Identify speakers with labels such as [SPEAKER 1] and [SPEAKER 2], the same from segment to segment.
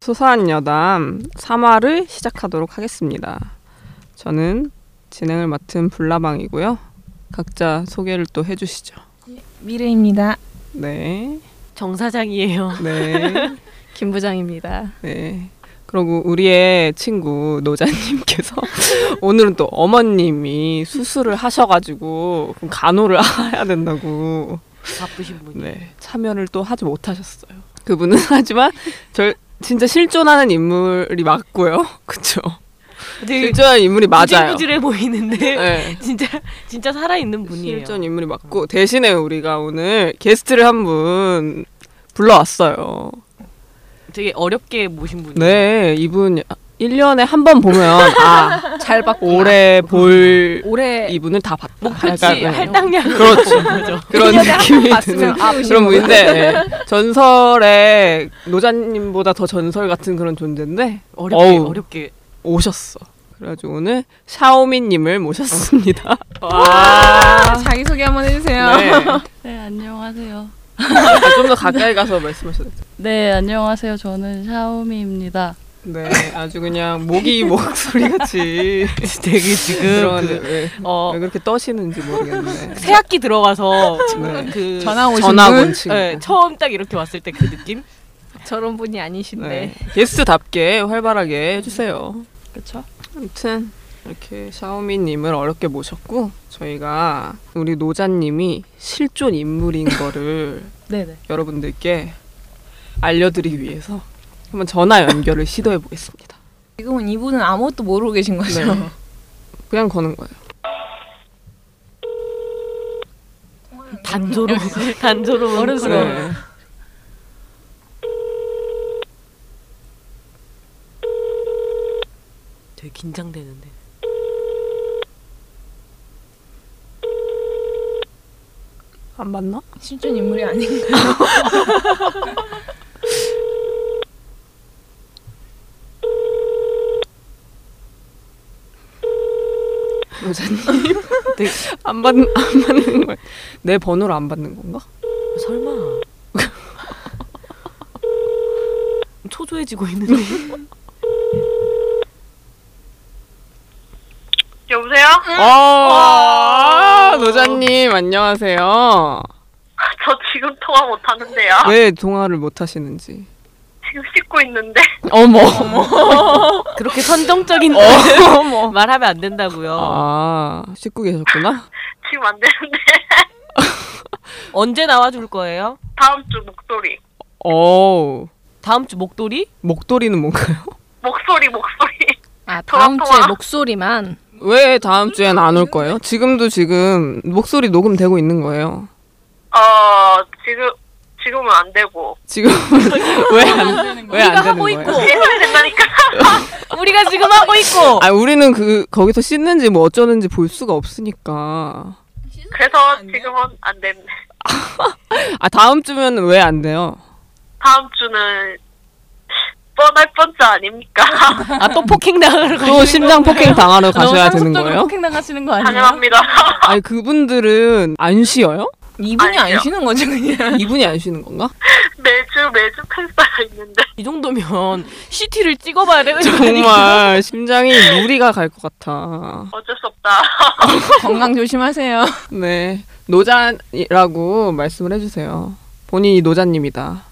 [SPEAKER 1] 소소한 여담 3화를 시작하도록 하겠습니다. 저는 진행을 맡은 불나방이고요. 각자 소개를 또 해주시죠.
[SPEAKER 2] 미르입니다.
[SPEAKER 1] 네,
[SPEAKER 3] 정 사장이에요.
[SPEAKER 1] 네,
[SPEAKER 3] 김 부장입니다.
[SPEAKER 1] 네. 그리고 우리의 친구 노자님께서 오늘은 또 어머님이 수술을 하셔가지고 간호를 해야 된다고
[SPEAKER 3] 바쁘신 분이.
[SPEAKER 1] 네, 참여를 또 하지 못하셨어요. 그분은 하지만 절 진짜 실존하는 인물이 맞고요. 그쵸?
[SPEAKER 3] 되게
[SPEAKER 1] 실존하는 인물이 맞아요.
[SPEAKER 3] 부질부질해 보이는데
[SPEAKER 1] 네.
[SPEAKER 3] 진짜 진짜 살아 있는 분이에요.
[SPEAKER 1] 실존 인물이 맞고 대신에 우리가 오늘 게스트를 한 분 불러왔어요.
[SPEAKER 3] 음. 되게 어렵게 모신 분이.
[SPEAKER 1] 네, 이분 1년에 한 번 보면 아,
[SPEAKER 2] 잘 받고
[SPEAKER 1] 올해 볼
[SPEAKER 2] 올해 뭐
[SPEAKER 1] 이분을 다 봤다.
[SPEAKER 3] 목표치
[SPEAKER 1] 약간, 네.
[SPEAKER 3] 할당량.
[SPEAKER 1] 그렇죠. 그런
[SPEAKER 2] 1년에 한번
[SPEAKER 1] 느낌이 드는
[SPEAKER 2] 봤으면 아
[SPEAKER 1] 그런 분인데 네. 전설의 노자님보다 더 전설 같은 그런 존재인데
[SPEAKER 3] 어렵게
[SPEAKER 1] 어우.
[SPEAKER 3] 어렵게.
[SPEAKER 1] 오셨어. 그래가지고 오늘 샤오미님을 모셨습니다.
[SPEAKER 2] 아, 자기 소개 한번 해주세요.
[SPEAKER 4] 네, 안녕하세요.
[SPEAKER 1] 아, 좀 더 가까이 가서 말씀하셔도 돼요.
[SPEAKER 4] 네, 안녕하세요. 저는 샤오미입니다.
[SPEAKER 1] 네, 아주 그냥 목이 목소리 같이
[SPEAKER 3] 되게 지금
[SPEAKER 1] 그런
[SPEAKER 3] 그,
[SPEAKER 1] 왜,
[SPEAKER 3] 어
[SPEAKER 1] 왜 그렇게 떠시는지 모르겠네.
[SPEAKER 3] 새 학기 들어가서
[SPEAKER 1] 네.
[SPEAKER 3] 그
[SPEAKER 2] 전화
[SPEAKER 5] 어,
[SPEAKER 2] 오신
[SPEAKER 1] 전화 온
[SPEAKER 2] 분
[SPEAKER 1] 친구.
[SPEAKER 3] 네, 처음 딱 이렇게 왔을 때 그 느낌.
[SPEAKER 2] 저런 분이 아니신데
[SPEAKER 1] 네. 게스트답게 활발하게 해주세요.
[SPEAKER 4] 그쵸?
[SPEAKER 1] 아무튼 이렇게 샤오미님을 어렵게 모셨고 저희가 우리 노자님이 실존 인물인 거를
[SPEAKER 4] 네네.
[SPEAKER 1] 여러분들께 알려드리기 위해서 한번 전화 연결을 시도해 보겠습니다.
[SPEAKER 2] 지금은 이분은 아무것도 모르고 계신 거죠.
[SPEAKER 1] 네. 그냥 거는 거예요.
[SPEAKER 3] 단조로 단조로
[SPEAKER 4] 어른스러워.
[SPEAKER 3] 어른스러워.
[SPEAKER 1] 네.
[SPEAKER 4] 그래요.
[SPEAKER 3] 되게 긴장되는데.
[SPEAKER 1] 안 맞나?
[SPEAKER 2] 실존 인물이 아닌
[SPEAKER 1] 노자님. 되게 안 받는 안 받는 거야. 내 번호로 안 받는 건가?
[SPEAKER 3] 설마. 초조해지고 있는데.
[SPEAKER 6] 여보세요?
[SPEAKER 1] 아, 음. 노자님 안녕하세요.
[SPEAKER 6] 저 지금 통화 못 하는데요.
[SPEAKER 1] 왜 통화를 못 하시는지.
[SPEAKER 6] 지금 씻고 있는데.
[SPEAKER 1] 어머.
[SPEAKER 3] 그렇게 선정적인
[SPEAKER 1] 어.
[SPEAKER 3] 말하면 안 된다고요.
[SPEAKER 1] 아, 씻고 계셨구나.
[SPEAKER 6] 지금 안 되는데.
[SPEAKER 3] 언제 나와줄 거예요?
[SPEAKER 6] 다음 주 목소리.
[SPEAKER 1] 어.
[SPEAKER 3] 다음 주 목도리?
[SPEAKER 1] 목도리는 뭔가요?
[SPEAKER 6] 목소리, 목소리.
[SPEAKER 2] 아
[SPEAKER 6] 다음 통화. 주에
[SPEAKER 2] 목소리만
[SPEAKER 1] 왜 다음 주엔 안 올 거예요? 지금도 지금 목소리 녹음되고 있는 거예요.
[SPEAKER 6] 어, 지금, 지금은 안 되고.
[SPEAKER 1] 지금 왜안왜안
[SPEAKER 3] 우리가
[SPEAKER 1] 되는
[SPEAKER 3] 하고
[SPEAKER 1] 거예요?
[SPEAKER 3] 있고
[SPEAKER 6] 계속 된다니까.
[SPEAKER 3] 우리가 지금 하고 있고
[SPEAKER 1] 아, 우리는 그 거기서 씻는지 뭐 어쩌는지 볼 수가 없으니까.
[SPEAKER 6] 그래서 지금은 안 됐네.
[SPEAKER 1] 아, 다음 주면 왜 안 돼요?
[SPEAKER 6] 다음 주는 뻔할 뻔자 아닙니까?
[SPEAKER 3] 아또 폭행 당하러
[SPEAKER 1] 또 심장 폭행 당하러 가셔야 되는
[SPEAKER 4] 너무 상습적으로
[SPEAKER 1] 거예요?
[SPEAKER 4] 폭행 당하시는 거 아니에요?
[SPEAKER 6] 당연합니다.
[SPEAKER 1] 아니, 그분들은 안 쉬어요?
[SPEAKER 2] 이분이
[SPEAKER 6] 아니요.
[SPEAKER 2] 안 쉬는 거죠 그냥.
[SPEAKER 1] 이분이 안 쉬는 건가?
[SPEAKER 6] 매주, 매주 팬싸가 있는데.
[SPEAKER 3] 이 정도면 CT를 찍어봐야 되는 거 아니야?
[SPEAKER 1] 정말 심장이 무리가 갈 것 같아.
[SPEAKER 6] 어쩔 수 없다.
[SPEAKER 2] 건강 조심하세요.
[SPEAKER 4] 뭐
[SPEAKER 1] 네. 노자라고 말씀을 해주세요. 본인이 노자님이다.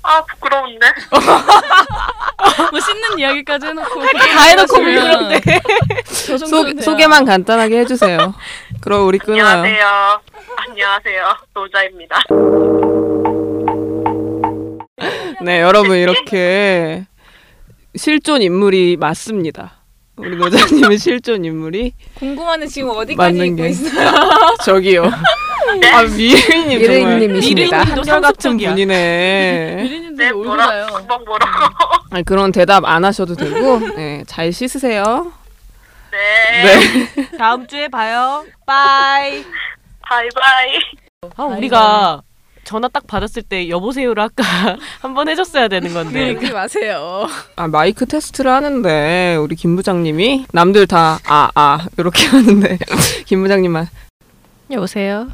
[SPEAKER 6] 아, 부끄러운데.
[SPEAKER 4] 뭐 씻는 이야기까지 해놓고
[SPEAKER 3] 다 해놓고
[SPEAKER 4] 그러시면
[SPEAKER 3] 부끄럽대.
[SPEAKER 4] 저 정도는
[SPEAKER 1] 소,
[SPEAKER 4] 돼야.
[SPEAKER 1] 소개만 간단하게 해주세요. 그럼 우리
[SPEAKER 6] 아,
[SPEAKER 1] 끊어요.
[SPEAKER 6] 안녕하세요. 안녕하세요. 노자입니다.
[SPEAKER 1] 네, 여러분 이렇게 실존 인물이 맞습니다. 우리 노자님의 실존 인물이
[SPEAKER 2] 궁금한데 지금 어디까지
[SPEAKER 1] 맞는
[SPEAKER 2] 입고
[SPEAKER 1] 게.
[SPEAKER 2] 있어요?
[SPEAKER 1] 저기요. 아 미르님 정말
[SPEAKER 2] 미르이님이십니다.
[SPEAKER 3] 미르이님도
[SPEAKER 1] 한결 같은
[SPEAKER 3] 상습적이야.
[SPEAKER 1] 분이네.
[SPEAKER 6] 네,
[SPEAKER 4] 유리님들
[SPEAKER 6] 뭐라,
[SPEAKER 4] 올라요.
[SPEAKER 6] 금방 뭐라고.
[SPEAKER 1] 아니, 그런 대답 안 하셔도 되고, 네, 잘 씻으세요.
[SPEAKER 6] 네.
[SPEAKER 1] 네.
[SPEAKER 3] 다음 주에 봐요. 빠이.
[SPEAKER 6] 바이바이.
[SPEAKER 3] 아 우리가 전화 딱 받았을 때 여보세요를 아까 한 번 해줬어야 되는
[SPEAKER 1] 네.
[SPEAKER 3] 건데.
[SPEAKER 2] 그러지 마세요.
[SPEAKER 1] 아 마이크 테스트를 하는데 우리 김 부장님이 남들 다 아 아 이렇게 하는데 김 부장님만
[SPEAKER 4] 여보세요?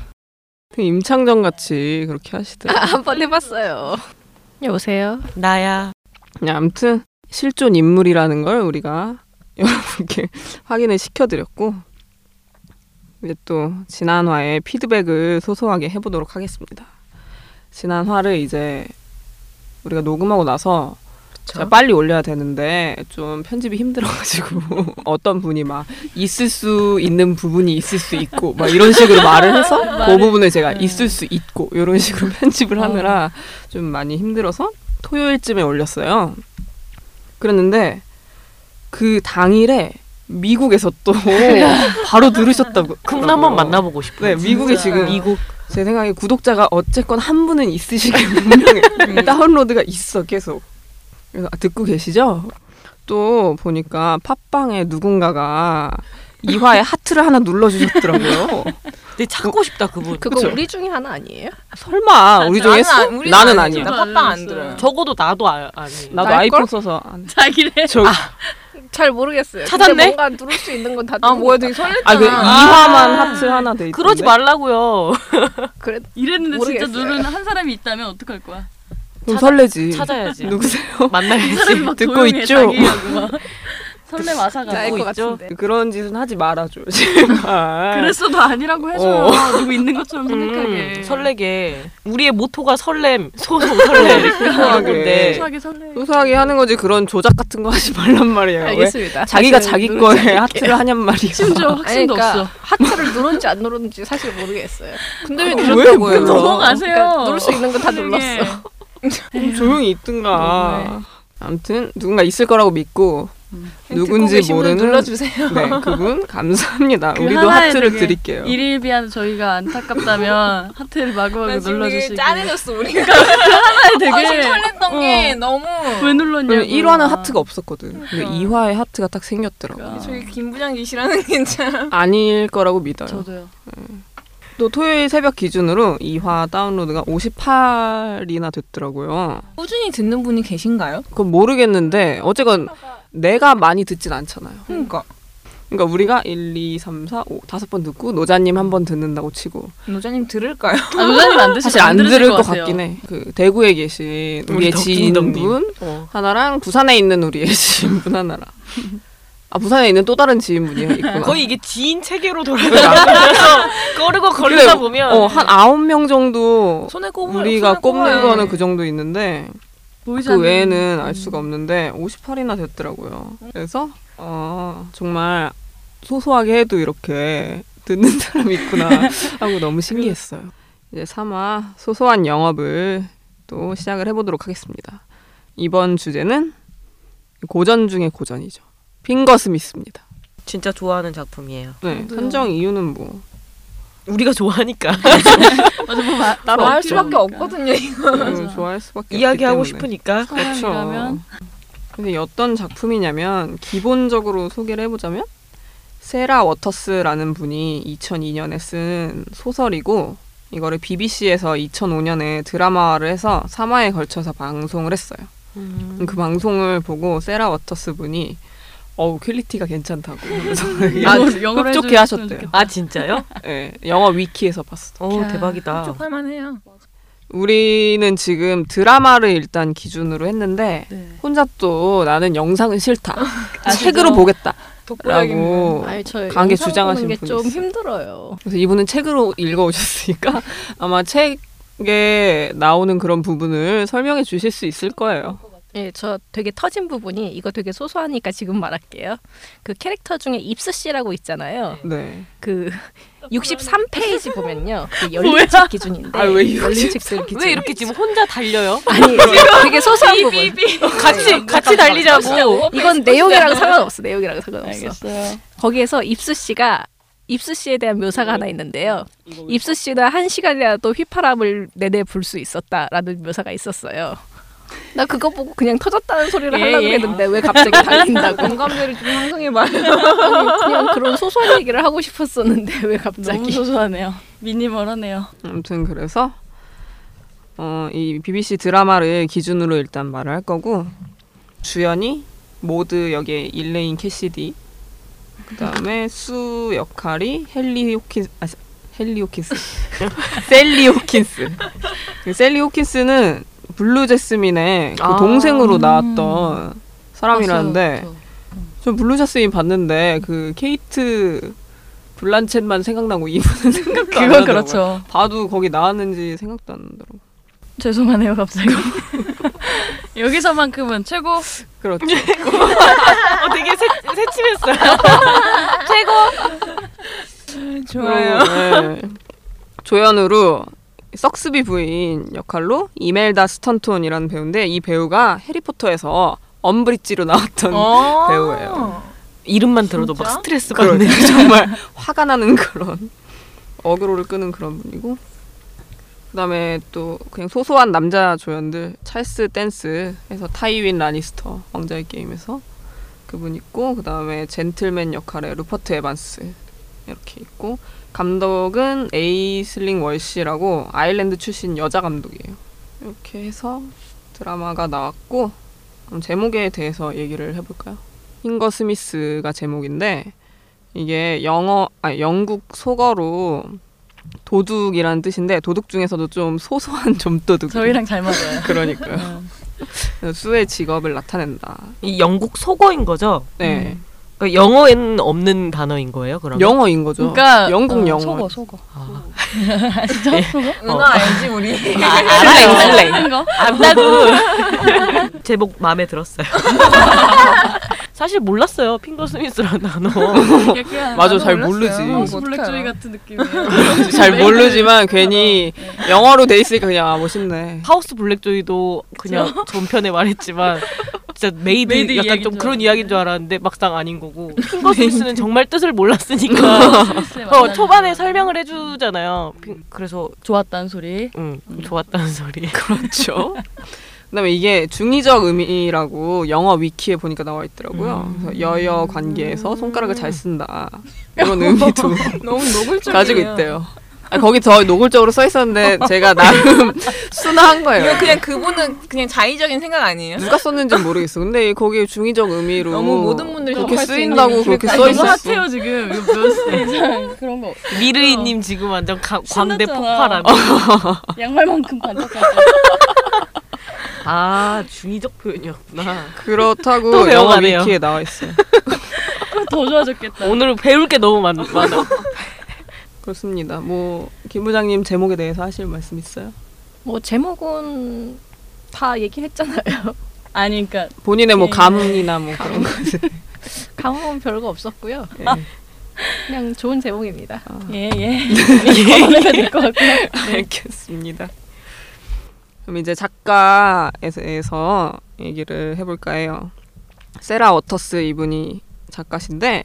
[SPEAKER 1] 되게 임창정 같이 그렇게 하시더라고요.
[SPEAKER 2] 한 번 해봤어요.
[SPEAKER 4] 여보세요?
[SPEAKER 3] 나야.
[SPEAKER 1] 그냥 아무튼 실존 인물이라는 걸 우리가 여러분께 확인을 시켜드렸고 이제 또 지난화의 피드백을 소소하게 해보도록 하겠습니다. 지난화를 이제 우리가 녹음하고 나서 제가 빨리 올려야 되는데 좀 편집이 힘들어가지고 어떤 분이 막 있을 수 있는 부분이 있을 수 있고 막 이런 식으로 말을 해서 그 부분을 제가 있을 수 있고 이런 식으로 편집을
[SPEAKER 3] 아.
[SPEAKER 1] 하느라 좀 많이 힘들어서 토요일쯤에 올렸어요. 그랬는데 그 당일에 미국에서 또 바로 들으셨다고.
[SPEAKER 3] 쿵나 네. 한번 만나보고 싶어요.
[SPEAKER 1] 네, 미국에 지금
[SPEAKER 3] 미국
[SPEAKER 1] 제 생각에 구독자가 어쨌건 한 분은 있으시길 분명해.
[SPEAKER 3] 음.
[SPEAKER 1] 다운로드가 있어 계속. 그래서 아, 듣고 계시죠? 또 보니까 팟빵에 누군가가 이화에 하트를 하나 눌러주셨더라고요.
[SPEAKER 3] 근데 찾고 싶다 그분.
[SPEAKER 4] 그거
[SPEAKER 1] 그쵸?
[SPEAKER 4] 우리 중에 하나 아니에요?
[SPEAKER 1] 설마 우리 중에 수?
[SPEAKER 2] 우리는
[SPEAKER 1] 나는
[SPEAKER 2] 아니지.
[SPEAKER 1] 아니야.
[SPEAKER 2] 나 팟빵 안 들어요.
[SPEAKER 3] 적어도 나도 아, 아니.
[SPEAKER 1] 나도
[SPEAKER 4] 날
[SPEAKER 1] 아이폰 써서 안 해.
[SPEAKER 4] 자기래.
[SPEAKER 1] 저,
[SPEAKER 4] 잘 모르겠어요.
[SPEAKER 3] 찾았네?
[SPEAKER 4] 근데 뭔가 누를 수 있는 건 다.
[SPEAKER 2] 아 뭐야 되게 설렜잖아.
[SPEAKER 1] 아, 그 이화만 하트 하나 돼 있던데.
[SPEAKER 3] 그러지 말라고요.
[SPEAKER 4] 그래.
[SPEAKER 5] 이랬는데
[SPEAKER 4] 모르겠어요.
[SPEAKER 5] 진짜 누르는 한 사람이 있다면 어떡할 거야?
[SPEAKER 1] 그럼 설레지.
[SPEAKER 3] 찾아야지.
[SPEAKER 1] 네. 누구세요?
[SPEAKER 3] 만나야지.
[SPEAKER 5] 막
[SPEAKER 1] 듣고
[SPEAKER 5] 조용해,
[SPEAKER 1] 있죠?
[SPEAKER 5] 자기하고 막. 설렘
[SPEAKER 2] 네.
[SPEAKER 5] 아사가.
[SPEAKER 1] 뭐
[SPEAKER 4] 나일 것
[SPEAKER 3] 있죠?
[SPEAKER 4] 같은데.
[SPEAKER 1] 그런 짓은 하지 말아줘. 제발.
[SPEAKER 5] 그랬어도 아니라고 해줘요. 누구 있는 것처럼 생각하게.
[SPEAKER 3] 음, 설레게. 우리의 모토가 설렘, 소소 설렘.
[SPEAKER 1] 네.
[SPEAKER 3] 이런 건데.
[SPEAKER 5] 소소하게 설레.
[SPEAKER 1] 소소하게 하는 거지 그런 조작 같은 거 하지 말란 말이야. 왜
[SPEAKER 4] 알겠습니다.
[SPEAKER 1] 자기가
[SPEAKER 4] 사실은
[SPEAKER 1] 자기
[SPEAKER 4] 누르지
[SPEAKER 1] 거에
[SPEAKER 4] 않을게요.
[SPEAKER 1] 하트를 하냔 말이야.
[SPEAKER 5] 심지어
[SPEAKER 4] 아니,
[SPEAKER 5] 확신도
[SPEAKER 4] 그러니까
[SPEAKER 5] 없어.
[SPEAKER 4] 하트를 누른지 안 누른지 사실 모르겠어요.
[SPEAKER 2] 아,
[SPEAKER 4] 근데 왜
[SPEAKER 1] 왜
[SPEAKER 2] 그러니까
[SPEAKER 4] 누르셨다고요? 그러니까
[SPEAKER 1] 눌러?
[SPEAKER 5] 넘어가세요. 그
[SPEAKER 4] 누를 수 있는 건 다
[SPEAKER 5] 훌륭해.
[SPEAKER 2] 예.
[SPEAKER 4] 눌렀어.
[SPEAKER 1] 좀 조용히 있든가. 아무튼 누군가 있을 거라고 믿고 누군지
[SPEAKER 4] 예. 듣고 계신 분
[SPEAKER 1] 모르는
[SPEAKER 4] 눌러주세요.
[SPEAKER 1] 네 그분 감사합니다.
[SPEAKER 5] 그
[SPEAKER 1] 아, 우리도
[SPEAKER 5] 하나에
[SPEAKER 1] 하트를
[SPEAKER 5] 되게
[SPEAKER 1] 드릴게요.
[SPEAKER 5] 일일비한 저희가 안타깝다면 하트를
[SPEAKER 2] 아,
[SPEAKER 5] 마구마구 눌러주시고.
[SPEAKER 2] 짜내줬어 우리가. 아, 지금
[SPEAKER 5] 되게
[SPEAKER 2] 설렜던
[SPEAKER 5] 어.
[SPEAKER 2] 게 너무.
[SPEAKER 5] 왜 눌렀냐고.
[SPEAKER 1] 왜냐면 1화는 하트가 없었거든. 근데 2화에 하트가 딱 생겼더라고.
[SPEAKER 2] 저희 김 부장 계시라는 게 참.
[SPEAKER 1] 아닐 거라고 믿어요.
[SPEAKER 5] 저도요.
[SPEAKER 1] 또 토요일 새벽 기준으로 2화 다운로드가 58이나 됐더라고요.
[SPEAKER 2] 꾸준히 듣는 분이 계신가요?
[SPEAKER 1] 그건 모르겠는데 어쨌건 내가 많이 듣진 않잖아요.
[SPEAKER 2] 그러니까.
[SPEAKER 1] 그러니까 우리가 1, 2, 3, 4, 5 다섯 번 듣고 노자님 한 번 듣는다고 치고
[SPEAKER 2] 노자님 들을까요?
[SPEAKER 5] 아, 노자님 안 드실
[SPEAKER 1] 사실 안
[SPEAKER 5] 들으실
[SPEAKER 1] 들을
[SPEAKER 5] 것
[SPEAKER 1] 것
[SPEAKER 5] 같아요.
[SPEAKER 1] 같긴 해. 그 대구에 계신
[SPEAKER 3] 우리
[SPEAKER 1] 우리의
[SPEAKER 3] 덕진덕님.
[SPEAKER 1] 지인분
[SPEAKER 3] 어.
[SPEAKER 1] 하나랑 부산에 있는 우리의 지인분 하나랑 아 부산에 있는 또 다른 지인분이 있구나.
[SPEAKER 3] 거의 이게 지인 체계로 돌아가서 거르고 걸리다
[SPEAKER 1] 근데,
[SPEAKER 3] 보면
[SPEAKER 1] 어, 한 아홉 명 정도
[SPEAKER 2] 손에 꼽을
[SPEAKER 1] 우리가
[SPEAKER 2] 손에 꼽아요.
[SPEAKER 1] 꼽는 거는 그 정도 있는데
[SPEAKER 5] 보이지
[SPEAKER 1] 그
[SPEAKER 5] 않는
[SPEAKER 1] 외에는
[SPEAKER 3] 음.
[SPEAKER 1] 알 수가 없는데 58이나 됐더라고요. 그래서
[SPEAKER 3] 음.
[SPEAKER 1] 어, 정말 소소하게 해도 이렇게 듣는 사람이 있구나 하고 너무 신기했어요. 이제 삼화 소소한 영업을 또 시작을 해보도록 하겠습니다. 이번 주제는 고전 중의 고전이죠. 핑거 스미스입니다.
[SPEAKER 3] 진짜 좋아하는 작품이에요.
[SPEAKER 1] 네, 선정 이유는 뭐
[SPEAKER 3] 우리가 좋아하니까
[SPEAKER 5] 맞아, 뭐 마,
[SPEAKER 1] 따로
[SPEAKER 5] 말
[SPEAKER 1] 없죠.
[SPEAKER 2] 수밖에 없거든요.
[SPEAKER 1] 음, 좋아할 수밖에 없기
[SPEAKER 3] 이야기하고
[SPEAKER 1] 때문에.
[SPEAKER 3] 싶으니까.
[SPEAKER 1] 그렇죠.
[SPEAKER 5] 사람이라면?
[SPEAKER 1] 근데 어떤 작품이냐면 기본적으로 소개를 해보자면 세라 워터스라는 분이 2002년에 쓴 소설이고 이거를 BBC에서 2005년에 드라마화를 해서 3화에 걸쳐서 방송을 했어요.
[SPEAKER 3] 음.
[SPEAKER 1] 그 방송을 보고 세라 워터스 분이 어우 퀄리티가 괜찮다고 그래서
[SPEAKER 5] 영어로- 영어로
[SPEAKER 1] 아, 흡족해
[SPEAKER 5] 해주셨으면
[SPEAKER 1] 하셨대요.
[SPEAKER 3] 아 진짜요?
[SPEAKER 1] 예, 영어 위키에서 봤어.
[SPEAKER 3] 오 대박이다.
[SPEAKER 5] 쪽할 만해요.
[SPEAKER 1] 우리는 지금 드라마를 일단 기준으로 했는데
[SPEAKER 5] 네.
[SPEAKER 1] 혼자 또 나는 영상은 싫다.
[SPEAKER 5] 아시죠?
[SPEAKER 1] 책으로 보겠다.
[SPEAKER 2] 독보적인
[SPEAKER 1] 라고.
[SPEAKER 4] 아니 저
[SPEAKER 1] 뭐 강하게
[SPEAKER 4] 영상
[SPEAKER 1] 주장하시는
[SPEAKER 4] 보는
[SPEAKER 1] 분이
[SPEAKER 4] 게 좀
[SPEAKER 1] 있어요.
[SPEAKER 4] 힘들어요.
[SPEAKER 1] 그래서 이분은 책으로 읽어오셨으니까 아마 책에 나오는 그런 부분을 설명해 주실 수 있을 거예요.
[SPEAKER 4] 예, 저 되게 터진 부분이 이거 되게 소소하니까 지금 말할게요. 그 캐릭터 중에 입스 씨라고 있잖아요.
[SPEAKER 1] 네.
[SPEAKER 4] 그 63페이지 보면요. 그 열린 책 기준인데.
[SPEAKER 1] 아, 왜
[SPEAKER 4] 열린 책들 기준.
[SPEAKER 3] 왜 이렇게 지금 혼자 달려요?
[SPEAKER 4] 아니, 되게 소소한 부분.
[SPEAKER 1] 어, 네.
[SPEAKER 3] 같이 같이 달리자고.
[SPEAKER 4] 이건 내용이랑 상관없어. 내용이랑 상관없어.
[SPEAKER 5] 알겠어요.
[SPEAKER 4] 거기에서 입수 씨가 입수 씨에 대한 묘사가
[SPEAKER 2] 음.
[SPEAKER 4] 하나 있는데요. 입수 씨는 한 시간이라도 휘파람을 내내 불 수 있었다라는 묘사가 있었어요. 나 그거 보고 그냥 터졌다는 소리를
[SPEAKER 2] 예,
[SPEAKER 4] 하려고
[SPEAKER 2] 예.
[SPEAKER 4] 했는데 왜 갑자기 달린다고
[SPEAKER 2] 아, 공감대를 좀 형성해봐요.
[SPEAKER 4] 그냥 그런 소소한 얘기를 하고 싶었었는데 왜
[SPEAKER 5] 너무
[SPEAKER 4] 갑자기
[SPEAKER 5] 소소하네요. 미니멀하네요.
[SPEAKER 1] 아무튼 그래서 어, 이 BBC 드라마를 기준으로 일단 말을 할 거고 주연이 모드 역의 일레인 캐시디 그다음에 수 역할이 헨리 호킨스 아, 헨리 그 호킨스 셀리 호킨스 셀리 호킨스는 블루 제스민의 그
[SPEAKER 3] 아.
[SPEAKER 1] 동생으로
[SPEAKER 5] 음.
[SPEAKER 1] 나왔던 사람이라는데
[SPEAKER 5] 봤어요,
[SPEAKER 1] 저 블루 제스민 봤는데 그 케이트 블란쳇만 생각나고 이분은
[SPEAKER 5] 저.
[SPEAKER 1] 생각도 안
[SPEAKER 5] 그건
[SPEAKER 1] 나더라고요.
[SPEAKER 5] 그렇죠.
[SPEAKER 1] 봐도 거기 나왔는지 생각도 안 나더라고.
[SPEAKER 5] 죄송하네요 갑자기. 여기서만큼은 최고.
[SPEAKER 1] 그렇죠.
[SPEAKER 3] 어, 되게 새, 새침했어요.
[SPEAKER 4] 음,
[SPEAKER 2] 좋아요.
[SPEAKER 1] 그리고, 네. 조연으로 석스비 부인 역할로 이멜다 스턴톤이라는 배우인데 이 배우가 해리포터에서 엄브리지로 나왔던
[SPEAKER 2] 어.
[SPEAKER 1] 배우예요.
[SPEAKER 3] 이름만 들어도 막
[SPEAKER 2] 진짜?
[SPEAKER 3] 스트레스
[SPEAKER 1] 그러니까. 그런
[SPEAKER 3] 받는.
[SPEAKER 1] 정말 화가 나는 그런 어그로를 끄는 그런 분이고 그다음에 또 그냥 소소한 남자 조연들 찰스 댄스에서 타이윈 라니스터 왕자의 게임에서 그분 있고 그다음에 젠틀맨 역할의 루퍼트 에반스 이렇게 있고 감독은 에이슬링 월시라고 아일랜드 출신 여자 감독이에요. 이렇게 해서 드라마가 나왔고 그럼 제목에 대해서 얘기를 해볼까요? 흰거 스미스가 제목인데 이게 영어 아니 영국 속어로 도둑이라는 뜻인데 도둑 중에서도 좀 소소한 점도둑
[SPEAKER 5] 저희랑 어. 잘 맞아요.
[SPEAKER 1] 그러니까요
[SPEAKER 5] 응.
[SPEAKER 1] 수의 직업을 나타낸다.
[SPEAKER 3] 이 영국 속어인 거죠?
[SPEAKER 1] 네
[SPEAKER 3] 그러니까 영어에는 없는 단어인 거예요, 그러면?
[SPEAKER 1] 영어인 거죠.
[SPEAKER 5] 음. 그러니까
[SPEAKER 1] 영국
[SPEAKER 5] 어,
[SPEAKER 1] 영어.
[SPEAKER 5] 속어 속어.
[SPEAKER 3] 아.
[SPEAKER 4] 어.
[SPEAKER 2] 은하 알지 우리.
[SPEAKER 3] 아, 알아요.
[SPEAKER 1] 네.
[SPEAKER 5] 원래
[SPEAKER 3] 원래.
[SPEAKER 5] 있는 거?
[SPEAKER 3] 안다고. 제목 마음에 들었어요. 사실 몰랐어요. 핑거 스미스라는 단어.
[SPEAKER 5] 약간
[SPEAKER 1] 맞아, 잘
[SPEAKER 5] 나도 예, 몰랐어요. 아,
[SPEAKER 1] 모르지.
[SPEAKER 5] 어, 블랙조이 같은 느낌이에요.
[SPEAKER 1] 잘 모르지만 괜히 영어로 돼 있으니까 그냥 아 멋있네.
[SPEAKER 3] 하우스 블랙조이도 그냥 전편에 말했지만 진짜 메이드,
[SPEAKER 5] 메이드
[SPEAKER 3] 약간
[SPEAKER 5] 이야기인
[SPEAKER 3] 좀
[SPEAKER 5] 줄
[SPEAKER 3] 그런
[SPEAKER 5] 알았는데.
[SPEAKER 3] 이야기인 줄 알았는데 막상 아닌 거고 핑거 스미스는 정말 뜻을 몰랐으니까
[SPEAKER 5] 네,
[SPEAKER 3] 어, 초반에 설명을 해주잖아요. 핑- 그래서
[SPEAKER 5] 좋았다는 소리.
[SPEAKER 3] 응, 좋았다는 소리.
[SPEAKER 1] 그렇죠. 그다음에 이게 중의적 의미라고 영어 위키에 보니까 나와 있더라고요.
[SPEAKER 2] 음.
[SPEAKER 1] 그래서 여여 관계에서 손가락을 잘 쓴다 이런 의미도
[SPEAKER 2] 너무 노골적이에요.
[SPEAKER 1] 가지고 있대요. 아, 거기 더 노골적으로 써 있었는데 제가 나름 순화한 거예요.
[SPEAKER 2] 이거 그냥 그분은 그냥 자의적인 생각 아니에요?
[SPEAKER 1] 누가 썼는지 모르겠어. 근데 거기 중의적 의미로
[SPEAKER 2] 너무 모든 분들이
[SPEAKER 1] 그렇게
[SPEAKER 2] 접할 수 있는 아,
[SPEAKER 1] 쓰인다고 그렇게
[SPEAKER 4] 아,
[SPEAKER 2] 기획안이
[SPEAKER 1] 써
[SPEAKER 5] 이거
[SPEAKER 1] 있었어.
[SPEAKER 5] 핫해요 지금. 이거 몇세 이상 그런 거.
[SPEAKER 3] 미르이님 지금 완전 가, 광대
[SPEAKER 5] 신났잖아.
[SPEAKER 3] 폭발함.
[SPEAKER 5] 양말만큼 반짝반짝.
[SPEAKER 3] 아 중의적 표현이었구나. 또
[SPEAKER 1] 그렇다고 영어
[SPEAKER 3] 배워가네요.
[SPEAKER 1] 위키에 나와 있어요.
[SPEAKER 5] 더 좋아졌겠다.
[SPEAKER 3] 오늘 배울 게 너무 많, 많아.
[SPEAKER 1] 그렇습니다. 뭐 김 부장님 제목에 대해서 하실 말씀 있어요?
[SPEAKER 4] 뭐 제목은 다 얘기했잖아요.
[SPEAKER 5] 아니 그러니까
[SPEAKER 1] 본인의 뭐
[SPEAKER 5] 예.
[SPEAKER 1] 감흥이나 뭐 그런 거.
[SPEAKER 4] 감흥은 별거 없었고요.
[SPEAKER 1] 예.
[SPEAKER 4] 그냥 좋은 제목입니다. 어. 네,
[SPEAKER 5] 예 예. 이거는 될것 같고.
[SPEAKER 1] 알겠습니다. 그럼 이제 작가에서 얘기를 해볼까 해요. 세라 워터스 이분이 작가신데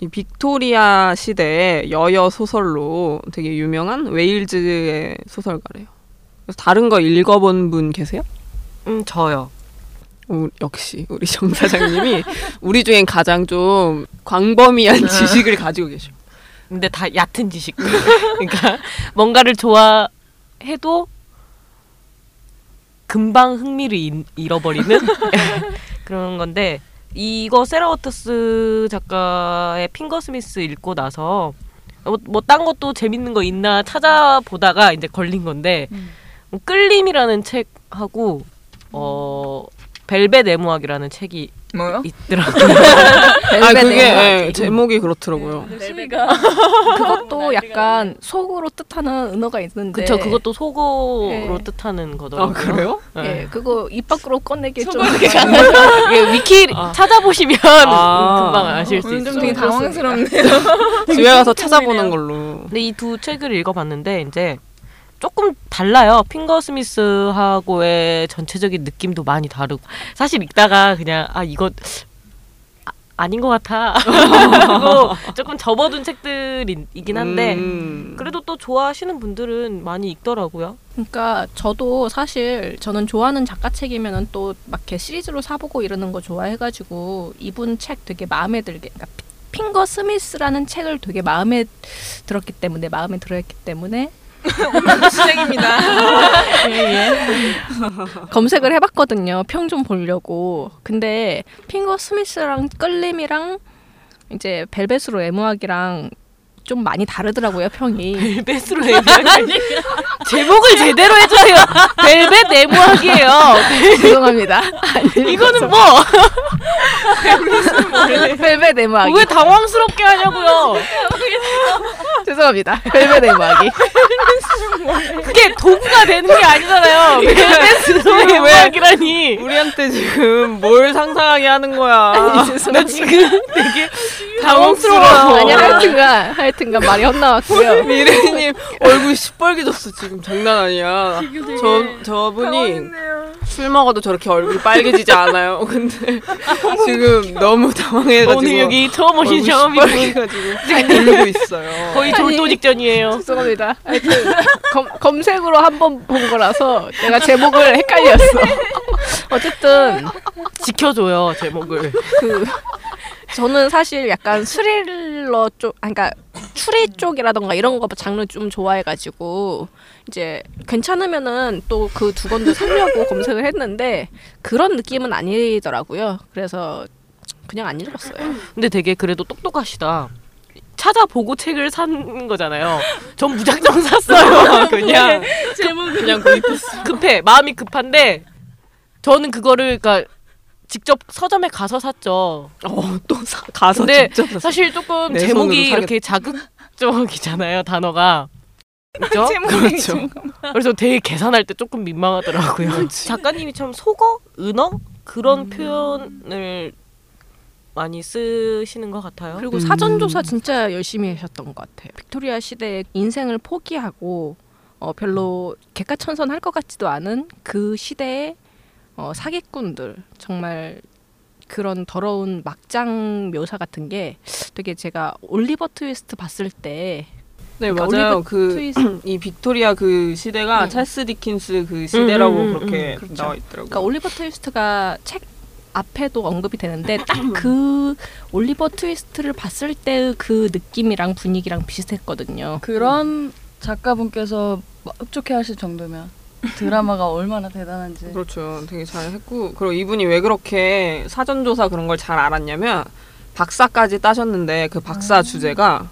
[SPEAKER 1] 이 빅토리아 시대의 여여 소설로 되게 유명한 웨일즈의 소설가래요. 그래서 다른 거 읽어본 분 계세요?
[SPEAKER 3] 음 저요.
[SPEAKER 1] 우- 역시 우리 정 사장님이 우리 중엔 가장 좀 광범위한 지식을 가지고 계셔.
[SPEAKER 3] 근데 다 얕은 지식. 그러니까 뭔가를 좋아해도 금방 흥미를 잃- 잃어버리는 그런 건데 이거 세라 워터스 작가의 핑거 스미스 읽고 나서 뭐 딴 것도 재밌는 거 있나 찾아보다가 이제 걸린 건데
[SPEAKER 5] 음.
[SPEAKER 3] 뭐 끌림이라는 책하고 어 벨벳 애무학이라는 책이
[SPEAKER 2] 뭐요?
[SPEAKER 4] 음,
[SPEAKER 3] 있더라고요.
[SPEAKER 1] 아 그게 예, 제목이 그렇더라고요.
[SPEAKER 4] 네,
[SPEAKER 5] 시비가
[SPEAKER 4] 그것도 약간 속으로 뜻하는 은어가 있는데.
[SPEAKER 3] 그쵸 그것도 속어로
[SPEAKER 4] 네.
[SPEAKER 3] 뜻하는 거더라고요.
[SPEAKER 1] 아 그래요?
[SPEAKER 3] 네.
[SPEAKER 4] 예, 그거 입 밖으로 꺼내기 좀.
[SPEAKER 3] 이게 위키 어. 찾아보시면
[SPEAKER 1] 아.
[SPEAKER 3] 금방 아실 수
[SPEAKER 2] 오늘
[SPEAKER 3] 있어요.
[SPEAKER 2] 좀 되게 당황스럽네요.
[SPEAKER 1] 집에 가서 찾아보는 걸로.
[SPEAKER 3] 근데 이 두 책을 읽어봤는데 이제 조금 달라요. 핑거 스미스하고의 전체적인 느낌도 많이 다르고 사실 읽다가 그냥 아 이거 아, 아닌 것 같아. 그리고 조금 접어둔 책들이긴 한데
[SPEAKER 1] 음.
[SPEAKER 3] 그래도 또 좋아하시는 분들은 많이 읽더라고요.
[SPEAKER 4] 그러니까 저도 사실 저는 좋아하는 작가 책이면은 또 막 이렇게 시리즈로 사보고 이러는 거 좋아해가지고 이분 책 되게 마음에 들게. 그러니까 피- 핑거 스미스라는 책을 되게 마음에 들었기 때문에 마음에 들었기 때문에
[SPEAKER 2] 시작입니다.
[SPEAKER 4] 검색을 해봤거든요. 평 좀 보려고. 근데 핑거 스미스랑 끌림이랑 이제 벨벳으로 애무학이랑 좀 많이 다르더라고요 평이.
[SPEAKER 3] 벨벳으로 해요. 제목을 제대로 해주세요. 벨벳 네모하기예요.
[SPEAKER 4] 죄송합니다. 아니,
[SPEAKER 3] 이거는 뭐 왜
[SPEAKER 4] 벨벳 애무하기.
[SPEAKER 3] 당황스럽게 하냐고요.
[SPEAKER 4] 죄송합니다. 벨벳 애무하기.
[SPEAKER 3] 그게 도구가 되는 게 아니잖아요. 벨벳으로 네모하기라니.
[SPEAKER 1] 우리한테 지금 뭘 상상하게 하는 거야?
[SPEAKER 3] 나 지금 되게 당황스러워.
[SPEAKER 4] 아니 하여튼간 하여튼간 말이 헛나왔고요.
[SPEAKER 1] 미래님 얼굴 시뻘개졌어 지금 장난 아니야. 저 저분이 술 먹어도 저렇게 얼굴이 빨개지지 않아요. 근데 지금 너무 당황해가지고 어,
[SPEAKER 3] 오늘 여기 처음
[SPEAKER 1] 얼굴
[SPEAKER 3] 오신 경험이
[SPEAKER 1] 시뻘개가지고 울고 있어요.
[SPEAKER 3] 거의 졸도 직전이에요.
[SPEAKER 4] 죄송합니다. 하여튼 검, 검색으로 한 번 본 거라서 내가 제목을 헷갈렸어. 어쨌든
[SPEAKER 3] 지켜줘요 제목을.
[SPEAKER 4] 그 저는 사실 약간 스릴러 쪽, 아, 그러니까 추리 쪽이라던가 이런 거 장르 좀 좋아해가지고 이제 괜찮으면은 또 그 두 권도 사려고 검색을 했는데 그런 느낌은 아니더라고요. 그래서 그냥 안 읽었어요.
[SPEAKER 3] 근데 되게 그래도 똑똑하시다. 찾아보고 책을 산 거잖아요. 전 무작정 샀어요. 그냥 그냥 구입했어. 급해 마음이 급한데 저는 그거를 그러니까 직접 서점에 가서 샀죠.
[SPEAKER 1] 어또 가서
[SPEAKER 3] 근데
[SPEAKER 1] 직접 샀어.
[SPEAKER 3] 사실 조금
[SPEAKER 1] 내
[SPEAKER 3] 제목이
[SPEAKER 1] 손으로
[SPEAKER 3] 이렇게 자극적이잖아요 단어가. 그죠?
[SPEAKER 1] 그렇죠.
[SPEAKER 3] 그래서 되게 계산할 때 조금 민망하더라고요. 작가님이 참 속어, 은어 그런 표현을 많이 쓰시는 것 같아요.
[SPEAKER 4] 그리고
[SPEAKER 1] 음.
[SPEAKER 4] 사전 조사 진짜 열심히 하셨던 것 같아요. 빅토리아 시대의 인생을 포기하고 어, 별로 개과천선할 것 같지도 않은 그 시대의 어, 사기꾼들 정말 그런 더러운 막장 묘사 같은 게 되게 제가 올리버 트위스트 봤을 때
[SPEAKER 1] 네
[SPEAKER 4] 그러니까
[SPEAKER 1] 맞아요.
[SPEAKER 4] 올리브
[SPEAKER 1] 그 이
[SPEAKER 4] 트위스트
[SPEAKER 1] 빅토리아 그 시대가
[SPEAKER 4] 음.
[SPEAKER 1] 찰스 디킨스 그 시대라고
[SPEAKER 3] 음, 음, 음,
[SPEAKER 1] 그렇게
[SPEAKER 3] 음,
[SPEAKER 4] 그렇죠.
[SPEAKER 1] 나와 있더라고요.
[SPEAKER 4] 그러니까 올리버 트위스트가 책 앞에도 언급이 되는데 딱 그 올리버 트위스트를 봤을 때의 그 느낌이랑 분위기랑 비슷했거든요.
[SPEAKER 5] 그런 작가분께서 막 흡족해하실 정도면 드라마가 얼마나 대단한지.
[SPEAKER 1] 그렇죠. 되게 잘 했고 그리고 이분이 왜 그렇게 사전 조사 그런 걸 잘 알았냐면 박사까지 따셨는데 그
[SPEAKER 4] 아.
[SPEAKER 1] 박사 주제가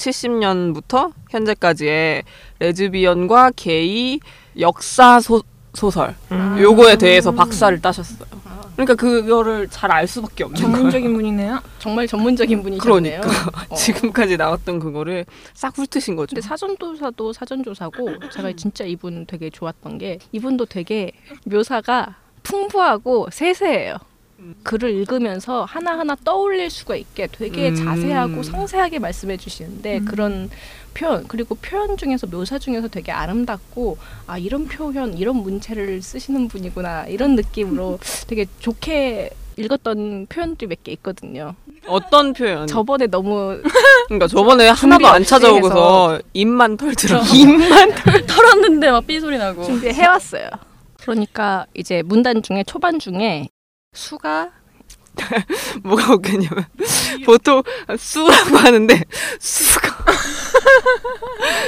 [SPEAKER 1] 1870년부터 현재까지의 레즈비언과 게이 역사 소, 소설
[SPEAKER 4] 음.
[SPEAKER 1] 요거에 대해서
[SPEAKER 4] 아.
[SPEAKER 1] 박사를 따셨어요. 그러니까 그거를 잘 알 수밖에 없는 거예요.
[SPEAKER 2] 전문적인 분이네요.
[SPEAKER 4] 정말 전문적인 분이셨네요.
[SPEAKER 1] 그러니까
[SPEAKER 4] 어.
[SPEAKER 1] 지금까지 나왔던 그거를 싹 훑으신 거죠.
[SPEAKER 4] 근데 사전조사도 사전조사고 제가 진짜 이분 되게 좋았던 게 이분도 되게 묘사가 풍부하고 세세해요.
[SPEAKER 1] 음.
[SPEAKER 4] 글을 읽으면서 하나하나 떠올릴 수가 있게 되게
[SPEAKER 1] 음.
[SPEAKER 4] 자세하고 상세하게 말씀해 주시는데 그런 표현 그리고 표현 중에서 묘사 중에서 되게 아름답고 아 이런 표현 이런 문체를 쓰시는 분이구나 이런 느낌으로 되게 좋게 읽었던 표현들이 몇 개 있거든요.
[SPEAKER 1] 음. 어떤 표현?
[SPEAKER 4] 저번에 너무
[SPEAKER 1] 그러니까 저번에 하나도 안 찾아오고서 입만 털더라고. 입만
[SPEAKER 5] 털었는데 막 삐소리 나고.
[SPEAKER 4] 준비해 왔어요. 그러니까 이제 문단 중에 초반 중에 수가
[SPEAKER 1] 뭐가 웃겼냐면 보통 수라고 하는데 수가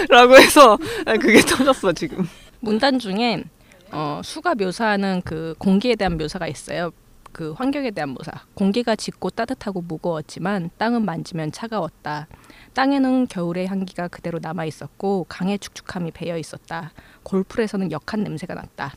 [SPEAKER 1] 라고 해서 그게 터졌어 지금.
[SPEAKER 4] 문단 중에 어, 수가 묘사하는 그 공기에 대한 묘사가 있어요. 그 환경에 대한 묘사. 공기가 짙고 따뜻하고 무거웠지만 땅은 만지면 차가웠다. 땅에는 겨울의 향기가 그대로 남아 있었고 강의 축축함이 배어 있었다. 골풀에서는 역한 냄새가 났다.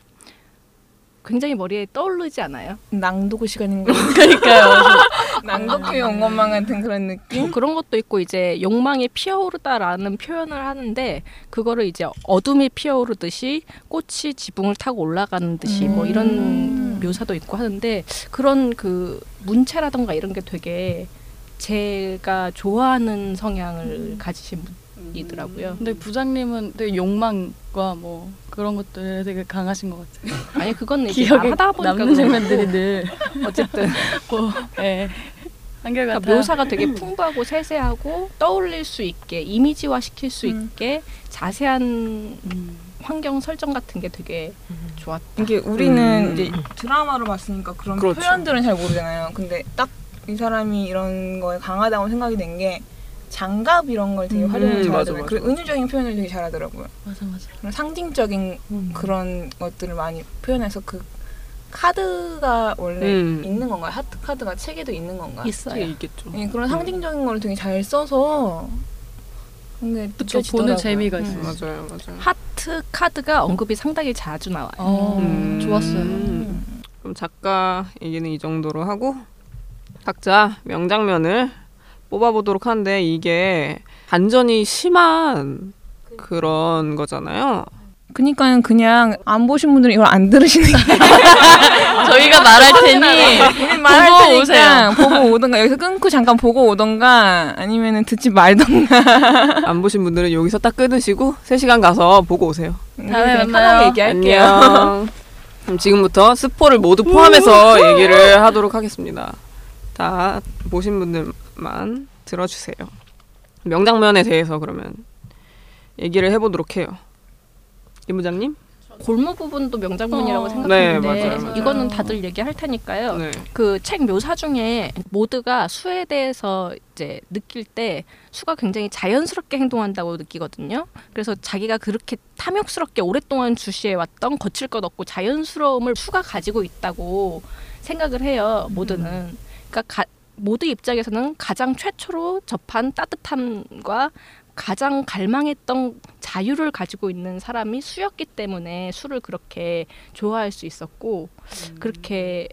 [SPEAKER 4] 굉장히 머리에 떠오르지 않아요?
[SPEAKER 2] 낭독 시간인 거.
[SPEAKER 5] 그러니까요.
[SPEAKER 4] 아,
[SPEAKER 2] 낭독회 연건망 같은 그런 느낌.
[SPEAKER 5] 네.
[SPEAKER 4] 뭐 그런 것도 있고 이제 욕망이 피어오르다라는 표현을 하는데 그거를 이제 어둠이 피어오르듯이 꽃이 지붕을 타고 올라가는 듯이 뭐 이런
[SPEAKER 2] 음.
[SPEAKER 4] 묘사도 있고 하는데 그런 그 문체라던가 이런 게 되게 제가 좋아하는 성향을
[SPEAKER 5] 음.
[SPEAKER 4] 가지신 분이더라고요.
[SPEAKER 5] 근데 부장님은 되게 욕망과 뭐 그런 것들에 되게 강하신 것 같아요.
[SPEAKER 4] 아니 그건 이제
[SPEAKER 5] 기억에
[SPEAKER 4] 하다 보니까
[SPEAKER 5] 남는
[SPEAKER 4] 그런 거고
[SPEAKER 5] 장면들이 늘
[SPEAKER 4] 어쨌든
[SPEAKER 5] 뭐, 예. 한결같아.
[SPEAKER 4] 그러니까 묘사가 되게 풍부하고 세세하고 떠올릴 수 있게 이미지화 시킬 수
[SPEAKER 2] 음.
[SPEAKER 4] 있게 자세한
[SPEAKER 5] 음.
[SPEAKER 4] 환경 설정 같은 게 되게 좋았다.
[SPEAKER 2] 이게
[SPEAKER 1] 음.
[SPEAKER 2] 우리는 이제 드라마로 봤으니까 그런
[SPEAKER 1] 그렇죠.
[SPEAKER 2] 표현들은 잘 모르잖아요. 근데 딱 이 사람이 이런 거에 강하다고 생각이 된 게 장갑 이런 걸 되게
[SPEAKER 5] 음,
[SPEAKER 2] 활용을
[SPEAKER 1] 맞아,
[SPEAKER 2] 잘하잖아요.
[SPEAKER 1] 맞아,
[SPEAKER 2] 그리고
[SPEAKER 1] 맞아.
[SPEAKER 2] 은유적인 표현을 되게 잘하더라고요.
[SPEAKER 5] 맞아 맞아.
[SPEAKER 2] 그런 상징적인 그런 것들을 많이 표현해서 그 카드가 원래
[SPEAKER 1] 음.
[SPEAKER 2] 있는 건가요? 하트 카드가 책에도 있는 건가요?
[SPEAKER 4] 있어요.
[SPEAKER 1] 있겠죠.
[SPEAKER 2] 예, 그런 상징적인 걸 되게 잘 써서 그게
[SPEAKER 5] 또 보는
[SPEAKER 2] 느껴지더라고요.
[SPEAKER 5] 재미가
[SPEAKER 1] 음.
[SPEAKER 5] 있어요.
[SPEAKER 1] 맞아요, 맞아요.
[SPEAKER 4] 하트 카드가 언급이 상당히 자주 나와요.
[SPEAKER 5] 어,
[SPEAKER 1] 음.
[SPEAKER 5] 좋았어요.
[SPEAKER 2] 음.
[SPEAKER 1] 그럼 작가 얘기는 이 정도로 하고 각자 명장면을 뽑아보도록 하는데 이게 반전이 심한 그런 거잖아요.
[SPEAKER 2] 그니까는 그냥 안 보신 분들은 이걸 안 들으시는 게
[SPEAKER 4] 저희가 말할 테니
[SPEAKER 2] 우리 말할
[SPEAKER 4] 보고
[SPEAKER 2] 테니까 보고 오던가 여기서 끊고 잠깐 보고 오던가 아니면은 듣지 말던가
[SPEAKER 1] 안 보신 분들은 여기서 딱 끊으시고 3시간 가서 보고 오세요.
[SPEAKER 4] 네,
[SPEAKER 2] 그냥
[SPEAKER 4] 만나요.
[SPEAKER 2] 편하게 얘기할게요.
[SPEAKER 1] 안녕. 그럼 지금부터 스포를 모두 포함해서 얘기를 하도록 하겠습니다. 다 보신 분들만 들어주세요. 명장면에 대해서 그러면 얘기를 해보도록 해요. 김 부장님?
[SPEAKER 4] 골무 부분도 명장면이라고
[SPEAKER 2] 어.
[SPEAKER 1] 네,
[SPEAKER 4] 생각했는데
[SPEAKER 1] 맞아요, 맞아요.
[SPEAKER 4] 이거는 다들 얘기할 테니까요.
[SPEAKER 1] 네.
[SPEAKER 4] 그 책 묘사 중에 모드가 수에 대해서 이제 느낄 때 수가 굉장히 자연스럽게 행동한다고 느끼거든요. 그래서 자기가 그렇게 탐욕스럽게 오랫동안 주시해 왔던 거칠 것 없고 자연스러움을 수가 가지고 있다고 생각을 해요. 모드는. 그러니까 가, 모드 입장에서는 가장 최초로 접한 따뜻함과 가장 갈망했던 자유를 가지고 있는 사람이 수였기 때문에 수를 그렇게 좋아할 수 있었고 그렇게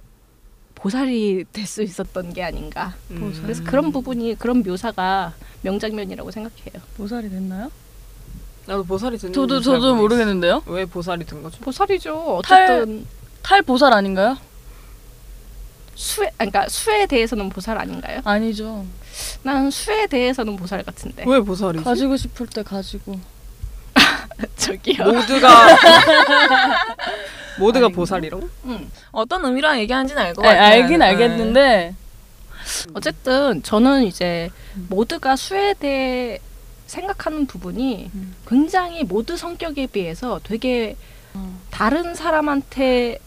[SPEAKER 4] 보살이 될 수 있었던 게 아닌가.
[SPEAKER 1] 음.
[SPEAKER 4] 그래서 그런 부분이 그런 묘사가 명장면이라고 생각해요.
[SPEAKER 5] 모살이 됐나요?
[SPEAKER 1] 나도 보살이 든
[SPEAKER 5] 저도 저도 모르겠는데요.
[SPEAKER 1] 왜 보살이 든 거죠?
[SPEAKER 4] 보살이죠.
[SPEAKER 5] 어쨌든
[SPEAKER 4] 어쨌든
[SPEAKER 5] 탈보살 아닌가요?
[SPEAKER 4] 수에 아니, 그러니까 수에 대해서는 보살 아닌가요?
[SPEAKER 5] 아니죠.
[SPEAKER 4] 난 수에 대해서는 보살 같은데.
[SPEAKER 1] 왜 보살이지?
[SPEAKER 5] 네. 가지고 싶을 때 가지고.
[SPEAKER 4] 저기요.
[SPEAKER 1] 뭐? 모두가 모두가 보살이라고?
[SPEAKER 4] 음.
[SPEAKER 2] 어떤 의미랑 얘기하는지는 알 것
[SPEAKER 5] 아,
[SPEAKER 2] 같아요.
[SPEAKER 5] 알긴
[SPEAKER 2] 네.
[SPEAKER 5] 알겠는데
[SPEAKER 4] 어쨌든 저는 이제 모두가 수에 대해 생각하는 부분이
[SPEAKER 5] 음.
[SPEAKER 4] 굉장히 모두 성격에 비해서 되게 다른 사람한테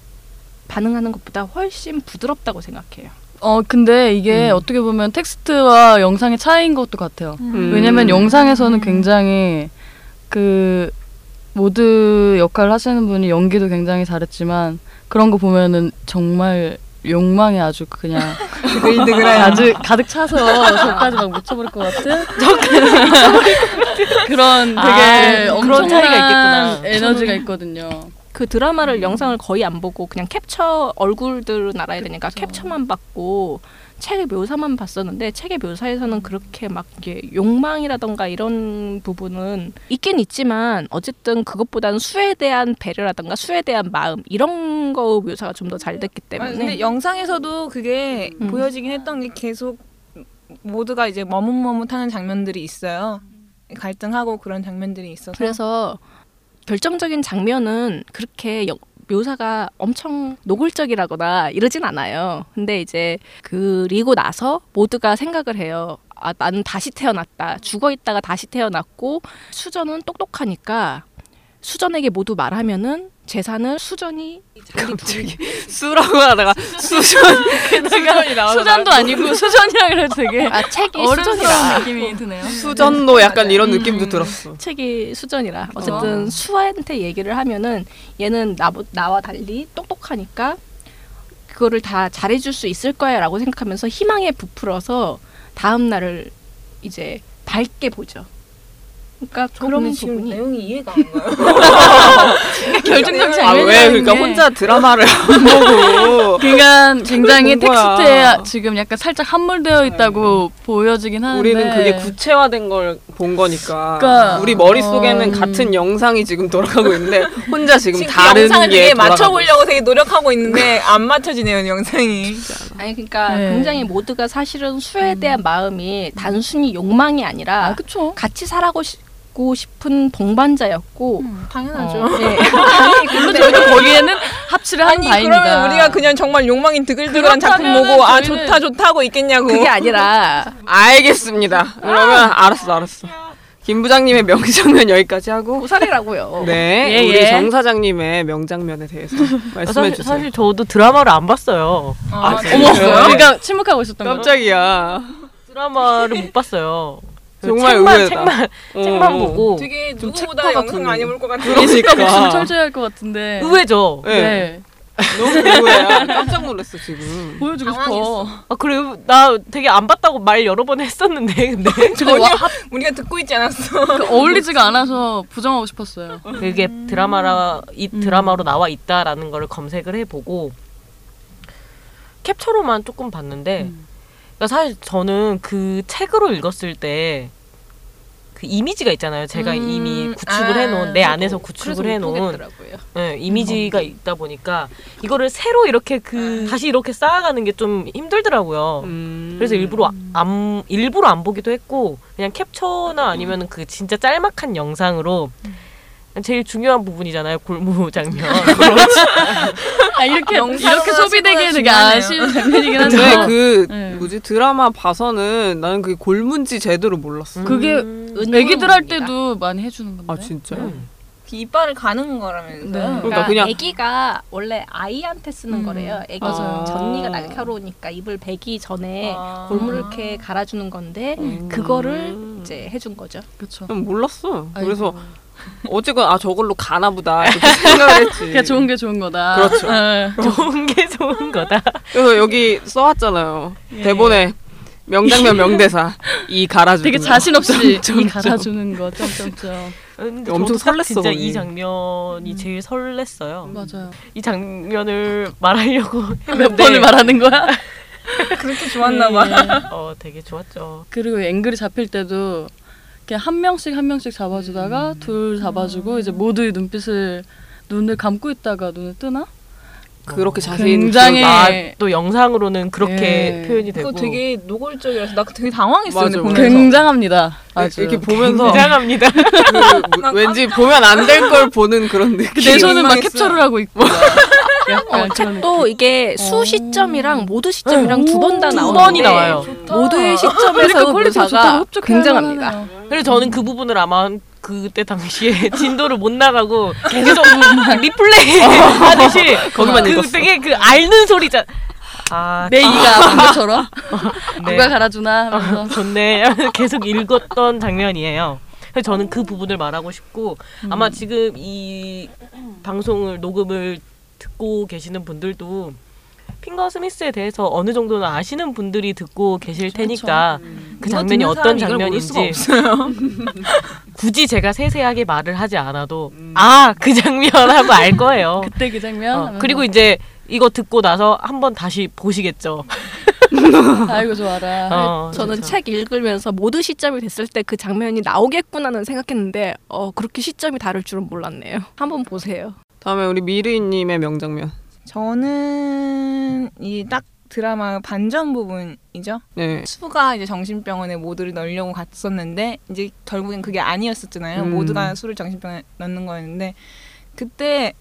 [SPEAKER 4] 반응하는 것보다 훨씬 부드럽다고 생각해요.
[SPEAKER 5] 어 근데 이게 어떻게 보면 텍스트와 영상의 차이인 것도 같아요.
[SPEAKER 1] 음.
[SPEAKER 5] 왜냐면 영상에서는 굉장히 그 모드 역할을 하시는 분이 연기도 굉장히 잘했지만 그런 거 보면은 정말 욕망이 아주 그냥
[SPEAKER 1] 그이득을
[SPEAKER 5] 아주 가득 차서 저까지 막 묻혀버릴 것 같은 그런 되게
[SPEAKER 3] 아, 그런
[SPEAKER 5] 엄청난
[SPEAKER 3] 차이가 있겠구나.
[SPEAKER 5] 에너지가 있거든요.
[SPEAKER 4] 그
[SPEAKER 2] 음.
[SPEAKER 4] 드라마를 영상을 거의 안 보고 그냥 캡처 얼굴들은 알아야 되니까 캡처만 봤고 책의 묘사만 봤었는데 책의 묘사에서는 그렇게 막 이게 욕망이라던가 이런 부분은 있긴 있지만 어쨌든 그것보다는 수에 대한 배려라던가 수에 대한 마음 이런 거 묘사가 좀 더 잘 됐기
[SPEAKER 2] 아니,
[SPEAKER 4] 때문에
[SPEAKER 2] 근데 영상에서도 그게
[SPEAKER 4] 음.
[SPEAKER 2] 보여지긴 했던 게 계속 모두가 이제 머뭇머뭇하는 장면들이 있어요. 갈등하고 그런 장면들이 있어서
[SPEAKER 4] 그래서 결정적인 장면은 그렇게 여- 묘사가 엄청 노골적이라거나 이러진 않아요. 근데 이제 그리고 나서 모두가 생각을 해요. 아, 나는 다시 태어났다. 죽어 있다가 다시 태어났고 수전은 똑똑하니까 수전에게 모두 말하면은 재산을 수전이
[SPEAKER 1] 갑자기 수라고 하다가 수전 수전이 나오잖아.
[SPEAKER 5] 수전도 아니고 수전이라 그래도 되게
[SPEAKER 4] 아 책이 수전이라
[SPEAKER 5] 어른스러운 느낌이 드네요.
[SPEAKER 1] 수전도 약간 이런 느낌도 들었어.
[SPEAKER 4] 책이 수전이라 어쨌든 수아한테 얘기를 하면은 얘는 나, 나와 달리 똑똑하니까 그거를 다 잘해줄 수 있을 거야라고 생각하면서 희망에 부풀어서 다음 날을 이제 밝게 보죠. 그러니까 그런 부분이
[SPEAKER 2] 내용이 이해가 안 가요.
[SPEAKER 5] 결정적
[SPEAKER 1] 아 왜 그러니까 혼자 드라마를 안 보고
[SPEAKER 5] 그러니까 굉장히
[SPEAKER 1] 본 거야.
[SPEAKER 5] 텍스트에 지금 약간 살짝 함몰되어 있다고 보여지긴 하는데
[SPEAKER 1] 우리는 그게 구체화된 걸 본 거니까
[SPEAKER 5] 아, 네. 그러니까,
[SPEAKER 1] 우리 머릿속에는
[SPEAKER 5] 음.
[SPEAKER 1] 같은 영상이 지금 돌아가고 있는데 혼자 지금,
[SPEAKER 2] 지금 그
[SPEAKER 1] 다른
[SPEAKER 2] 영상을
[SPEAKER 1] 게
[SPEAKER 2] 되게
[SPEAKER 1] 돌아가고
[SPEAKER 2] 맞춰보려고 되게 노력하고 있는데 안 맞춰지네요 영상이.
[SPEAKER 4] 아니 그러니까
[SPEAKER 5] 네.
[SPEAKER 4] 굉장히 모두가 사실은 수에 대한 마음이 단순히 욕망이 아니라
[SPEAKER 5] 아 그쵸
[SPEAKER 4] 같이 살아고 싶고 싶은 동반자였고
[SPEAKER 2] 음, 당연하죠.
[SPEAKER 4] 어, 네.
[SPEAKER 5] 물론 저희도 거기에는 합치를 한
[SPEAKER 2] 아니
[SPEAKER 5] 바입니다.
[SPEAKER 2] 그러면 우리가 그냥 정말 욕망이 드글드글한 작품
[SPEAKER 5] 그렇다면은
[SPEAKER 2] 보고 아
[SPEAKER 5] 저희는-
[SPEAKER 2] 좋다 좋다고 하 있겠냐고.
[SPEAKER 4] 그게 아니라
[SPEAKER 1] 알겠습니다. 그러면 알았어 알았어. 김 부장님의 명장면 여기까지 하고
[SPEAKER 4] 보살이라고요.
[SPEAKER 1] 네
[SPEAKER 3] 예,
[SPEAKER 1] 우리
[SPEAKER 3] 예.
[SPEAKER 1] 정 사장님의 명장면에 대해서 말씀해
[SPEAKER 3] 사실,
[SPEAKER 1] 주세요.
[SPEAKER 3] 사실 저도 드라마를 안 봤어요.
[SPEAKER 2] 아,
[SPEAKER 1] 아,
[SPEAKER 2] 진짜.
[SPEAKER 5] 어머
[SPEAKER 1] 진짜요?
[SPEAKER 5] 우리가 그러니까 침묵하고 있었던 거
[SPEAKER 1] 깜짝이야.
[SPEAKER 3] 드라마를 못 봤어요.
[SPEAKER 1] 정말
[SPEAKER 3] 책만,
[SPEAKER 1] 의외다.
[SPEAKER 3] 책만
[SPEAKER 1] 어,
[SPEAKER 3] 책만
[SPEAKER 1] 어.
[SPEAKER 3] 보고
[SPEAKER 2] 되게
[SPEAKER 1] 좀
[SPEAKER 2] 누구보다
[SPEAKER 1] 책과
[SPEAKER 2] 영상
[SPEAKER 1] 같은-
[SPEAKER 2] 많이 볼 것 같은.
[SPEAKER 5] 예술감
[SPEAKER 1] 그러니까.
[SPEAKER 5] 욕심 철저히 할 것 같은데
[SPEAKER 3] 의외죠.
[SPEAKER 1] 예.
[SPEAKER 5] 네.
[SPEAKER 1] 너무 궁금해요. 깜짝 놀랐어 지금.
[SPEAKER 5] 보여주고
[SPEAKER 2] 당황했어.
[SPEAKER 3] 아 그래요? 나 되게 안 봤다고 말 여러 번 했었는데 근데
[SPEAKER 2] 전혀 우리가 듣고 있지 않았어.
[SPEAKER 5] 그 어울리지가 않아서 부정하고 싶었어요.
[SPEAKER 3] 그게 드라마라 이 드라마로 나와 있다라는 거를 검색을 해보고 캡처로만 조금 봤는데
[SPEAKER 5] 음.
[SPEAKER 3] 그러니까 사실 저는 그 책으로 읽었을 때 그 이미지가 있잖아요. 제가
[SPEAKER 2] 음,
[SPEAKER 3] 이미 구축을
[SPEAKER 2] 아,
[SPEAKER 3] 해놓은 내 안에서
[SPEAKER 4] 그래서
[SPEAKER 3] 구축을
[SPEAKER 4] 못
[SPEAKER 3] 해놓은
[SPEAKER 4] 보겠더라고요.
[SPEAKER 3] 예, 이미지가 있다 보니까 이거를 새로 이렇게 그 다시 이렇게 쌓아가는 게 좀 힘들더라고요. 그래서
[SPEAKER 1] 음.
[SPEAKER 3] 일부러 안 일부러 안 보기도 했고 그냥 캡처나 아니면 그 진짜 짤막한 영상으로 제일 중요한 부분이잖아요 골무 장면
[SPEAKER 5] 아 이렇게
[SPEAKER 2] 영상으로
[SPEAKER 5] 이렇게 소비되기에 되게
[SPEAKER 2] 찍어야 중요하네요.
[SPEAKER 5] 아쉬운 장면이긴 한데
[SPEAKER 1] 근데 그
[SPEAKER 5] 네.
[SPEAKER 1] 뭐지 드라마 봐서는 나는 그게 골문지 제대로 몰랐어.
[SPEAKER 5] 그게
[SPEAKER 3] 음.
[SPEAKER 5] 뭐 애기들 할 때도 많이 해주는 건데.
[SPEAKER 1] 아 진짜? 요
[SPEAKER 2] 그 이빨을 가는 거라면서요.
[SPEAKER 5] 네.
[SPEAKER 1] 그러니까 그냥-
[SPEAKER 4] 아기가 원래 아이한테 쓰는 거래요. 아기
[SPEAKER 1] 맞아요.
[SPEAKER 4] 전니가 날카로우니까 입을 베기 전에
[SPEAKER 2] 아.
[SPEAKER 4] 골무를 이렇게 갈아주는 건데 그거를 이제 해준 거죠.
[SPEAKER 5] 그렇죠.
[SPEAKER 1] 난 몰랐어. 그래서 어쨌건 아 저걸로 가나 보다 이렇게 생각을 했지.
[SPEAKER 5] 그게 좋은 게 좋은 거다.
[SPEAKER 1] 그렇죠.
[SPEAKER 5] 예.
[SPEAKER 3] 좋은 게 좋은 거다
[SPEAKER 1] 그래서 여기 써왔잖아요.
[SPEAKER 5] 예.
[SPEAKER 1] 대본에 명장면 명대사 이 갈아주는
[SPEAKER 5] 되게
[SPEAKER 1] 거.
[SPEAKER 5] 자신 없이 이 갈아주는 거 점점점.
[SPEAKER 3] 근데
[SPEAKER 1] 엄청
[SPEAKER 3] 저도 딱
[SPEAKER 1] 설렜어,
[SPEAKER 3] 진짜
[SPEAKER 1] 거기.
[SPEAKER 3] 이 장면이 제일 설렜어요
[SPEAKER 5] 맞아요.
[SPEAKER 3] 이 장면을 말하려고 했는데
[SPEAKER 5] 몇 번을 말하는 거야?
[SPEAKER 2] 그렇게 좋았나 봐.
[SPEAKER 3] 어 되게 좋았죠
[SPEAKER 5] 그리고 앵글이 잡힐 때도 이렇게 한 명씩 한 명씩 잡아주다가 둘 잡아주고 이제 모두의 눈빛을 눈을 감고 있다가 눈을 뜨나?
[SPEAKER 1] 그렇게 자세히
[SPEAKER 5] 굉장히
[SPEAKER 1] 아,
[SPEAKER 3] 또 영상으로는 그렇게
[SPEAKER 5] 예.
[SPEAKER 3] 표현이 되고
[SPEAKER 2] 그거 되게 노골적이라서 나 되게 당황했어.
[SPEAKER 1] 맞아,
[SPEAKER 2] 근데
[SPEAKER 1] 맞아.
[SPEAKER 2] 보면서.
[SPEAKER 5] 굉장합니다. 아주.
[SPEAKER 1] 그
[SPEAKER 5] 음,
[SPEAKER 1] 이렇게 보면서
[SPEAKER 3] 굉장합니다
[SPEAKER 1] 그 뭐- 왠지 보면 안 될 걸 보는 그런 느낌.
[SPEAKER 5] 내 손은 막
[SPEAKER 2] 민망했어.
[SPEAKER 5] 캡처를 하고 있고
[SPEAKER 1] 뭐.
[SPEAKER 5] 약간 그런
[SPEAKER 4] 책도 아, 이게 수 시점이랑 모두 시점이랑 두 번 다
[SPEAKER 3] 두
[SPEAKER 4] 나오는데
[SPEAKER 3] 번이 나와요
[SPEAKER 4] 모두의 시점에서 묘사가 굉장합니다.
[SPEAKER 3] 그래서 저는 그 부분을 아마 그때 당시에 진도를 못 나가고 계속 리플레이 하듯이
[SPEAKER 1] 어. 거기만
[SPEAKER 3] 그
[SPEAKER 1] 읽었어.
[SPEAKER 3] 되게 그 앓는 소리잖아. 아,
[SPEAKER 5] 내 이가 아픈
[SPEAKER 1] 그렇죠.
[SPEAKER 5] 것처럼
[SPEAKER 3] 네. 어,
[SPEAKER 5] 누가 갈아주나 하면서
[SPEAKER 3] 좋네. 계속 읽었던 장면이에요. 그래서 저는 그 부분을 말하고 싶고
[SPEAKER 5] 음.
[SPEAKER 3] 아마 지금 이 방송을 녹음을 듣고 계시는 분들도 핑거 스미스에 대해서 어느 정도는 아시는 분들이 듣고 계실
[SPEAKER 5] 그렇죠.
[SPEAKER 3] 테니까
[SPEAKER 5] 음.
[SPEAKER 3] 그
[SPEAKER 2] 이거
[SPEAKER 3] 장면이
[SPEAKER 2] 듣는
[SPEAKER 3] 어떤
[SPEAKER 2] 사람이 이걸 모를 수가
[SPEAKER 3] 장면인지 굳이 제가 세세하게 말을 하지 않아도
[SPEAKER 2] 음.
[SPEAKER 3] 아 그 장면 하고 알 거예요.
[SPEAKER 5] 그때 그 장면
[SPEAKER 3] 어,
[SPEAKER 5] 하면서
[SPEAKER 3] 그리고 이제 이거 듣고 나서 한번 다시 보시겠죠.
[SPEAKER 5] 아이고 좋아라
[SPEAKER 3] 어,
[SPEAKER 4] 저는
[SPEAKER 3] 그렇죠.
[SPEAKER 4] 책 읽으면서 모두 시점이 됐을 때 그 장면이 나오겠구나는 생각했는데 어 그렇게 시점이 다를 줄은 몰랐네요. 한번 보세요.
[SPEAKER 1] 다음에 우리 미르이님의 명장면.
[SPEAKER 2] 저는 이 딱 드라마 반전 부분이죠.
[SPEAKER 1] 네.
[SPEAKER 2] 수가 이제 정신병원에 모두를 넣으려고 갔었는데 이제 결국엔 그게 아니었었잖아요.
[SPEAKER 1] 음.
[SPEAKER 2] 모두가 수를 정신병원에 넣는 거였는데 그때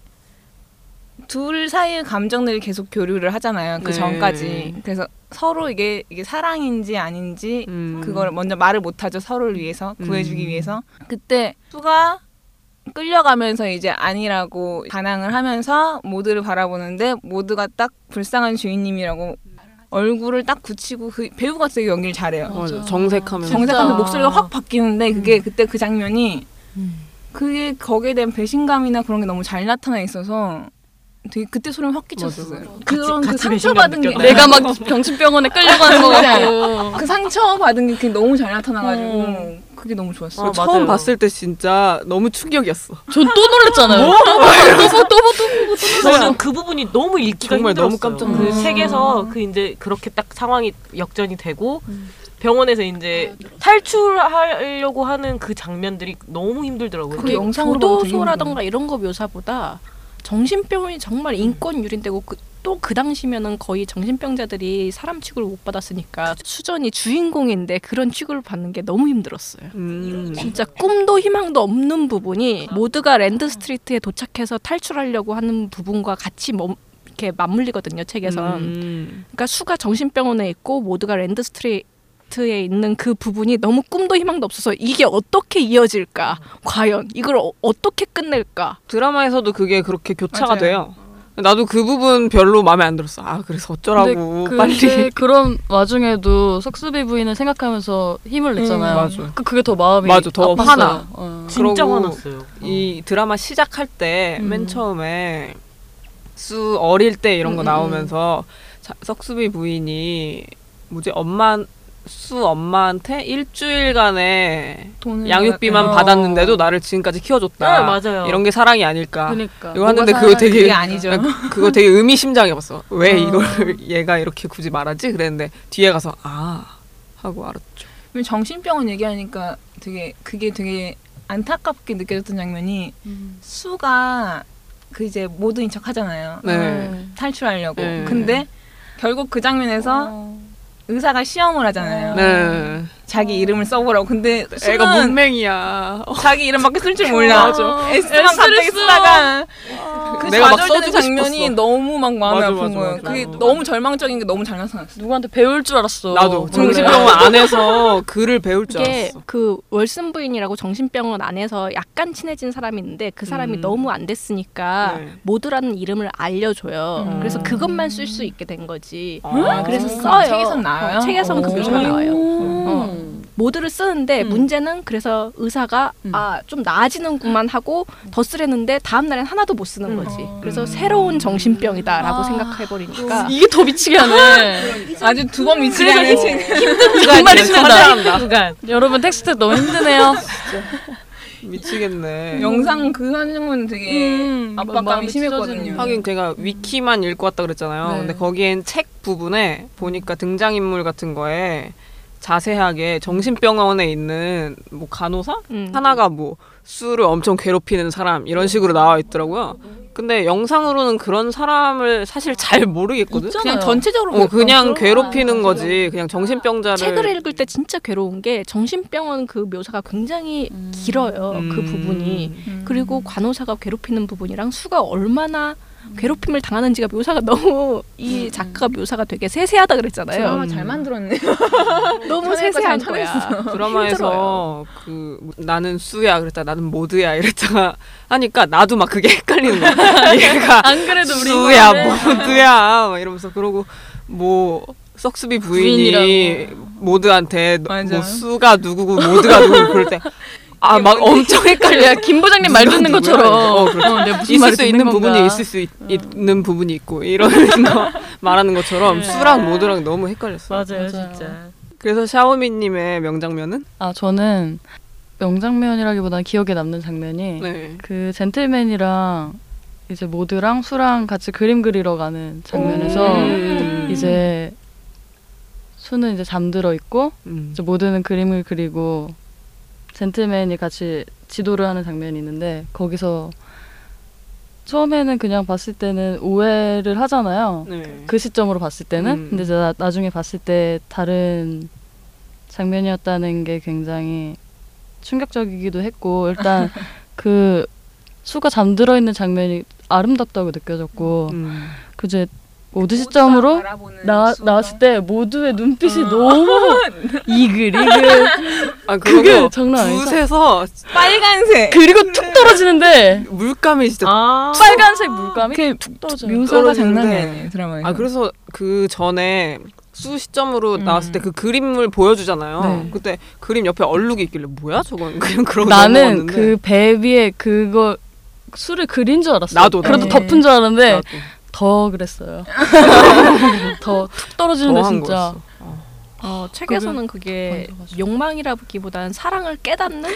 [SPEAKER 2] 둘 사이의 감정들이 계속 교류를 하잖아요. 그
[SPEAKER 1] 네.
[SPEAKER 2] 전까지 그래서 서로 이게 이게 사랑인지 아닌지
[SPEAKER 1] 음.
[SPEAKER 2] 그걸 먼저 말을 못하죠 서로를 위해서 구해주기
[SPEAKER 1] 음.
[SPEAKER 2] 위해서 그때 수가 끌려가면서 이제 아니라고 반항을 하면서 모두를 바라보는데 모두가 딱 불쌍한 주인님이라고 얼굴을 딱 굳히고 그 배우가 되게 연기를
[SPEAKER 3] 어,
[SPEAKER 2] 잘해요
[SPEAKER 1] 맞아. 정색하면서.
[SPEAKER 2] 정색하면 목소리가 확 바뀌는데
[SPEAKER 3] 음.
[SPEAKER 2] 그게 그때 그 장면이 그게 거기에 대한 배신감이나 그런 게 너무 잘 나타나 있어서 되게 그때 소름 확 끼쳤어요 그런 그
[SPEAKER 3] 같이 배신감
[SPEAKER 2] 상처받은 게
[SPEAKER 3] 느꼈나요?
[SPEAKER 5] 내가 막 병신병원에 끌려가는 거 같고
[SPEAKER 2] 그 상처 받은 게 그게 너무 잘 나타나가지고 그게 너무 좋았어요.
[SPEAKER 3] 어,
[SPEAKER 1] 처음
[SPEAKER 3] 맞아요.
[SPEAKER 1] 봤을 때 진짜 너무 충격이었어.
[SPEAKER 5] 전 또 놀랬잖아요
[SPEAKER 1] 뭐?
[SPEAKER 3] 저는 그 부분이 너무 읽기가
[SPEAKER 1] 정말
[SPEAKER 3] 힘들었어요.
[SPEAKER 1] 너무 깜짝
[SPEAKER 3] 그
[SPEAKER 2] 놀랐어요.
[SPEAKER 3] 책에서 그 이제 그렇게 딱 상황이 역전이 되고 병원에서 이제 탈출하려고 하는 그 장면들이 너무 힘들더라고요.
[SPEAKER 2] 그
[SPEAKER 4] 그게
[SPEAKER 2] 영상으로 봐도 되게
[SPEAKER 4] 교도소라던가 이런 거 묘사보다 정신병원이 정말
[SPEAKER 2] 음.
[SPEAKER 4] 인권 유린되고 그, 또 그 당시면은 거의 정신병자들이 사람 취급을 못 받았으니까 수전이 주인공인데 그런 취급을 받는 게 너무 힘들었어요.
[SPEAKER 1] 음.
[SPEAKER 4] 진짜 꿈도 희망도 없는
[SPEAKER 2] 아.
[SPEAKER 4] 부분이 모두가 랜드 스트리트에 도착해서 탈출하려고 하는 부분과 같이 멈, 이렇게 맞물리거든요 책에선.
[SPEAKER 1] 음.
[SPEAKER 4] 그러니까 수가 정신병원에 있고 모두가 랜드 스트리트에 있는 그 부분이 너무 꿈도 희망도 없어서 이게 어떻게 이어질까? 과연 이걸 어, 어떻게 끝낼까?
[SPEAKER 1] 드라마에서도 그게 그렇게 교차가
[SPEAKER 2] 맞아요.
[SPEAKER 1] 돼요. 나도 그 부분 별로 마음에 안 들었어. 아 그래서 어쩌라고
[SPEAKER 5] 근데
[SPEAKER 1] 빨리.
[SPEAKER 5] 그런 와중에도 석수비 부인을 생각하면서 힘을 냈잖아요.
[SPEAKER 1] 음, 맞아.
[SPEAKER 5] 그, 그게 더 마음이
[SPEAKER 1] 맞아, 더
[SPEAKER 5] 아팠어요.
[SPEAKER 1] 화나.
[SPEAKER 5] 어.
[SPEAKER 3] 진짜
[SPEAKER 1] 그러고
[SPEAKER 3] 화났어요.
[SPEAKER 1] 이 드라마 시작할 때
[SPEAKER 5] 음.
[SPEAKER 1] 맨 처음에 수 어릴 때 이런 거
[SPEAKER 4] 음, 음,
[SPEAKER 1] 나오면서 자, 석수비 부인이 뭐지 엄마 수 엄마한테 일주일간의
[SPEAKER 2] 돈을
[SPEAKER 1] 양육비만
[SPEAKER 2] 내가-
[SPEAKER 1] 받았는데도 나를 지금까지 키워줬다.
[SPEAKER 3] 음, 네, 맞아요.
[SPEAKER 1] 이런 게 사랑이 아닐까.
[SPEAKER 5] 그러니까
[SPEAKER 1] 이거 하는데
[SPEAKER 5] 뭐가
[SPEAKER 1] 그거
[SPEAKER 5] 사랑이-
[SPEAKER 1] 되게
[SPEAKER 2] 그게 아니죠.
[SPEAKER 1] 그거 되게 의미심장해봤어. 왜
[SPEAKER 5] 어.
[SPEAKER 1] 이걸 얘가 이렇게 굳이 말하지? 그랬는데 뒤에 가서 아 하고 알았죠.
[SPEAKER 2] 왜 정신병원 얘기하니까 되게 그게 되게 안타깝게 느껴졌던 장면이
[SPEAKER 4] 음.
[SPEAKER 2] 수가 그 이제 모든 척 하잖아요.
[SPEAKER 1] 네.
[SPEAKER 2] 탈출하려고.
[SPEAKER 1] 네.
[SPEAKER 2] 근데 결국 그 장면에서
[SPEAKER 4] 어.
[SPEAKER 2] 의사가 시험을 하잖아요.
[SPEAKER 1] 네.
[SPEAKER 2] 자기 이름을 써보라고. 근데
[SPEAKER 1] 애가
[SPEAKER 2] 수는
[SPEAKER 1] 문맹이야. 어,
[SPEAKER 2] 자기 이름밖에 쓸 줄 몰라.
[SPEAKER 1] 맞아. 어.
[SPEAKER 2] S랑 갑자기 쓰다가 그
[SPEAKER 1] 내가 막
[SPEAKER 2] 좌절되는
[SPEAKER 1] 써주고
[SPEAKER 2] 장면이
[SPEAKER 1] 싶었어.
[SPEAKER 2] 너무 막 마음이
[SPEAKER 1] 맞아,
[SPEAKER 2] 아픈
[SPEAKER 1] 맞아,
[SPEAKER 2] 거예요.
[SPEAKER 1] 맞아.
[SPEAKER 2] 그게
[SPEAKER 1] 나도.
[SPEAKER 2] 너무 절망적인 게 너무 잘 나타났어.
[SPEAKER 4] 누구한테 배울 줄 알았어.
[SPEAKER 1] 나도 정신병원 안에서 글을 배울 줄
[SPEAKER 4] 이게
[SPEAKER 1] 알았어.
[SPEAKER 4] 그 월슨 부인이라고 정신병원 안에서 약간 친해진 사람이 있는데 그 사람이
[SPEAKER 1] 음.
[SPEAKER 4] 너무 안 됐으니까
[SPEAKER 1] 네.
[SPEAKER 4] 모드라는 이름을 알려줘요.
[SPEAKER 2] 음.
[SPEAKER 4] 그래서 그것만 쓸 수 있게 된 거지.
[SPEAKER 1] 아,
[SPEAKER 4] 그래서
[SPEAKER 2] 음.
[SPEAKER 4] 써요.
[SPEAKER 2] 책에선 나와요?
[SPEAKER 4] 어, 책에선 그
[SPEAKER 2] 오.
[SPEAKER 4] 묘사가 나와요.
[SPEAKER 5] 어.
[SPEAKER 4] 모드를 쓰는데
[SPEAKER 1] 음.
[SPEAKER 4] 문제는 그래서 의사가
[SPEAKER 5] 음.
[SPEAKER 4] 아 좀 나아지는구만 하고 더 쓰려는데 다음 날엔 하나도 못 쓰는
[SPEAKER 3] 음.
[SPEAKER 4] 거지.
[SPEAKER 2] 어.
[SPEAKER 4] 그래서 새로운 정신병이다라고
[SPEAKER 2] 아.
[SPEAKER 1] 그러니까.
[SPEAKER 2] 음.
[SPEAKER 4] 생각해버리니까
[SPEAKER 3] 이게 더 미치게 하네.
[SPEAKER 2] 아주 두 번 미치게 하는 책.
[SPEAKER 3] 정말
[SPEAKER 1] 잘한다.
[SPEAKER 3] 구간.
[SPEAKER 7] 여러분 텍스트 너무 힘드네요.
[SPEAKER 1] 미치겠네.
[SPEAKER 2] 영상 그 한장면 되게 압박감이
[SPEAKER 7] 마음이
[SPEAKER 2] 심했거든요.
[SPEAKER 1] 하긴 제가 위키만 읽고 왔다 그랬잖아요.
[SPEAKER 2] 네.
[SPEAKER 1] 근데 거기엔 책 부분에 보니까 등장인물 같은 거에 자세하게 정신병원에 있는 뭐 간호사
[SPEAKER 4] 음.
[SPEAKER 1] 하나가 뭐 수를 엄청 괴롭히는 사람 이런 식으로 나와 있더라고요. 근데 영상으로는 그런 사람을 사실 잘 모르겠거든.
[SPEAKER 2] 그냥 전체적으로
[SPEAKER 1] 어,
[SPEAKER 7] 그런
[SPEAKER 1] 그냥 괴롭히는
[SPEAKER 7] 거야.
[SPEAKER 1] 거지. 그냥 정신병자를
[SPEAKER 4] 책을 읽을 때 진짜 괴로운 게 정신병원 그 묘사가 굉장히 길어요. 그
[SPEAKER 1] 음.
[SPEAKER 4] 부분이. 그리고 간호사가 괴롭히는 부분이랑 수가 얼마나 괴롭힘을 당하는지가 묘사가 너무 이 작가가 묘사가 되게 세세하다 그랬잖아요.
[SPEAKER 2] 드라마 잘 만들었네요.
[SPEAKER 4] 너무
[SPEAKER 2] 쳐낼 거
[SPEAKER 4] 세세한
[SPEAKER 2] 잘
[SPEAKER 4] 거야.
[SPEAKER 1] 드라마에서 그 뭐, 나는 수야 그랬다 나는 모드야 이랬다가 하니까 나도 막 그게 헷갈리는 거야. 얘가
[SPEAKER 7] 안 그래도 우리
[SPEAKER 1] 수야 뭐.
[SPEAKER 7] 인간은
[SPEAKER 1] 모드야 막 이러면서 그러고 뭐 석수비 부인이 모드한테 너-
[SPEAKER 2] 맞아요.
[SPEAKER 1] 뭐 수가 누구고 모드가 누구고 그럴 때 아 막 엄청 헷갈려.
[SPEAKER 7] 야, 김 부장님 말 듣는
[SPEAKER 1] 누구야?
[SPEAKER 7] 것처럼.
[SPEAKER 1] 어, 그렇죠.
[SPEAKER 7] 내가 무슨
[SPEAKER 1] 있을
[SPEAKER 7] 말을
[SPEAKER 1] 수
[SPEAKER 7] 듣는
[SPEAKER 1] 있는
[SPEAKER 7] 건가.
[SPEAKER 1] 부분이 있을 수 있, 는 부분이 있고 이런 거 말하는 것처럼 수랑 모드랑 너무 헷갈렸어.
[SPEAKER 3] 맞아요,
[SPEAKER 5] 맞아요.
[SPEAKER 3] 진짜.
[SPEAKER 1] 그래서 샤오미님의 명장면은
[SPEAKER 5] 아 저는 명장면이라기보다는 기억에 남는 장면이
[SPEAKER 1] 네.
[SPEAKER 5] 그 젠틀맨이랑 이제 모드랑 수랑 같이 그림 그리러 가는 장면에서
[SPEAKER 1] 음.
[SPEAKER 5] 이제 수는 이제 잠들어 있고
[SPEAKER 1] 음.
[SPEAKER 5] 이제 모드는 그림을 그리고 젠틀맨이 같이 지도를 하는 장면이 있는데 거기서 처음에는 그냥 봤을 때는 오해를 하잖아요.
[SPEAKER 1] 네.
[SPEAKER 5] 그 시점으로 봤을 때는
[SPEAKER 1] 음.
[SPEAKER 5] 근데 이제 나, 나중에 봤을 때 다른 장면이었다는 게 굉장히 충격적이기도 했고 일단 그 수가 잠들어 있는 장면이 아름답다고 느껴졌고
[SPEAKER 1] 음.
[SPEAKER 5] 그제 모두 시점으로 나 나왔을 때 모두의 눈빛이
[SPEAKER 1] 음.
[SPEAKER 5] 너무 이글 이글
[SPEAKER 1] 아
[SPEAKER 5] 그게
[SPEAKER 1] 그리고
[SPEAKER 5] 장난 아니죠?
[SPEAKER 1] 붓에서
[SPEAKER 2] 빨간색
[SPEAKER 5] 그리고 툭 떨어지는데
[SPEAKER 1] 물감이 진짜
[SPEAKER 3] 아,
[SPEAKER 5] 빨간색 물감이
[SPEAKER 1] 그
[SPEAKER 5] 툭 떨어져. 요
[SPEAKER 2] 묘사가
[SPEAKER 1] 떨어지는데.
[SPEAKER 2] 장난이 아니에요 드라마에서.
[SPEAKER 1] 아 그래서 그 전에 수 시점으로
[SPEAKER 2] 음.
[SPEAKER 1] 나왔을 때 그 그림을 보여주잖아요.
[SPEAKER 5] 네.
[SPEAKER 1] 그때 그림 옆에 얼룩이 있길래 뭐야 저건 그냥 그러고
[SPEAKER 5] 나는
[SPEAKER 1] 넘어갔는데
[SPEAKER 5] 그 배 위에 그거 술을 그린 줄 알았어.
[SPEAKER 1] 나도,
[SPEAKER 5] 그래도
[SPEAKER 1] 나도.
[SPEAKER 5] 덮은 줄 알았는데
[SPEAKER 1] 나도
[SPEAKER 5] 더 그랬어요. 더 툭 떨어지는데
[SPEAKER 1] 더한
[SPEAKER 5] 진짜.
[SPEAKER 1] 거였어.
[SPEAKER 4] 어, 책에서는 그게
[SPEAKER 5] 맞아, 맞아.
[SPEAKER 4] 욕망이라기보다는 사랑을 깨닫는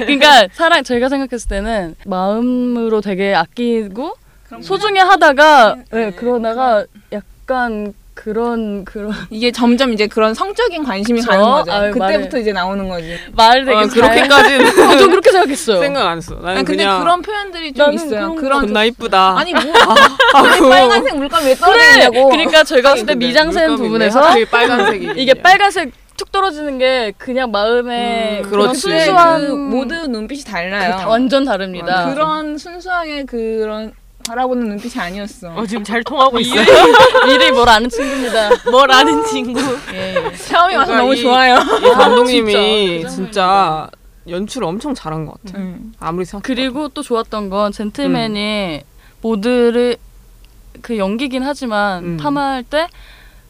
[SPEAKER 5] 그러니까 사랑 제가 생각했을 때는 마음으로 되게 아끼고 소중히 하다가 네, 그러다가 약간 그런 그런
[SPEAKER 2] 이게 점점 이제 그런 성적인 관심이
[SPEAKER 5] 그쵸?
[SPEAKER 2] 가는 거죠.
[SPEAKER 5] 아유,
[SPEAKER 2] 그때부터
[SPEAKER 5] 말을-
[SPEAKER 2] 이제 나오는 거지.
[SPEAKER 5] 말 되게
[SPEAKER 1] 아,
[SPEAKER 5] 잘- 어,
[SPEAKER 1] 그렇게까지는
[SPEAKER 5] 저 그렇게 생각했어요.
[SPEAKER 1] 생각 안 했어.
[SPEAKER 2] 아니,
[SPEAKER 1] 나는
[SPEAKER 2] 근데
[SPEAKER 1] 그냥
[SPEAKER 2] 그런 표현들이 좀
[SPEAKER 5] 나는
[SPEAKER 2] 있어요.
[SPEAKER 5] 그런
[SPEAKER 2] 그런
[SPEAKER 1] 존나 이쁘다.
[SPEAKER 2] 아니 뭐
[SPEAKER 1] 어.
[SPEAKER 2] 빨간색 물감 왜
[SPEAKER 5] 그래.
[SPEAKER 2] 떨어지냐고.
[SPEAKER 5] 그러니까 저희가 봤을 때 미장센 부분에서
[SPEAKER 1] 빨간색이
[SPEAKER 5] 이게 빨간색 툭 떨어지는 게 그냥 마음에
[SPEAKER 1] 음,
[SPEAKER 5] 그런
[SPEAKER 1] 그렇지.
[SPEAKER 5] 순수한
[SPEAKER 2] 그 모두 눈빛이 달라요.
[SPEAKER 5] 그
[SPEAKER 2] 아,
[SPEAKER 5] 완전 다릅니다.
[SPEAKER 2] 그런 순수하게 그런 바라보는 눈빛이 아니었어.
[SPEAKER 3] 어, 지금 잘 통하고 있어요.
[SPEAKER 5] 미리 뭘 아는 친구입니다.
[SPEAKER 3] 뭘 아는 친구.
[SPEAKER 2] 처음에 와서
[SPEAKER 1] 그러니까
[SPEAKER 2] 너무
[SPEAKER 1] 이-
[SPEAKER 2] 좋아요.
[SPEAKER 1] 이 감독님이
[SPEAKER 5] 진짜, 그
[SPEAKER 1] 진짜 연출을 엄청 잘한 것 같아.
[SPEAKER 2] 음.
[SPEAKER 1] 아무리 생각.
[SPEAKER 5] 그리고 또 좋았던 건 젠틀맨이 모드를 그 연기긴 하지만
[SPEAKER 1] 음.
[SPEAKER 5] 탐할 때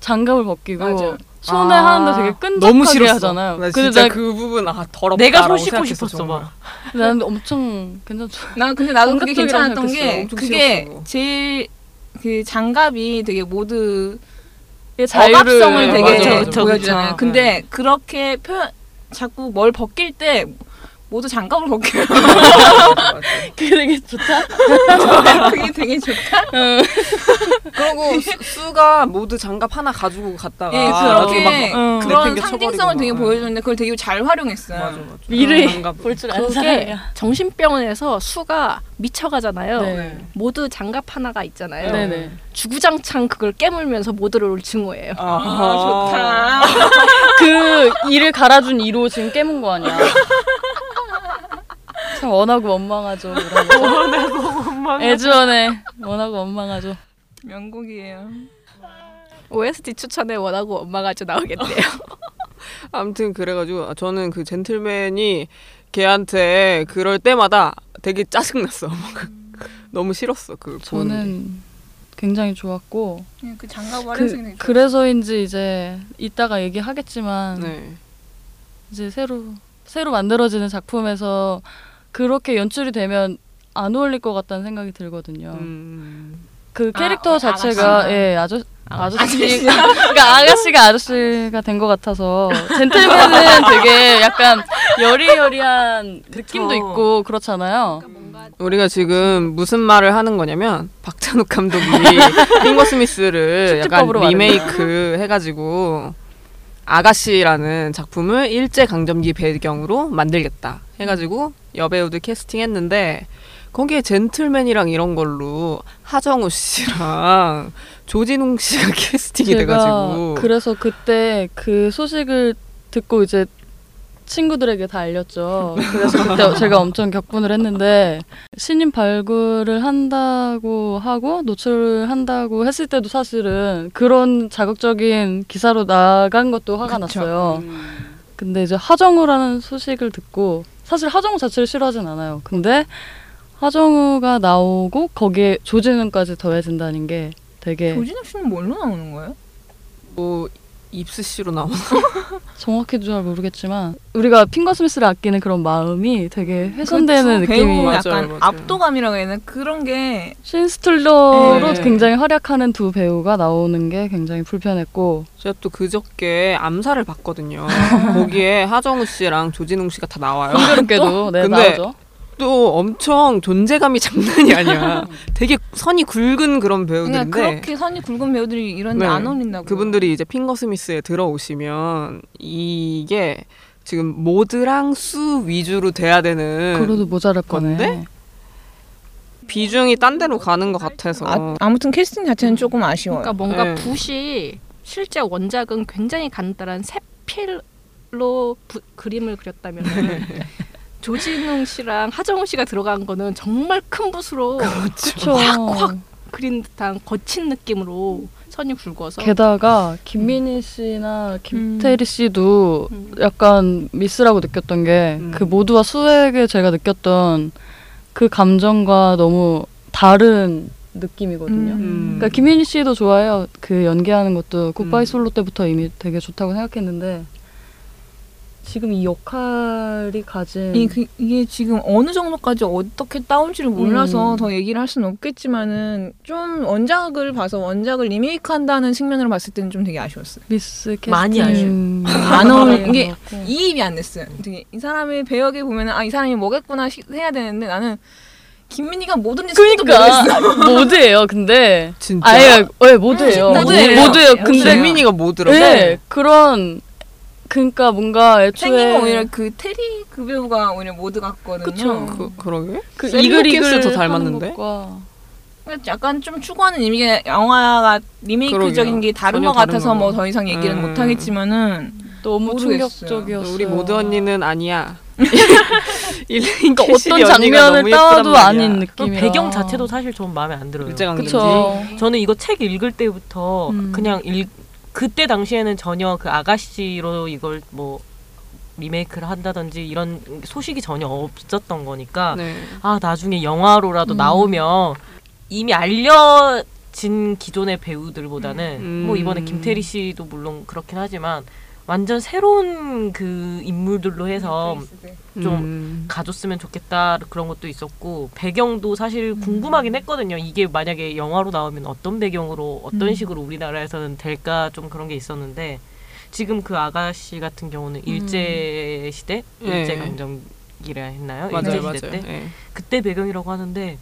[SPEAKER 5] 장갑을 벗기고
[SPEAKER 2] 맞아.
[SPEAKER 5] 손에
[SPEAKER 1] 아,
[SPEAKER 5] 하는데 되게 끈적하게
[SPEAKER 1] 너무 싫었어.
[SPEAKER 5] 하잖아요.
[SPEAKER 1] 나
[SPEAKER 5] 근데
[SPEAKER 1] 진짜
[SPEAKER 5] 나,
[SPEAKER 1] 그 부분 아 더럽다.
[SPEAKER 3] 내가 손 씻고 싶었어, 막.
[SPEAKER 5] 난 엄청 괜찮죠.
[SPEAKER 2] 나 근데 나도
[SPEAKER 5] 성격적이라고
[SPEAKER 2] 그게 괜찮았던 게
[SPEAKER 1] 생각했어. 엄청
[SPEAKER 2] 그게
[SPEAKER 1] 싫었어, 그거.
[SPEAKER 2] 제일 그 장갑이 되게 모드
[SPEAKER 5] 자유를
[SPEAKER 2] 억압성을 되게
[SPEAKER 3] 네, 맞아, 맞아, 맞아.
[SPEAKER 2] 보여주잖아요.
[SPEAKER 1] 그쵸.
[SPEAKER 2] 근데 그렇게 표현 자꾸 뭘 벗길 때 모두 장갑을 벗겨요.
[SPEAKER 1] 아,
[SPEAKER 5] 그게 되게 좋다.
[SPEAKER 2] 그게 되게 좋다.
[SPEAKER 1] 그리고 수- 수가 모두 장갑 하나 가지고 갔다가
[SPEAKER 2] 예,
[SPEAKER 1] 이렇게
[SPEAKER 2] 그렇게
[SPEAKER 1] 아, 막 뭐,
[SPEAKER 5] 응.
[SPEAKER 2] 그런
[SPEAKER 1] 내팽개쳐
[SPEAKER 2] 상징성을
[SPEAKER 1] 버리고
[SPEAKER 2] 되게
[SPEAKER 1] 막. 네.
[SPEAKER 2] 보여주는데 그걸 되게 잘 활용했어요.
[SPEAKER 1] 맞아, 맞아.
[SPEAKER 5] 미래
[SPEAKER 1] 장갑.
[SPEAKER 5] 볼 줄 아는
[SPEAKER 4] 그게
[SPEAKER 5] 사람이야.
[SPEAKER 4] 정신병원에서 수가 미쳐가잖아요.
[SPEAKER 5] 네.
[SPEAKER 4] 모두 장갑 하나가 있잖아요.
[SPEAKER 5] 네네.
[SPEAKER 4] 주구장창 그걸 깨물면서 모두를 증오해요.
[SPEAKER 1] 아,
[SPEAKER 2] 아, 좋다.
[SPEAKER 5] 그 이를 갈아준 이로 지금 깨문 거 아니야. 참 원하고 원망하죠. 원하고 원망. 애즈원의 원하고 원망하죠.
[SPEAKER 2] 명곡이에요.
[SPEAKER 4] OST 추천에 원하고 엄마가 좀 나오겠네요.
[SPEAKER 1] 아무튼 그래가지고 아, 저는 그 젠틀맨이 걔한테 그럴 때마다 되게 짜증났어. 막 그, 너무 싫었어. 그
[SPEAKER 5] 저는 굉장히 좋았고
[SPEAKER 2] 그냥 그 장갑 활용성이
[SPEAKER 5] 그,
[SPEAKER 2] 되게
[SPEAKER 5] 그래서인지 이제 이따가 얘기하겠지만
[SPEAKER 1] 네.
[SPEAKER 5] 이제 새로 새로 만들어지는 작품에서 그렇게 연출이 되면 안 어울릴 것 같다는 생각이 들거든요.
[SPEAKER 1] 음,
[SPEAKER 5] 그
[SPEAKER 2] 아,
[SPEAKER 5] 캐릭터
[SPEAKER 2] 어,
[SPEAKER 5] 자체가
[SPEAKER 2] 아가씨가.
[SPEAKER 5] 예 아저 아저씨
[SPEAKER 2] 아저씨.
[SPEAKER 5] 그러니까 아가씨가 아저씨가 된 것 같아서 젠틀맨은 되게 약간 여리여리한 느낌도 있고 그렇잖아요.
[SPEAKER 1] 우리가 지금 무슨 말을 하는 거냐면 박찬욱 감독이 핑거 스미스를 약간
[SPEAKER 5] 축제법으로
[SPEAKER 1] 리메이크 해가지고 아가씨라는 작품을 일제 강점기 배경으로 만들겠다 해가지고 여배우들 캐스팅했는데 거기에 젠틀맨이랑 이런 걸로 하정우 씨랑 조진웅 씨가 캐스팅이 돼가지고
[SPEAKER 5] 그래서 그때 그 소식을 듣고 이제 친구들에게 다 알렸죠. 그래서 그때 제가 엄청 격분을 했는데 신인 발굴을 한다고 하고 노출을 한다고 했을 때도 사실은 그런 자극적인 기사로 나간 것도 화가 났어요.
[SPEAKER 1] 음.
[SPEAKER 5] 근데 이제 하정우라는 소식을 듣고 사실 하정우 자체를 싫어하진 않아요. 근데 하정우가 나오고 거기에 조진웅까지 더해진다는 게 되게
[SPEAKER 2] 조진욱 씨는 뭘로 나오는 거예요?
[SPEAKER 1] 뭐 입스 씨로 나오는
[SPEAKER 5] 정확히 잘 모르겠지만 우리가 핑거스미스를 아끼는 그런 마음이 되게 훼손되는
[SPEAKER 2] 그쵸,
[SPEAKER 5] 느낌이
[SPEAKER 2] 배우
[SPEAKER 1] 맞아요,
[SPEAKER 2] 약간
[SPEAKER 1] 맞아요.
[SPEAKER 2] 압도감이라고 해야 되나 그런 게
[SPEAKER 5] 신스툴러로
[SPEAKER 1] 네.
[SPEAKER 5] 굉장히 활약하는 두 배우가 나오는 게 굉장히 불편했고
[SPEAKER 1] 제가 또 그저께 암살을 봤거든요 거기에 하정우 씨랑 조진웅 씨가 다 나와요
[SPEAKER 5] 흥미롭게도 네,
[SPEAKER 1] 아, 근데
[SPEAKER 5] 나오죠.
[SPEAKER 1] 또 엄청 존재감이 장난이 아니야. 되게 선이 굵은 그런
[SPEAKER 5] 네,
[SPEAKER 2] 네,
[SPEAKER 1] 배우들인데
[SPEAKER 2] 그냥 그렇게 선이 굵은 배우들이 이런데
[SPEAKER 1] 네.
[SPEAKER 2] 안 어울린다고.
[SPEAKER 1] 그분들이 이제 핑거스미스에 들어오시면 이게 지금 모드랑 수 위주로 돼야 되는
[SPEAKER 5] 그래도 모자랄 거네.
[SPEAKER 1] 건데? 비중이 딴 데로 가는 것 같아서
[SPEAKER 2] 아, 아무튼 캐스팅 자체는 조금 아쉬워요.
[SPEAKER 4] 그러니까 뭔가
[SPEAKER 1] 네.
[SPEAKER 4] 붓이 실제 원작은 굉장히 간단한 새필로 부- 그림을 그렸다면 네. 조진웅 씨랑 하정우 씨가 들어간 거는 정말 큰 붓으로
[SPEAKER 5] 그쵸.
[SPEAKER 4] 그린 듯한 거친 느낌으로 선이 굵어서
[SPEAKER 5] 게다가 김민희 씨나 김태리 씨도
[SPEAKER 4] 음.
[SPEAKER 5] 약간 미스라고 느꼈던 게
[SPEAKER 1] 음.
[SPEAKER 5] 그 모두와 수에게 제가 느꼈던 그 감정과 너무 다른 느낌이거든요.
[SPEAKER 1] 음.
[SPEAKER 5] 그러니까 김민희 씨도 좋아해요. 그 연기하는 것도 굿바이
[SPEAKER 1] 음.
[SPEAKER 5] 솔로 때부터 이미 되게 좋다고 생각했는데 지금 이 역할이 가진
[SPEAKER 2] 이, 그, 이게 지금 어느 정도까지 어떻게 따올지를 몰라서
[SPEAKER 5] 음.
[SPEAKER 2] 더 얘기를 할 수는 없겠지만은 좀 원작을 봐서 원작을 리메이크한다는 측면으로 봤을 때는 좀 되게 아쉬웠어요.
[SPEAKER 5] 미스 캐스팅 아,
[SPEAKER 3] 많이
[SPEAKER 1] 아,
[SPEAKER 2] 안 어울리- 이게
[SPEAKER 5] 같고.
[SPEAKER 2] 이입이 안 됐어요. 되게 이 사람의 배역에 보면 아이 사람이 뭐겠구나 시- 해야 되는데 나는 김민희가 뭐든지 그러니까. 모르겠어.
[SPEAKER 5] 그러니까 모드예요. 근데
[SPEAKER 1] 진짜
[SPEAKER 5] 아예 예 모드예요.
[SPEAKER 2] 음, 모드예요.
[SPEAKER 5] 모드예요. 근데
[SPEAKER 1] 김민희가 모드라고
[SPEAKER 5] 예 그런 그러니까 뭔가 애초에
[SPEAKER 2] 생긴 거 오히려 그 테리 그 배우가 오히려 모드 같거든요.
[SPEAKER 5] 그쵸.
[SPEAKER 1] 그, 그러게
[SPEAKER 5] 그
[SPEAKER 1] 셀리
[SPEAKER 5] 이글
[SPEAKER 1] 호킨스도
[SPEAKER 5] 이글
[SPEAKER 1] 닮았는데?
[SPEAKER 5] 하는 것과
[SPEAKER 2] 그러니까 약간 좀 추구하는 의미가 영화가 리메이크적인
[SPEAKER 1] 그러게요.
[SPEAKER 2] 게 다른
[SPEAKER 1] 전혀
[SPEAKER 2] 것 같아서
[SPEAKER 1] 다른
[SPEAKER 2] 뭐
[SPEAKER 1] 거고.
[SPEAKER 2] 더 이상 얘기는
[SPEAKER 1] 음.
[SPEAKER 2] 못 하겠지만은
[SPEAKER 5] 너무
[SPEAKER 2] 모르겠어요.
[SPEAKER 5] 충격적이었어요.
[SPEAKER 1] 우리 모드 언니는 아니야 일레인
[SPEAKER 5] 그러니까
[SPEAKER 1] 캐시디
[SPEAKER 5] 어떤
[SPEAKER 1] 언니가
[SPEAKER 5] 장면을
[SPEAKER 1] 너무 예쁘단
[SPEAKER 5] 따와도
[SPEAKER 1] 말이야.
[SPEAKER 5] 아닌
[SPEAKER 3] 그럼
[SPEAKER 5] 느낌이라
[SPEAKER 3] 배경 자체도 사실 좀 마음에 안 들어요.
[SPEAKER 1] 일제강점기
[SPEAKER 5] 그쵸.
[SPEAKER 3] 저는 이거 책 읽을 때부터
[SPEAKER 5] 음.
[SPEAKER 3] 그냥 일, 그때 당시에는 전혀 그 아가씨로 이걸 뭐 리메이크를 한다든지 이런 소식이 전혀 없었던 거니까
[SPEAKER 1] 네.
[SPEAKER 3] 아 나중에 영화로라도
[SPEAKER 5] 음.
[SPEAKER 3] 나오면 이미 알려 진 기존의 배우들보다는
[SPEAKER 1] 음.
[SPEAKER 3] 뭐 이번에 김태리 씨도 물론 그렇긴 하지만 완전 새로운 그 인물들로 해서 좀
[SPEAKER 1] 음.
[SPEAKER 3] 가줬으면 좋겠다 그런 것도 있었고 배경도 사실 궁금하긴 했거든요. 이게 만약에 영화로 나오면 어떤 배경으로 어떤
[SPEAKER 7] 음.
[SPEAKER 3] 식으로 우리나라에서는 될까 좀 그런 게 있었는데 지금 그 아가씨 같은 경우는 일제 시대
[SPEAKER 1] 예.
[SPEAKER 3] 일제 강점기라 했나요? 일제
[SPEAKER 1] 맞아요, 맞아요.
[SPEAKER 3] 시대 때
[SPEAKER 1] 예.
[SPEAKER 3] 그때 배경이라고 하는데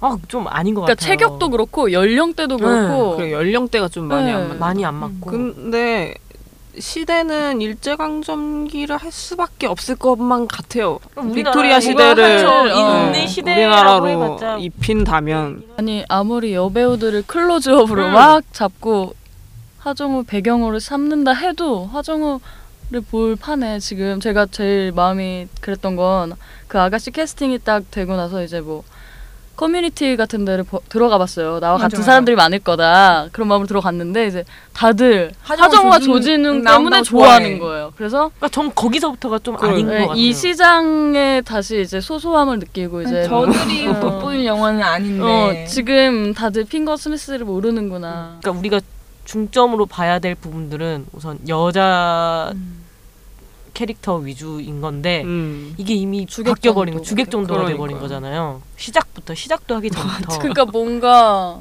[SPEAKER 3] 아 좀 아닌 것
[SPEAKER 7] 그러니까
[SPEAKER 3] 같아요.
[SPEAKER 7] 체격도
[SPEAKER 1] 뭐
[SPEAKER 7] 그렇고
[SPEAKER 2] 네,
[SPEAKER 7] 연령대도 그렇고
[SPEAKER 1] 그래 연령대가 좀 많이
[SPEAKER 5] 네.
[SPEAKER 1] 안 맞.
[SPEAKER 3] 음. 많이 안 맞고
[SPEAKER 1] 어. 근데 시대는 일제강점기를 할 수밖에 없을 것만 같아요.
[SPEAKER 3] 우리나라
[SPEAKER 1] 빅토리아
[SPEAKER 3] 뭔가
[SPEAKER 1] 시대를
[SPEAKER 3] 한참
[SPEAKER 7] 어.
[SPEAKER 3] 그렇죠. 있는
[SPEAKER 1] 예,
[SPEAKER 3] 시대라고 해봤자 그러니까
[SPEAKER 1] 우리나라로 입힌다면
[SPEAKER 5] 아니 아무리 여배우들을
[SPEAKER 2] 음.
[SPEAKER 5] 클로즈업으로 막 잡고 하정우 배경으로 삼는다 해도 화정우를 볼 판에 지금 제가 제일 마음이 그랬던 건 그 아가씨 캐스팅이 딱 되고 나서 이제 뭐 커뮤니티 같은 데를 버- 들어가 봤어요. 나와
[SPEAKER 2] 맞아,
[SPEAKER 5] 같은
[SPEAKER 2] 맞아.
[SPEAKER 5] 사람들이 많을 거다. 그런 마음으로 들어갔는데 이제 다들
[SPEAKER 2] 하정우
[SPEAKER 5] 하정우와
[SPEAKER 2] 조진-
[SPEAKER 5] 조진웅 때문에
[SPEAKER 2] 나온다고
[SPEAKER 5] 좋아하는
[SPEAKER 2] 좋아해.
[SPEAKER 5] 거예요. 그래서
[SPEAKER 3] 그러니까 전 거기서부터가 좀 아닌 것
[SPEAKER 5] 네,
[SPEAKER 3] 같아요.
[SPEAKER 5] 이 시장에 다시 이제 소소함을 느끼고 이제
[SPEAKER 2] 음, 저들이 돋보일 영화는 아닌데.
[SPEAKER 5] 네, 뭐. 어, 지금 다들 핑거 스미스를 모르는구나.
[SPEAKER 3] 그러니까 우리가 중점으로 봐야 될 부분들은 우선 여자
[SPEAKER 5] 음.
[SPEAKER 3] 캐릭터 위주인 건데
[SPEAKER 1] 음.
[SPEAKER 3] 이게 이미
[SPEAKER 5] 주객
[SPEAKER 3] 바뀌어 버린 거
[SPEAKER 5] 정도.
[SPEAKER 3] 주객 정도가
[SPEAKER 1] 그러니까요.
[SPEAKER 3] 돼 버린 거잖아요. 시작부터 시작도 하기 전부터
[SPEAKER 5] 그러니까 뭔가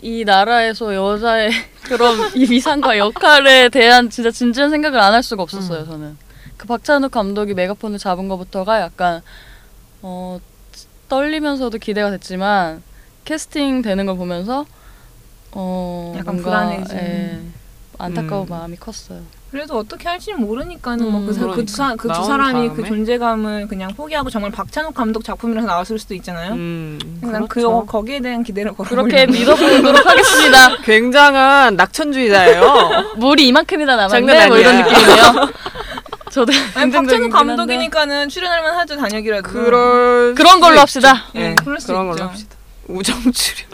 [SPEAKER 5] 이 나라에서 여자의 그런 이 위상과 역할에 대한 진짜 진지한 생각을 안 할 수가 없었어요.
[SPEAKER 3] 음.
[SPEAKER 5] 저는 그 박찬욱 감독이 메가폰을 잡은 것부터가 약간 어, 떨리면서도 기대가 됐지만 캐스팅 되는 걸 보면서 어,
[SPEAKER 2] 약간
[SPEAKER 5] 뭔가,
[SPEAKER 2] 불안해지는.
[SPEAKER 5] 예, 안타까운
[SPEAKER 1] 음.
[SPEAKER 5] 마음이 컸어요.
[SPEAKER 2] 그래도 어떻게 할지는 모르니까는
[SPEAKER 5] 음,
[SPEAKER 2] 뭐그 그 두
[SPEAKER 1] 그러니까. 나온
[SPEAKER 2] 사람이 그
[SPEAKER 1] 다음에.
[SPEAKER 2] 존재감을 그냥 포기하고 정말 박찬욱 감독 작품이라서 나왔을 수도 있잖아요.
[SPEAKER 1] 음.
[SPEAKER 2] 그냥 그
[SPEAKER 3] 그렇죠.
[SPEAKER 2] 거기에 대한 기대를 걸어
[SPEAKER 5] 그렇게 믿어보도록 하겠습니다.
[SPEAKER 1] 아, 굉장한 낙천주의자예요.
[SPEAKER 5] 물이 이만큼이나
[SPEAKER 1] 장난
[SPEAKER 5] 남았네
[SPEAKER 1] 아니야.
[SPEAKER 5] 뭐 이런 느낌이네요. 저도
[SPEAKER 2] 아니 박찬욱
[SPEAKER 5] 긍정적이긴 한데.
[SPEAKER 2] 감독이니까는 출연할만 하죠 단역이라도.
[SPEAKER 1] 그럴
[SPEAKER 5] 그런 걸로
[SPEAKER 1] 수
[SPEAKER 5] 합시다.
[SPEAKER 1] 예,
[SPEAKER 2] 예, 그럴 수
[SPEAKER 1] 그런
[SPEAKER 2] 있죠.
[SPEAKER 1] 걸로 합시다. 우정 출연.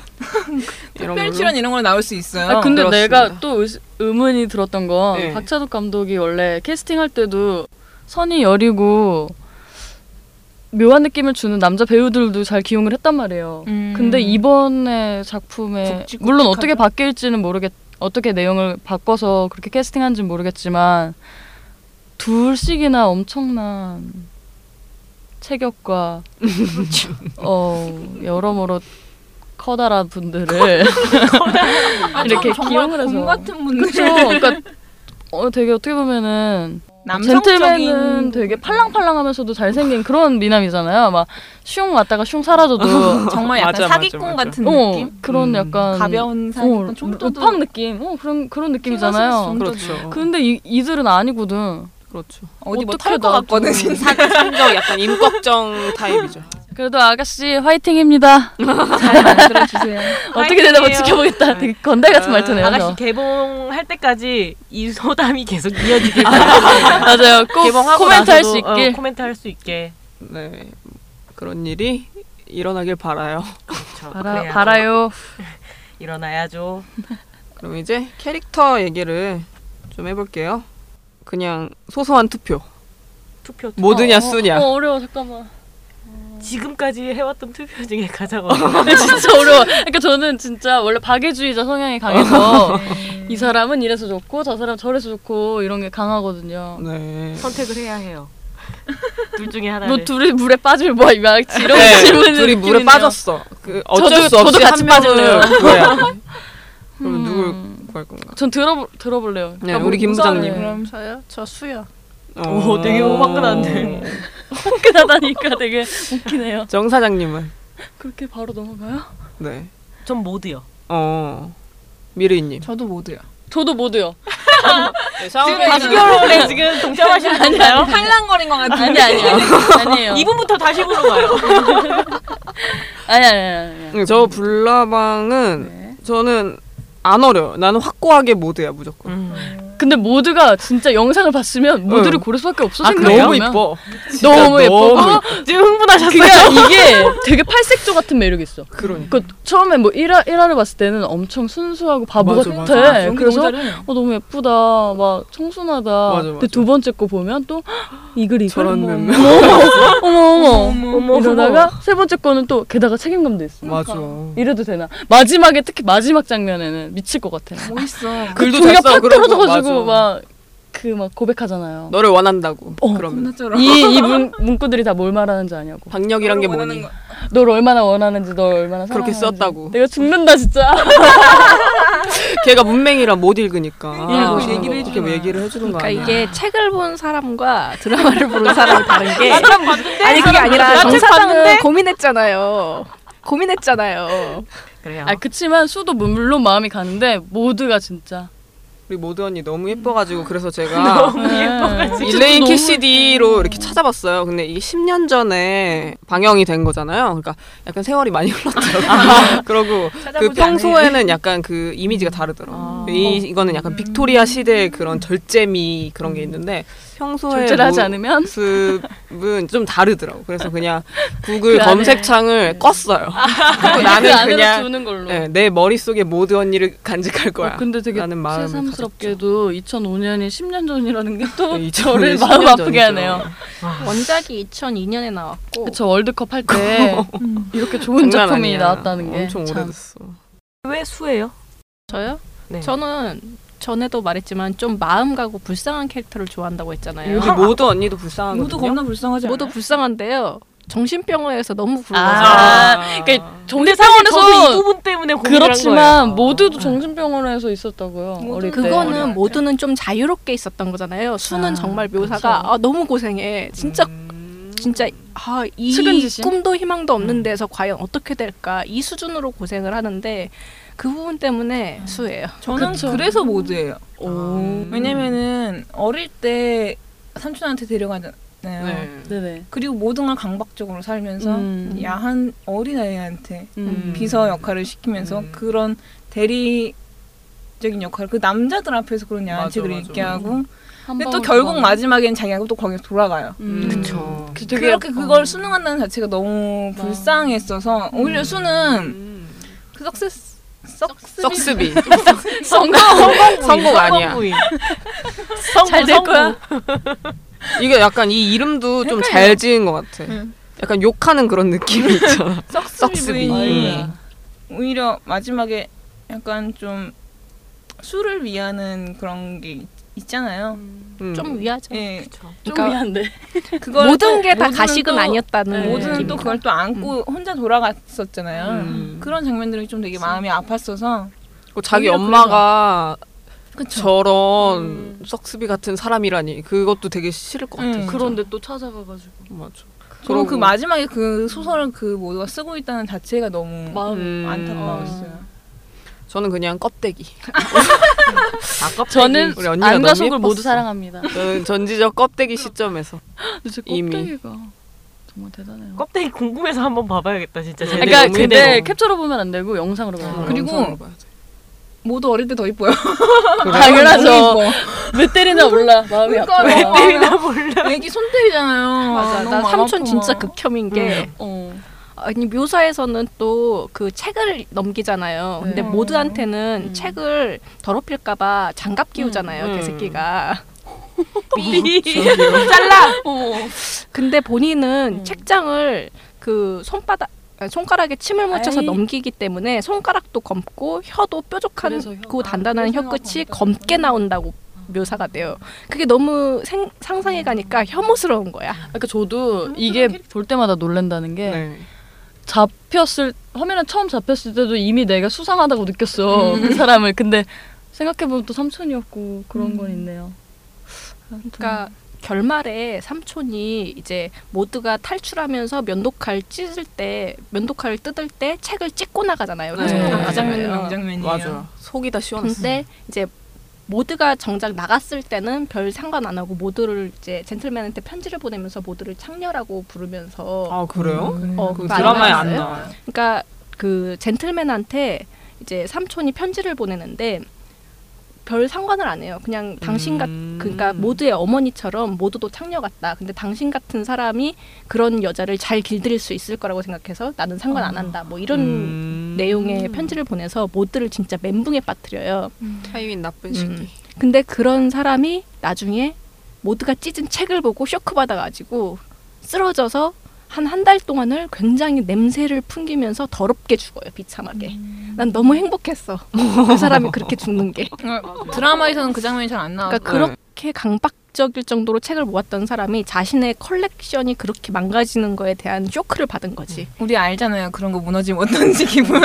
[SPEAKER 1] 이런
[SPEAKER 2] 특별
[SPEAKER 1] 걸로.
[SPEAKER 2] 출연 이런 걸 나올 수 있어요.
[SPEAKER 5] 아, 근데
[SPEAKER 1] 그렇습니다.
[SPEAKER 5] 내가 또 의, 의문이 들었던 건
[SPEAKER 1] 네.
[SPEAKER 5] 박찬욱 감독이 원래 캐스팅할 때도 선이 여리고 묘한 느낌을 주는 남자 배우들도 잘 기용을 했단 말이에요.
[SPEAKER 2] 음.
[SPEAKER 5] 근데 이번에 작품에
[SPEAKER 2] 굵직굵직하죠?
[SPEAKER 5] 물론 어떻게 바뀔지는 모르겠 어떻게 내용을 바꿔서 그렇게 캐스팅한지는 모르겠지만 둘씩이나 엄청난 체격과 어 여러모로 커다란 분들을
[SPEAKER 2] 아,
[SPEAKER 5] 이렇게
[SPEAKER 2] 참
[SPEAKER 5] 기용을 해서.
[SPEAKER 2] 곰 같은 분들
[SPEAKER 5] 그렇죠. 그러니까 어, 되게 어떻게 보면은 젠틀맨은
[SPEAKER 2] 남성적인
[SPEAKER 5] 되게 팔랑팔랑하면서도 잘생긴 그런 미남이잖아요. 막 슝 왔다가 슝 사라져도
[SPEAKER 2] 정말 약간
[SPEAKER 1] 맞아, 맞아,
[SPEAKER 2] 사기꾼
[SPEAKER 1] 맞아.
[SPEAKER 2] 같은
[SPEAKER 5] 어
[SPEAKER 2] 어, 느낌.
[SPEAKER 5] 그런
[SPEAKER 1] 음.
[SPEAKER 5] 약간
[SPEAKER 2] 가벼운 사기꾼
[SPEAKER 5] 어,
[SPEAKER 2] 좀 떠도
[SPEAKER 5] 루팡 느낌 어 그런 그런 느낌이잖아요.
[SPEAKER 1] 그렇죠.
[SPEAKER 5] 근데 이, 이들은 아니거든.
[SPEAKER 1] 그렇죠.
[SPEAKER 2] 어디 뭐
[SPEAKER 5] 어떻게
[SPEAKER 2] 탈 것
[SPEAKER 5] 나도.
[SPEAKER 2] 같거든 진짜.
[SPEAKER 1] 상적 약간 임꺽정 타입이죠.
[SPEAKER 5] 그래도 아가씨 화이팅입니다.
[SPEAKER 2] 잘 만들어 주세요.
[SPEAKER 5] 어떻게 되나 뭐
[SPEAKER 3] 화이팅이에요.
[SPEAKER 5] 지켜보겠다. 되게 건달 같은 말투네요.
[SPEAKER 3] 아가씨
[SPEAKER 5] 저.
[SPEAKER 3] 개봉할 때까지 이 소담이 계속 이어지길
[SPEAKER 5] 맞아요. 꼭
[SPEAKER 3] 개봉하고
[SPEAKER 5] 아, 코멘트 할 수
[SPEAKER 3] 나서도, 어,
[SPEAKER 5] 있길.
[SPEAKER 3] 코멘트 할 수 있게
[SPEAKER 1] 네. 그런 일이 일어나길 바라요.
[SPEAKER 3] 그렇죠.
[SPEAKER 5] 바라,
[SPEAKER 3] 그래야죠.
[SPEAKER 5] 바라요.
[SPEAKER 3] 일어나야죠.
[SPEAKER 1] 그럼 이제 캐릭터 얘기를 좀 해볼게요. 그냥 소소한 투표.
[SPEAKER 3] 투표 투표.
[SPEAKER 1] 뭐드냐
[SPEAKER 5] 어,
[SPEAKER 1] 쏘냐.
[SPEAKER 5] 어, 어 어려워 잠깐만.
[SPEAKER 3] 지금까지 해왔던 투표 중에 가장 어려운
[SPEAKER 5] 진짜 어려워. 그러니까 저는 진짜 원래 박애주의자 성향이 강해서 이 사람은 이래서 좋고 저 사람 저래서 좋고 이런 게 강하거든요.
[SPEAKER 1] 네.
[SPEAKER 3] 선택을 해야 해요. 둘 중에
[SPEAKER 5] 뭐
[SPEAKER 3] 하나를.
[SPEAKER 5] 둘이 물에 빠질 뭐 이런
[SPEAKER 1] 네,
[SPEAKER 5] 질문을
[SPEAKER 1] 둘이 물에 빠졌어. 그 어쩔
[SPEAKER 5] 저도-
[SPEAKER 1] 수 없이
[SPEAKER 5] 저도 같이
[SPEAKER 1] 한
[SPEAKER 5] 빠질래요. 음.
[SPEAKER 1] 명을 구해야 돼. 그럼 누굴 구할 건가?
[SPEAKER 5] 전 들어 들어볼래요.
[SPEAKER 1] 네, 우리 김 부장님. 어.
[SPEAKER 5] 그럼
[SPEAKER 4] 저요? 저 수요.
[SPEAKER 3] 오, 되게 화끈한데.
[SPEAKER 5] 화끈하다니까 되게 웃기네요.
[SPEAKER 1] 정 사장님은
[SPEAKER 5] 그렇게 바로 넘어가요?
[SPEAKER 1] 네.
[SPEAKER 3] 전 모두요.
[SPEAKER 1] 어. 미르이님.
[SPEAKER 2] 저도 모두요.
[SPEAKER 5] 저도 모두요.
[SPEAKER 2] 네.
[SPEAKER 3] 다시 불러오래 지금 동참하시는 건가요?
[SPEAKER 2] 팔랑거린 것 같은데.
[SPEAKER 5] 아니 아니 아니 아니에요.
[SPEAKER 3] 이분부터 다시 불러봐요.
[SPEAKER 5] 아니 아니 아니. 아니.
[SPEAKER 1] 응, 네, 저 불나방은
[SPEAKER 5] 네.
[SPEAKER 1] 저는 안 어려요. 나는 확고하게 모드야 무조건.
[SPEAKER 5] 근데 모두가 진짜 영상을 봤으면 모두를
[SPEAKER 1] 응.
[SPEAKER 5] 고를 수밖에 없어
[SPEAKER 1] 아,
[SPEAKER 5] 생각해요.
[SPEAKER 1] 너무 이뻐. 진짜
[SPEAKER 5] 너무 예뻐.
[SPEAKER 1] 너무
[SPEAKER 3] 지금 흥분하셨어요?
[SPEAKER 5] 그러니까 이게 되게 팔색조 같은 매력이 있어.
[SPEAKER 1] 그러니까.
[SPEAKER 5] 그 처음에 뭐 1화, 1화를 봤을 때는 엄청 순수하고 바보
[SPEAKER 1] 맞아,
[SPEAKER 5] 같아.
[SPEAKER 1] 맞아.
[SPEAKER 5] 그래서 어, 너무 예쁘다. 막 청순하다.
[SPEAKER 1] 맞아,
[SPEAKER 5] 근데
[SPEAKER 1] 맞아.
[SPEAKER 5] 두 번째 거 보면 또 헉, 이글 이글
[SPEAKER 1] 저런
[SPEAKER 5] 뭐,
[SPEAKER 1] 면면.
[SPEAKER 5] 어머 어머 어머.
[SPEAKER 3] 어머,
[SPEAKER 5] 이러다가 세 번째 거는 또 게다가 책임감도 있어.
[SPEAKER 1] 맞아.
[SPEAKER 5] 이래도 되나? 마지막에 특히 마지막 장면에는 미칠 것 같아.
[SPEAKER 2] 뭐 있어.
[SPEAKER 1] 글도
[SPEAKER 5] 종이가
[SPEAKER 1] 잘 써.
[SPEAKER 5] 팍
[SPEAKER 1] 그러고
[SPEAKER 5] 떨어져가지고
[SPEAKER 1] 맞아.
[SPEAKER 5] 막 그 막 고백하잖아요.
[SPEAKER 1] 너를 원한다고.
[SPEAKER 5] 어,
[SPEAKER 1] 그러면
[SPEAKER 2] 혼나처럼.
[SPEAKER 5] 이이 문구들이 다 뭘 말하는지 아냐고.
[SPEAKER 1] 박력이란 게
[SPEAKER 2] 원하는
[SPEAKER 1] 뭐니?
[SPEAKER 2] 거.
[SPEAKER 5] 널 얼마나 원하는지, 널 얼마나
[SPEAKER 1] 그렇게
[SPEAKER 5] 사랑하는지.
[SPEAKER 1] 썼다고.
[SPEAKER 5] 내가 죽는다 진짜.
[SPEAKER 1] 걔가 문맹이라 못 읽으니까.
[SPEAKER 2] 읽고
[SPEAKER 1] 아,
[SPEAKER 2] 얘기를 해주는
[SPEAKER 1] 이렇게
[SPEAKER 2] 거야.
[SPEAKER 1] 얘기를 해주는 거 아니야?
[SPEAKER 4] 그러니까 이게 책을 본 사람과 드라마를 보는 사람이 다른 게 아니 그게
[SPEAKER 3] 나
[SPEAKER 4] 아니라
[SPEAKER 3] 책 봤는데?
[SPEAKER 4] 정사장은 고민했잖아요. 고민했잖아요.
[SPEAKER 3] 그래요.
[SPEAKER 5] 아 그치만 수도 물론 마음이 가는데 모두가 진짜.
[SPEAKER 1] 우리 모드 언니 너무 예뻐가지고 그래서 제가
[SPEAKER 5] 음. 예뻐가지고.
[SPEAKER 1] 일레인 캐시디로 이렇게 찾아봤어요. 근데 이게 10년 전에 방영이 된 거잖아요. 그러니까 약간 세월이 많이 흘렀더라고요. 그러고 그 평소에는 약간 그 이미지가 다르더라고요. 이, 이거는 약간 빅토리아 시대의 그런 절제미 그런 게 있는데 평소에
[SPEAKER 5] 절제를 하지
[SPEAKER 1] 뭐-
[SPEAKER 5] 않으면
[SPEAKER 1] 모습은 좀 다르더라고. 그래서 그냥 구글
[SPEAKER 5] 그 안에.
[SPEAKER 1] 검색창을 껐어요. 그리고
[SPEAKER 5] 그
[SPEAKER 1] 나는
[SPEAKER 5] 안에다
[SPEAKER 1] 그냥
[SPEAKER 5] 두는 걸로.
[SPEAKER 1] 예, 내 머릿속에 모드 언니를 간직할 거야.
[SPEAKER 5] 어, 근데 되게
[SPEAKER 1] 라는 마음을
[SPEAKER 5] 새삼스럽게도 2005년이 10년 전이라는 게 또
[SPEAKER 1] 네, 2005년
[SPEAKER 5] 저를
[SPEAKER 1] 10년
[SPEAKER 5] 마음 아프게
[SPEAKER 1] 전이죠.
[SPEAKER 5] 하네요.
[SPEAKER 4] 원작이 2002년에 나왔고
[SPEAKER 5] 그쵸 월드컵 할때 이렇게
[SPEAKER 1] 어.
[SPEAKER 5] 좋은
[SPEAKER 1] 음. 장난
[SPEAKER 5] 작품이
[SPEAKER 1] 아니야.
[SPEAKER 5] 나왔다는 게
[SPEAKER 1] 엄청
[SPEAKER 5] 참.
[SPEAKER 1] 오래됐어.
[SPEAKER 3] 왜 수예요?
[SPEAKER 4] 저요?
[SPEAKER 3] 네.
[SPEAKER 4] 저는 전에도 말했지만 좀 마음 가고 불쌍한 캐릭터를 좋아한다고
[SPEAKER 5] 네,
[SPEAKER 4] 했잖아요.
[SPEAKER 1] 우리 네, 모드 언니도 불쌍한
[SPEAKER 2] 모두 겁나 불쌍하지 않아?
[SPEAKER 4] 모두 불쌍한데요. 정신병원에서 너무 굶어서
[SPEAKER 5] 아,
[SPEAKER 1] 그러니까
[SPEAKER 3] 저도 이
[SPEAKER 5] 정신병원에서
[SPEAKER 3] 부분 때문에 고민을 한 거예요. 어.
[SPEAKER 5] 그렇지만
[SPEAKER 1] 어.
[SPEAKER 5] 모두도 정신병원에서 있었다고요. 어릴 때.
[SPEAKER 4] 네. 그거는 모두는 좀 자유롭게 있었던 거잖아요. 수는 정말 묘사가 아, 너무 고생해. 진짜 진짜 아, 이
[SPEAKER 5] 측은지심? 음.
[SPEAKER 4] 꿈도 희망도 없는 데서 과연 어떻게 될까 이 수준으로 고생을 하는데 그 부분 때문에
[SPEAKER 5] 음.
[SPEAKER 4] 수예요.
[SPEAKER 2] 저는
[SPEAKER 5] 그쵸.
[SPEAKER 2] 그래서 모두예요.
[SPEAKER 5] 아.
[SPEAKER 2] 음. 왜냐면은 어릴 때 삼촌한테 데려가잖아요.
[SPEAKER 5] 네네.
[SPEAKER 2] 그리고 모든 걸 강박적으로 살면서
[SPEAKER 5] 음.
[SPEAKER 2] 야한 어린아이한테
[SPEAKER 5] 음.
[SPEAKER 2] 비서 역할을 시키면서
[SPEAKER 1] 음.
[SPEAKER 2] 그런 대리적인 역할 그 남자들 앞에서 그런 야한
[SPEAKER 1] 맞아,
[SPEAKER 2] 책을
[SPEAKER 1] 맞아.
[SPEAKER 2] 읽게 하고
[SPEAKER 5] 한
[SPEAKER 2] 근데 또
[SPEAKER 5] 방울
[SPEAKER 2] 결국
[SPEAKER 5] 두 방울.
[SPEAKER 2] 마지막엔 자기하고 또 거기서 돌아가요
[SPEAKER 5] 음.
[SPEAKER 1] 그쵸.
[SPEAKER 5] 그 되게
[SPEAKER 2] 그렇게 그걸 수능한다는 자체가 너무
[SPEAKER 5] 아.
[SPEAKER 2] 불쌍했어서 오히려
[SPEAKER 1] 음.
[SPEAKER 2] 수는
[SPEAKER 5] 음.
[SPEAKER 2] 그 석세스 석스
[SPEAKER 1] 썩스비
[SPEAKER 5] 성공
[SPEAKER 1] 성공 아니야.
[SPEAKER 5] 잘될 거야.
[SPEAKER 1] 이게 약간 이 이름도 좀 잘 지은 것 같아. 약간 욕하는 그런 느낌이 있잖아.
[SPEAKER 2] 석스비 부인이
[SPEAKER 1] 음.
[SPEAKER 2] 오히려 마지막에 약간 좀 수를 위하는 그런 게 있- 있잖아요.
[SPEAKER 1] 음.
[SPEAKER 4] 좀 위하죠.
[SPEAKER 2] 예,
[SPEAKER 5] 좀 미안데.
[SPEAKER 2] 그걸
[SPEAKER 4] 모든
[SPEAKER 2] 또-
[SPEAKER 4] 게 다
[SPEAKER 2] 모두는
[SPEAKER 5] 그러니까
[SPEAKER 2] 또-
[SPEAKER 4] 가식은
[SPEAKER 5] 네.
[SPEAKER 1] 네.
[SPEAKER 4] 아니었다는
[SPEAKER 2] 네. 모두는 또
[SPEAKER 4] 느낌이다.
[SPEAKER 2] 그걸 또 안고 혼자 돌아갔었잖아요.
[SPEAKER 1] 음.
[SPEAKER 2] 그런 장면들이 좀 되게 마음이 아팠어서
[SPEAKER 1] 그리고 자기
[SPEAKER 2] 오히려
[SPEAKER 1] 엄마가
[SPEAKER 2] 그쵸.
[SPEAKER 1] 저런 썩스비 같은 사람이라니 그것도 되게 싫을 것 같아.
[SPEAKER 2] 음.
[SPEAKER 5] 그런데 또 찾아가가지고
[SPEAKER 1] 맞아.
[SPEAKER 2] 그리고 그
[SPEAKER 1] 그러고-
[SPEAKER 2] 마지막에 그 소설을 그 모두가 쓰고 있다는 자체가 너무
[SPEAKER 5] 마음
[SPEAKER 1] 음.
[SPEAKER 2] 안타까웠어요.
[SPEAKER 1] 저는 그냥 껍데기.
[SPEAKER 3] 아깝다.
[SPEAKER 5] 저는
[SPEAKER 1] 우리 언니가
[SPEAKER 5] 안과
[SPEAKER 1] 너무
[SPEAKER 5] 속을 모두
[SPEAKER 1] 예뻤어.
[SPEAKER 5] 사랑합니다.
[SPEAKER 1] 저는 전지적 껍데기 시점에서.
[SPEAKER 5] 도대체
[SPEAKER 1] 이미.
[SPEAKER 5] 껍데기가 정말 대단해요.
[SPEAKER 3] 껍데기 궁금해서 한번 봐봐야겠다 진짜.
[SPEAKER 1] 그러니까
[SPEAKER 3] 제대로.
[SPEAKER 5] 그러니까
[SPEAKER 1] 너무
[SPEAKER 5] 근데
[SPEAKER 1] 힘들어.
[SPEAKER 5] 캡처로 보면 안 되고 영상으로 봐야 돼요.
[SPEAKER 2] 그리고-
[SPEAKER 1] 영상으로 봐야 돼.
[SPEAKER 2] 모두 어릴 때 더 이뻐요. 아,
[SPEAKER 5] 당연하죠.
[SPEAKER 2] 너무 이뻐.
[SPEAKER 5] 왜 때리나 몰라. 마음이
[SPEAKER 2] 그러니까
[SPEAKER 5] 아파.
[SPEAKER 2] 왜 때리나 몰라. 애기 손 때리잖아요.
[SPEAKER 4] 맞아.
[SPEAKER 2] 너무
[SPEAKER 4] 나
[SPEAKER 2] 마음
[SPEAKER 4] 삼촌
[SPEAKER 2] 아프고
[SPEAKER 4] 진짜
[SPEAKER 2] 막.
[SPEAKER 4] 극혐인 게
[SPEAKER 5] 어.
[SPEAKER 4] 아니 묘사에서는 또 그 책을 넘기잖아요. 근데
[SPEAKER 2] 네.
[SPEAKER 4] 모두한테는
[SPEAKER 5] 음.
[SPEAKER 4] 책을 더럽힐까봐 장갑 끼우잖아요.
[SPEAKER 1] 음.
[SPEAKER 4] 개새끼가.
[SPEAKER 3] 잘라.
[SPEAKER 4] 근데 본인은 책장을 그 손바닥 아니, 손가락에 침을 묻혀서
[SPEAKER 5] 아이.
[SPEAKER 4] 넘기기 때문에 손가락도 검고 혀도 뾰족한
[SPEAKER 5] 그래서 혀가
[SPEAKER 4] 그 단단한
[SPEAKER 2] 뾰족한
[SPEAKER 4] 혀끝이
[SPEAKER 2] 검다.
[SPEAKER 4] 검게 나온다고 묘사가 돼요. 그게 너무 생, 상상해 가니까 혐오스러운 거야.
[SPEAKER 1] 아.
[SPEAKER 4] 음.
[SPEAKER 5] 그러니까 저도 이게 볼 때마다 놀란다는 게
[SPEAKER 1] 네.
[SPEAKER 5] 잡혔을 화면에 처음 잡혔을 때도 이미 내가 수상하다고 느꼈어 그 사람을. 근데 생각해 보면 또 삼촌이었고 그런 건 있네요.
[SPEAKER 4] 그러니까 결말에 삼촌이 이제 모두가 탈출하면서 면도칼 찢을 때 면도칼을 뜯을 때 책을 찢고
[SPEAKER 1] 네.
[SPEAKER 4] 나가잖아요. 그래서
[SPEAKER 2] 그
[SPEAKER 1] 네.
[SPEAKER 2] 장면이랑 그 장면이에요.
[SPEAKER 1] 맞아. 속이 다 시원했어.
[SPEAKER 4] 근데 이제 모두가 정작 나갔을 때는 별 상관 안 하고 모두를 이제 젠틀맨한테 편지를 보내면서 모두를 창녀라고 부르면서
[SPEAKER 1] 아 그래요?
[SPEAKER 4] 어,
[SPEAKER 1] 그
[SPEAKER 4] 그거
[SPEAKER 1] 드라마에
[SPEAKER 4] 알아봤어요?
[SPEAKER 1] 안 나와요.
[SPEAKER 4] 그러니까 그 젠틀맨한테 이제 삼촌이 편지를 보내는데 별 상관을 안 해요. 그냥 당신 같
[SPEAKER 1] 음.
[SPEAKER 4] 그러니까 모두의 어머니처럼 모두도 창녀 같다. 근데 당신 같은 사람이 그런 여자를 잘 길들일 수 있을 거라고 생각해서 나는 상관 안 한다. 뭐 이런
[SPEAKER 1] 음.
[SPEAKER 4] 내용의 편지를 보내서 모두를 진짜 멘붕에 빠뜨려요.
[SPEAKER 1] 타이밍
[SPEAKER 4] 음.
[SPEAKER 1] 나쁜 시기.
[SPEAKER 4] 근데 그런 사람이 나중에 모두가 찢은 책을 보고 쇼크 받아가지고 쓰러져서 한 한 달 동안을 굉장히 냄새를 풍기면서 더럽게 죽어요 비참하게.
[SPEAKER 1] 음.
[SPEAKER 4] 난 너무 행복했어. 그 사람이 그렇게 죽는 게.
[SPEAKER 2] 드라마에서는 그 장면이 잘 안
[SPEAKER 1] 아,
[SPEAKER 2] 나와서
[SPEAKER 1] 네.
[SPEAKER 4] 그러니까 그렇게 강박적일 정도로 책을 모았던 사람이 자신의 컬렉션이 그렇게 망가지는 거에 대한 쇼크를 받은 거지.
[SPEAKER 1] 음.
[SPEAKER 2] 그러니까 우리 알잖아요. 그런 거 무너지면 어떤지 기분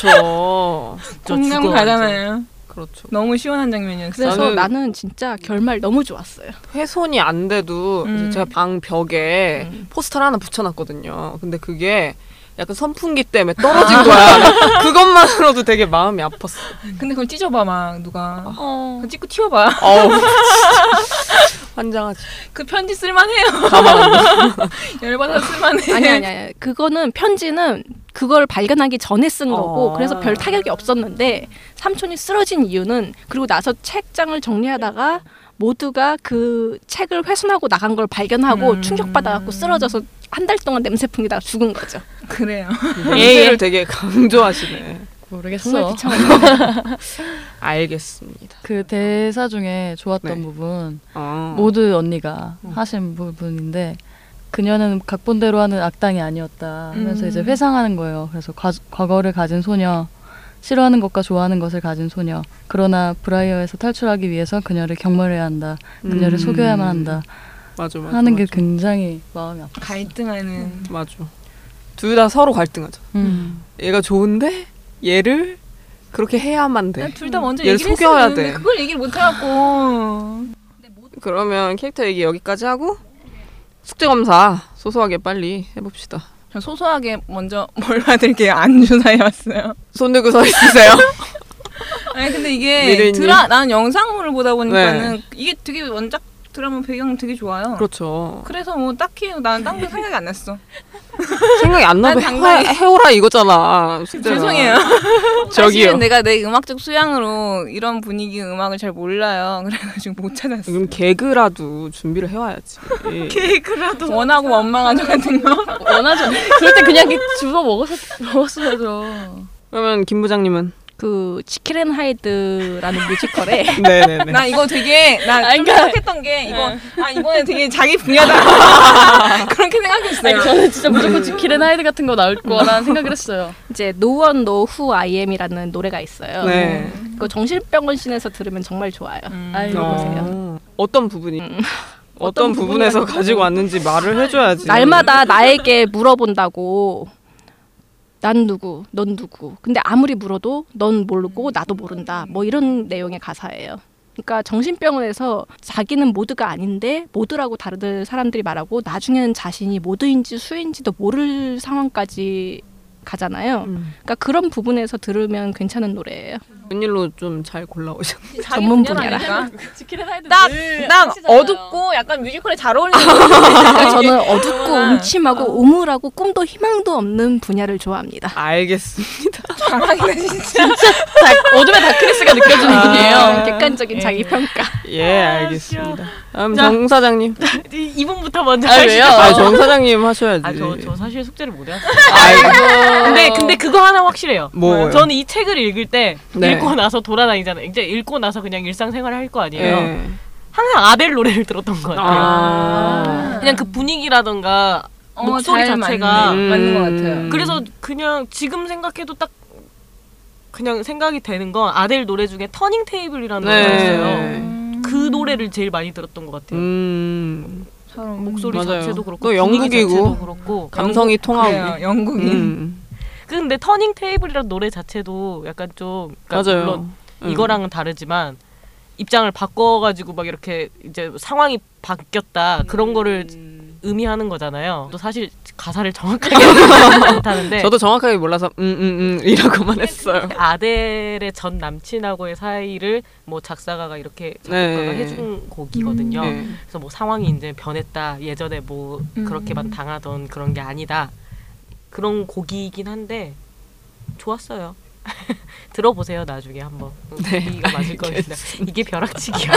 [SPEAKER 1] 그렇죠. 진짜
[SPEAKER 2] 공감
[SPEAKER 1] 죽어, 완전.
[SPEAKER 2] 가잖아요.
[SPEAKER 1] 그렇죠.
[SPEAKER 2] 너무 시원한 장면이었어요.
[SPEAKER 4] 그래서
[SPEAKER 1] 나는-
[SPEAKER 4] 나는 진짜 결말 너무 좋았어요.
[SPEAKER 1] 훼손이 안 돼도
[SPEAKER 2] 음.
[SPEAKER 1] 이제 제가 방 벽에 포스터를 하나 붙여놨거든요. 근데 그게 약간 선풍기 때문에 떨어진 거야. 그것만으로도 되게 마음이 아팠어.
[SPEAKER 2] 근데 그걸 찢어봐 막 누가 그거 찍고 튀어봐.
[SPEAKER 1] 어우, 진짜. 환장하지.
[SPEAKER 2] 그 편지 쓸만해요.
[SPEAKER 1] 가만
[SPEAKER 2] 열받아 쓸만해.
[SPEAKER 4] 아니 아니 아니 그거는 편지는 그걸 발견하기 전에 쓴 거고
[SPEAKER 1] 어.
[SPEAKER 4] 그래서 별 타격이 없었는데 삼촌이 쓰러진 이유는 그리고 나서 책장을 정리하다가 모두가 그 책을 훼손하고 나간 걸 발견하고
[SPEAKER 2] 음.
[SPEAKER 4] 충격받아갖고 쓰러져서 한 달 동안 냄새 풍기다가 죽은 거죠.
[SPEAKER 2] 그래요.
[SPEAKER 1] 냄새를 되게 강조하시네.
[SPEAKER 4] 정말
[SPEAKER 5] 모르겠어.
[SPEAKER 4] 비참한
[SPEAKER 1] 알겠습니다.
[SPEAKER 5] 그 대사 중에 좋았던
[SPEAKER 1] 네.
[SPEAKER 5] 부분
[SPEAKER 1] 어.
[SPEAKER 5] 모두 언니가 하신 부분인데 그녀는 각본대로 하는 악당이 아니었다 하면서
[SPEAKER 2] 음.
[SPEAKER 5] 이제 회상하는 거예요. 그래서 과, 과거를 가진 소녀, 싫어하는 것과 좋아하는 것을 가진 소녀. 그러나 브라이어에서 탈출하기 위해서 그녀를 경멸해야 한다. 그녀를
[SPEAKER 1] 음.
[SPEAKER 5] 속여야만 한다.
[SPEAKER 1] 맞아, 맞아.
[SPEAKER 5] 하는 게
[SPEAKER 1] 맞아.
[SPEAKER 5] 굉장히 마음이 아파.
[SPEAKER 2] 갈등하는
[SPEAKER 1] 맞아. 둘 다 서로 갈등하죠.
[SPEAKER 5] 음.
[SPEAKER 1] 얘가 좋은데 얘를 그렇게 해야만 돼.
[SPEAKER 2] 아, 둘 다 먼저
[SPEAKER 1] 얘를
[SPEAKER 2] 얘기를
[SPEAKER 1] 속여야
[SPEAKER 2] 했어야 되는데
[SPEAKER 1] 돼.
[SPEAKER 2] 그걸 얘기를 못 해갖고
[SPEAKER 1] 그러면 캐릭터 얘기 여기까지 하고 숙제 검사 소소하게 빨리 해봅시다.
[SPEAKER 2] 저 소소하게 먼저 뭘 받을게요 안주사에 왔어요.
[SPEAKER 1] 손 들고 서 있으세요.
[SPEAKER 2] 아니 근데 이게
[SPEAKER 1] 미래님.
[SPEAKER 2] 드라 나는 영상물을 보다 보니까는 이게 되게 원작 드라마 배경 되게 좋아요.
[SPEAKER 1] 그렇죠.
[SPEAKER 2] 그래서 뭐 딱히 나는 딴거 생각이 안 났어.
[SPEAKER 1] 생각이 안 나도
[SPEAKER 2] 난 당당히-
[SPEAKER 1] 해- 해오라 이거잖아. 숙제가.
[SPEAKER 2] 죄송해요.
[SPEAKER 1] 저기요.
[SPEAKER 2] 사실은 내가 내 음악적 소양으로 이런 분위기 음악을 잘 몰라요. 그래가지고 못 찾았어.
[SPEAKER 1] 그럼 개그라도 준비를 해와야지.
[SPEAKER 2] 케이크라도 원하고 원망하죠 같은 거.
[SPEAKER 7] 음. 원하죠. 그럴 때 그냥 이렇게 집어 먹었, 먹었어야죠.
[SPEAKER 1] 그러면 김 부장님은
[SPEAKER 4] 그 치킬앤 하이드라는 뮤지컬에
[SPEAKER 1] 네네네.
[SPEAKER 2] 나 이거 되게
[SPEAKER 7] 아니,
[SPEAKER 2] 나좀
[SPEAKER 7] 그러니까-
[SPEAKER 2] 생각했던 게 이거 아 이번에 되게 자기 분야다 그렇게 생각했어요.
[SPEAKER 7] 아니, 저는 진짜 무조건 지킬앤 하이드 같은 거 나올 거라는 생각을 했어요.
[SPEAKER 4] 이제 No One Know Who I Am이라는 노래가 있어요.
[SPEAKER 1] 네.
[SPEAKER 4] 그 정신병원신에서 들으면 정말 좋아요.
[SPEAKER 7] 아유, 보세요.
[SPEAKER 1] 어, 떤 부분이 어떤 부분에서 가지고 왔는지 말을 해줘야지.
[SPEAKER 4] 날마다 나에게 물어본다고 난 누구, 넌 누구. 근데 아무리 물어도 넌 모르고 나도 모른다. 뭐 이런 내용의 가사예요. 그러니까 정신병원에서 자기는 모두가 아닌데 모두라고 다른 사람들이 말하고 나중에는 자신이 모두인지 수인지도 모를 상황까지 가잖아요.
[SPEAKER 1] 음.
[SPEAKER 4] 그러니까 그런 부분에서 들으면 괜찮은 노래예요.
[SPEAKER 1] 웬일로 좀 잘 골라오셨.
[SPEAKER 4] 전문 분야라.
[SPEAKER 7] 지킬앤 하이드
[SPEAKER 2] 딱딱 어둡고 약간 뮤지컬에 잘 어울리는
[SPEAKER 4] 그러니까 저는 어둡고 음침하고 우물하고 꿈도 희망도 없는 분야를 좋아합니다.
[SPEAKER 1] 알겠습니다.
[SPEAKER 2] 잘하긴 진짜.
[SPEAKER 7] 어둠의 다크니스가 느껴지는 분이에요.
[SPEAKER 1] 아,
[SPEAKER 4] 객관적인 자기 평가.
[SPEAKER 1] 예, 알겠습니다. 다음 정 사장님.
[SPEAKER 3] 이분부터 먼저
[SPEAKER 7] 아, 왜요?
[SPEAKER 1] 아, 정 사장님 하셔야지.
[SPEAKER 3] 아저 저 사실 숙제를 못 해요.
[SPEAKER 1] 아이고.
[SPEAKER 3] 근데 근데 그거 하나 확실해요.
[SPEAKER 1] 뭐요?
[SPEAKER 3] 저는 이 책을 읽을 때
[SPEAKER 1] 네.
[SPEAKER 3] 읽고 나서 돌아다니잖아요. 이제 읽고 나서 그냥 일상생활을 할 거 아니에요.
[SPEAKER 1] 예.
[SPEAKER 3] 항상 아델 노래를 들었던 것 네. 같아요.
[SPEAKER 1] 아.
[SPEAKER 3] 그냥 그 분위기라던가
[SPEAKER 2] 어,
[SPEAKER 3] 목소리
[SPEAKER 2] 잘
[SPEAKER 3] 자체가
[SPEAKER 2] 맞네. 맞는 것 같아요.
[SPEAKER 1] 음.
[SPEAKER 3] 그래서 그냥 지금 생각해도 딱 그냥 생각이 되는 건 아델 노래 중에 터닝 테이블이라는
[SPEAKER 1] 네.
[SPEAKER 3] 노래가 있어요. 그 노래를 제일 많이 들었던 것 같아요.
[SPEAKER 1] 음.
[SPEAKER 2] 서로
[SPEAKER 3] 목소리
[SPEAKER 1] 맞아요.
[SPEAKER 3] 자체도 그렇고
[SPEAKER 1] 또
[SPEAKER 3] 분위기
[SPEAKER 1] 영국이고.
[SPEAKER 3] 자체도 그렇고
[SPEAKER 1] 감성이 통하고.
[SPEAKER 2] 그래요, 영국인.
[SPEAKER 1] 음.
[SPEAKER 3] 근데 터닝 테이블이라는 노래 자체도 약간 좀 그러니까 물론
[SPEAKER 1] 맞아요. 음.
[SPEAKER 3] 이거랑은 다르지만 입장을 바꿔가지고 막 이렇게 이제 상황이 바뀌었다 그런 거를
[SPEAKER 2] 음.
[SPEAKER 3] 의미하는 거잖아요. 또 사실 가사를 정확하게 못하는데
[SPEAKER 1] 네. 저도 정확하게 몰라서 음음음
[SPEAKER 2] 네.
[SPEAKER 1] 이라고만 했어요.
[SPEAKER 3] 아델의 전 남친하고의 사이를 뭐 작사가가 이렇게 작곡가가
[SPEAKER 2] 아,
[SPEAKER 1] 네.
[SPEAKER 3] 해준 곡이거든요.
[SPEAKER 1] 예.
[SPEAKER 3] 그래서 뭐 상황이 이제 변했다. 예전에 뭐
[SPEAKER 2] 음.
[SPEAKER 3] 그렇게만 당하던 그런 게 아니다. 그런 곡이긴 한데 좋았어요. 들어보세요 나중에 한번
[SPEAKER 1] 네,
[SPEAKER 3] 분위기가 맞을 겁니다. 이게 벼락치기야.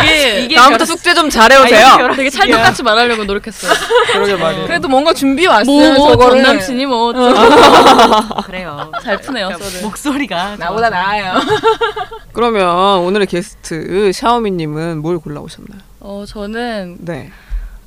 [SPEAKER 7] 되게
[SPEAKER 3] 이게
[SPEAKER 1] 다음부터 숙제 좀
[SPEAKER 2] 아,
[SPEAKER 1] 잘해오세요.
[SPEAKER 7] 되게 찰떡같이 말하려고 노력했어요.
[SPEAKER 1] 그러게 말이에요.
[SPEAKER 2] 네. 그래도 뭔가 준비 왔어요.
[SPEAKER 7] 뭐, 뭐,
[SPEAKER 2] 저거를.
[SPEAKER 7] 전 남친이 뭐, 좀
[SPEAKER 3] 벼락- 그래요.
[SPEAKER 7] 잘 푸네요,
[SPEAKER 3] 그러니까
[SPEAKER 7] 썰을.
[SPEAKER 3] 목소리가
[SPEAKER 2] 나보다 나아요.
[SPEAKER 1] 그러면 오늘의 게스트 샤오미님은 뭘 골라오셨나요?
[SPEAKER 5] 어, 저는
[SPEAKER 1] 네.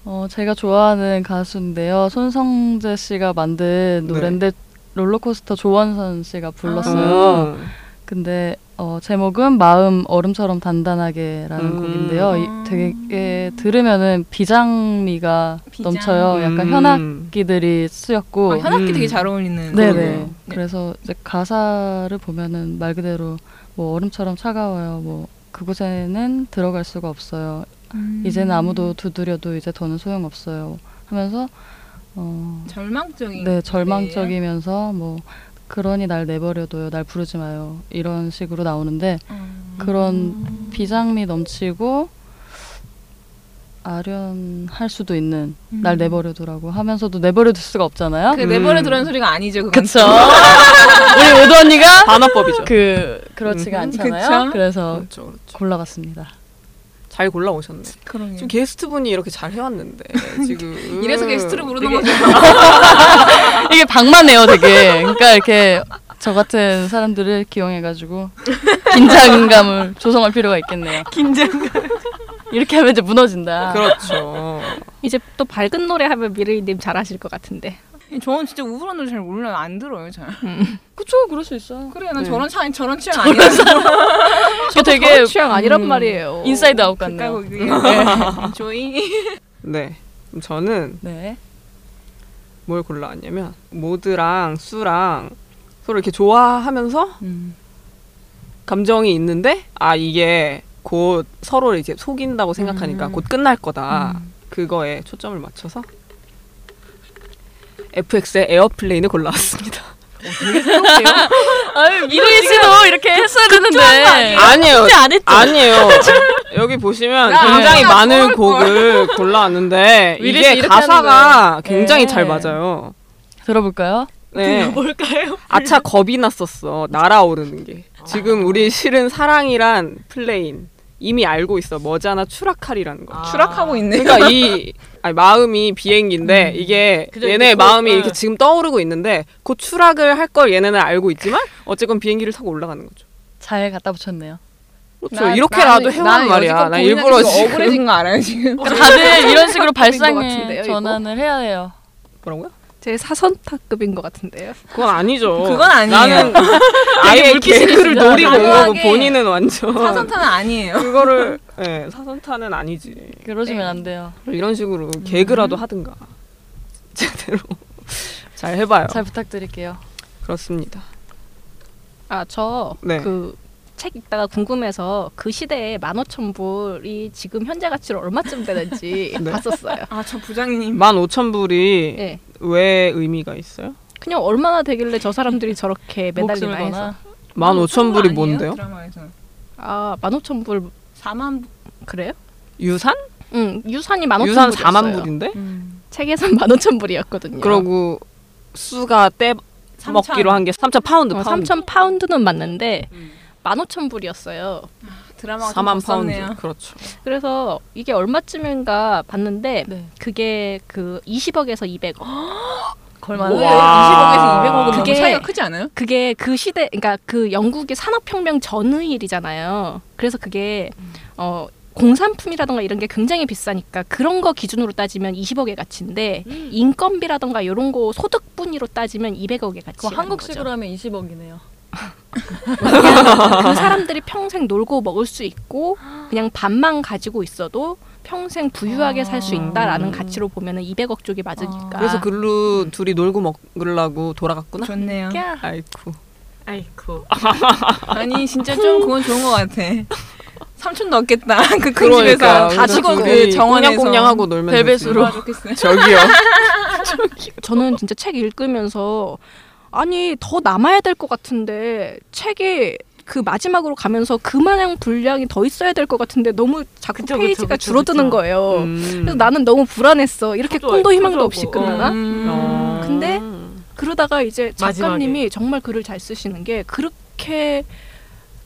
[SPEAKER 5] 어, 제가 좋아하는 가수인데요. 손성재 씨가 만든
[SPEAKER 1] 네.
[SPEAKER 5] 노래인데 롤러코스터 조원선 씨가 불렀어요.
[SPEAKER 1] 어.
[SPEAKER 5] 근데 어, 제목은 마음 얼음처럼 단단하게라는
[SPEAKER 1] 음.
[SPEAKER 5] 곡인데요. 이, 되게 들으면은 비장미가
[SPEAKER 2] 비장.
[SPEAKER 5] 넘쳐요. 약간
[SPEAKER 1] 음.
[SPEAKER 5] 어, 현악기들이 쓰였고
[SPEAKER 2] 아, 현악기
[SPEAKER 1] 음.
[SPEAKER 2] 되게 잘 어울리는.
[SPEAKER 5] 네네.
[SPEAKER 1] 그러네요.
[SPEAKER 5] 그래서 이제 가사를 보면은 말 그대로 뭐 얼음처럼 차가워요. 뭐 그곳에는 들어갈 수가 없어요.
[SPEAKER 2] 음.
[SPEAKER 5] 이제는 아무도 두드려도 이제 더는 소용 없어요. 하면서 어,
[SPEAKER 2] 절망적인.
[SPEAKER 5] 네 절망적이면서 뭐 그러니 날 내버려둬요. 날 부르지 마요. 이런 식으로 나오는데
[SPEAKER 2] 음.
[SPEAKER 5] 그런 비장미 넘치고 아련할 수도 있는 날
[SPEAKER 2] 음.
[SPEAKER 5] 내버려두라고 하면서도 내버려둘 수가 없잖아요.
[SPEAKER 2] 그
[SPEAKER 1] 음.
[SPEAKER 2] 내버려 두라는 소리가 아니죠. 그건.
[SPEAKER 5] 그쵸. 우리 모두 언니가
[SPEAKER 1] 반어법이죠.
[SPEAKER 5] 그 그렇지가
[SPEAKER 2] 음,
[SPEAKER 5] 않잖아요.
[SPEAKER 2] 그쵸?
[SPEAKER 5] 그래
[SPEAKER 4] 음.
[SPEAKER 5] 서
[SPEAKER 1] 그렇죠, 그렇죠.
[SPEAKER 5] 골라봤습니다.
[SPEAKER 1] 잘 골라오셨네.
[SPEAKER 2] 그럼요. 음.
[SPEAKER 1] 지금 게스트 분이 이렇게 잘 해왔는데 지금
[SPEAKER 2] 이래서 게스트를 부르는
[SPEAKER 1] 되게
[SPEAKER 2] 거죠.
[SPEAKER 5] 이게 방만해요, 되게. 그러니까 이렇게 저 같은 사람들을 기용해가지고 긴장감을 조성할 필요가 있겠네요.
[SPEAKER 3] 긴장.
[SPEAKER 5] 이렇게 하면 이제
[SPEAKER 4] 아,
[SPEAKER 5] 무너진다.
[SPEAKER 1] 그렇죠.
[SPEAKER 4] 이제 또 밝은 노래 하면 미르이님 잘하실 것 같은데.
[SPEAKER 2] 저는 진짜 우울한 노래 잘 몰라요. 안 들어요, 잘.
[SPEAKER 5] 그쵸, 그럴 수 있어요.
[SPEAKER 2] 음. 그래, 난
[SPEAKER 1] 네.
[SPEAKER 2] 저런 차 저런 취향 아니야.
[SPEAKER 5] 저 되게 음,
[SPEAKER 4] 저런 취향 아니란 말이에요.
[SPEAKER 5] 인사이드 아웃
[SPEAKER 2] 그러니까
[SPEAKER 5] 같네요.
[SPEAKER 2] 그게 조이.
[SPEAKER 1] 네. 그럼 저는
[SPEAKER 5] 네.
[SPEAKER 1] 뭘 골라왔냐면 모드랑 수랑 서로 이렇게 좋아하면서
[SPEAKER 5] 음.
[SPEAKER 1] 감정이 있는데 아 이게 곧 서로를 이제 속인다고 생각하니까
[SPEAKER 5] 음.
[SPEAKER 1] 곧 끝날 거다 그거에 초점을 맞춰서 FX의 에어플레인을 골라왔습니다.
[SPEAKER 5] 음, 이루이 씨도 이렇게 했어야 되는데.
[SPEAKER 1] 아니에요,
[SPEAKER 3] 안 했죠.
[SPEAKER 1] 아니에요. 여기 보시면
[SPEAKER 2] 야,
[SPEAKER 1] 굉장히
[SPEAKER 2] 야,
[SPEAKER 1] 많은
[SPEAKER 2] 서울 거야.
[SPEAKER 1] 곡을 골라왔는데
[SPEAKER 5] 위리 씨
[SPEAKER 1] 이게
[SPEAKER 5] 이렇게
[SPEAKER 1] 가사가
[SPEAKER 5] 하는 거예요.
[SPEAKER 1] 굉장히
[SPEAKER 5] 네.
[SPEAKER 1] 잘 맞아요.
[SPEAKER 5] 들어볼까요?
[SPEAKER 1] 네.
[SPEAKER 3] 뭘까요?
[SPEAKER 1] 아차 겁이 났었어 날아오르는 게 지금 우리 실은 사랑이란 플레인 이미 알고 있어 머지않아 추락하리라는 거
[SPEAKER 2] 추락하고 있네.
[SPEAKER 1] 그러니까 이 아니, 마음이 비행기인데 이게
[SPEAKER 3] 그죠,
[SPEAKER 1] 얘네
[SPEAKER 3] 이렇게
[SPEAKER 1] 마음이
[SPEAKER 3] 어.
[SPEAKER 1] 이렇게 지금 떠오르고 있는데 곧 추락을 할 걸 얘네는 알고 있지만 어쨌건 비행기를 타고 올라가는 거죠
[SPEAKER 5] 잘 갖다 붙였네요.
[SPEAKER 1] 그렇죠 이렇게라도 해보란 말이야 나 일부러 지금
[SPEAKER 2] 그
[SPEAKER 1] 어.
[SPEAKER 2] 억울해진 거 알아요 지금?
[SPEAKER 4] 어,
[SPEAKER 5] 다들 이런 식으로
[SPEAKER 4] 것 같은데요,
[SPEAKER 5] 발상에
[SPEAKER 4] 이거?
[SPEAKER 5] 전환을 해야 해요.
[SPEAKER 1] 뭐라고요?
[SPEAKER 4] 제 사선타급인 것 같은데요.
[SPEAKER 1] 그건 아니죠
[SPEAKER 2] 그건 아니에요.
[SPEAKER 1] 나는 아예 개그를
[SPEAKER 5] 물기시리시잖아.
[SPEAKER 1] 노리고 온 거고
[SPEAKER 2] 당당하게.
[SPEAKER 1] 본인은 완전
[SPEAKER 2] 사선타는 아니에요.
[SPEAKER 1] 그거를 예, 사선타는 아니지
[SPEAKER 4] 네.
[SPEAKER 5] 그러시면 안 돼요.
[SPEAKER 1] 뭐 이런 식으로 개그라도 하든가 제대로 잘 해봐요.
[SPEAKER 5] 잘 부탁드릴게요.
[SPEAKER 1] 그렇습니다.
[SPEAKER 4] 아 저
[SPEAKER 1] 네.
[SPEAKER 4] 그 책 읽다가 궁금해서 그 시대에 15,000불이 지금 현재 가치로 얼마쯤 되는지
[SPEAKER 1] 네.
[SPEAKER 4] 봤었어요.
[SPEAKER 2] 아 저 부장님.
[SPEAKER 1] 15,000불이
[SPEAKER 4] 예.
[SPEAKER 1] 왜 의미가 있어요?
[SPEAKER 4] 그냥 얼마나 되길래 저 사람들이 저렇게
[SPEAKER 5] 목숨을
[SPEAKER 4] 매달리나 해서.
[SPEAKER 5] 거나
[SPEAKER 1] 15,000불이 뭔데요?
[SPEAKER 2] 드라마에서
[SPEAKER 4] 아, 15,000불
[SPEAKER 2] 4만
[SPEAKER 4] 그래요?
[SPEAKER 1] 유산?
[SPEAKER 4] 응, 유산이 15,000불.
[SPEAKER 1] 유산 4만 불인데?
[SPEAKER 4] 책에선 15,000불이었거든요. 어,
[SPEAKER 1] 그러고 수가 떼 먹기로 한 게 3천 파운드
[SPEAKER 4] 어,
[SPEAKER 1] 파운드
[SPEAKER 4] 3,000 파운드는 맞는데 15,000불이었어요.
[SPEAKER 2] 드라마가
[SPEAKER 1] 4만 파운드
[SPEAKER 2] 요
[SPEAKER 1] 그렇죠.
[SPEAKER 4] 그래서 이게 얼마쯤인가 봤는데
[SPEAKER 5] 네.
[SPEAKER 4] 그게 그 20억에서 200억.
[SPEAKER 5] 걸만. 아.
[SPEAKER 1] 와.
[SPEAKER 2] 20억에서 200억은
[SPEAKER 4] 그게-
[SPEAKER 2] 너무 네, 차이가 크지 않아요?
[SPEAKER 4] 그게 그 시대 그러니까 그 영국의 산업혁명 전의 일이잖아요. 그래서 그게 어 공산품이라던가 이런 게 굉장히 비싸니까 그런 거 기준으로 따지면 20억의 가치인데
[SPEAKER 5] 음.
[SPEAKER 4] 인건비라던가 이런 거 소득 분위로 따지면 200억의 가치.
[SPEAKER 5] 그거 한국식으로 하면 20억이네요.
[SPEAKER 4] 그 사람들이 평생 놀고 먹을 수 있고 그냥 밥만 가지고 있어도 평생 부유하게 살
[SPEAKER 5] 아.
[SPEAKER 4] 수 있다라는 가치로 보면은 200억 쪽이 맞으니까.
[SPEAKER 1] 그래서 글루 둘이 놀고 먹으려고 돌아갔구나.
[SPEAKER 2] 좋네요.
[SPEAKER 1] 아이쿠.
[SPEAKER 3] 아이고.
[SPEAKER 2] 아니 진짜 좀 그건 좋은 것 같아. 삼촌 넣겠다. 그 큰
[SPEAKER 1] 그러니까
[SPEAKER 2] 집에서 다 죽어 그
[SPEAKER 1] 둘이
[SPEAKER 2] 정원에서
[SPEAKER 1] 꽁냥꽁냥하고 놀면
[SPEAKER 5] 벨벳으로.
[SPEAKER 1] 되지.
[SPEAKER 2] 좋아 좋겠어요.
[SPEAKER 1] 저기요.
[SPEAKER 4] 저는 진짜 책 읽으면서 아니 더 남아야 될 것 같은데 책이 그 마지막으로 가면서 그만한 분량이 더 있어야 될 것 같은데 너무 자꾸
[SPEAKER 3] 그쵸, 그쵸,
[SPEAKER 4] 페이지가
[SPEAKER 3] 그쵸,
[SPEAKER 4] 줄어드는
[SPEAKER 3] 그쵸.
[SPEAKER 4] 거예요.
[SPEAKER 1] 음.
[SPEAKER 4] 그래서 나는 너무 불안했어. 이렇게
[SPEAKER 3] 초조해,
[SPEAKER 4] 꿈도
[SPEAKER 3] 초조하고.
[SPEAKER 4] 희망도 없이
[SPEAKER 2] 음.
[SPEAKER 4] 끝나나?
[SPEAKER 1] 어.
[SPEAKER 4] 근데 그러다가 이제 작가님이
[SPEAKER 3] 음. 마지막에.
[SPEAKER 4] 정말 글을 잘 쓰시는 게 그렇게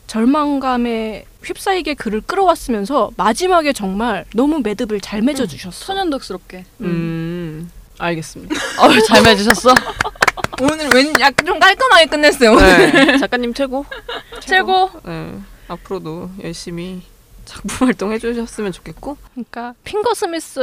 [SPEAKER 4] 절망감에 휩싸이게 글을 끌어왔으면서 마지막에 정말 너무 매듭을 잘 맺어주셨어.
[SPEAKER 5] 천연덕스럽게.
[SPEAKER 1] 음. 알겠습니다.
[SPEAKER 5] 어우 잘 맞으셨어.
[SPEAKER 2] 오늘 왠 약간 좀 깔끔하게 끝냈어요.
[SPEAKER 1] 네. 작가님 최고.
[SPEAKER 5] 최고.
[SPEAKER 1] 네. 앞으로도 열심히 작품 활동 해주셨으면 좋겠고
[SPEAKER 4] 그러니까 핑거 스미스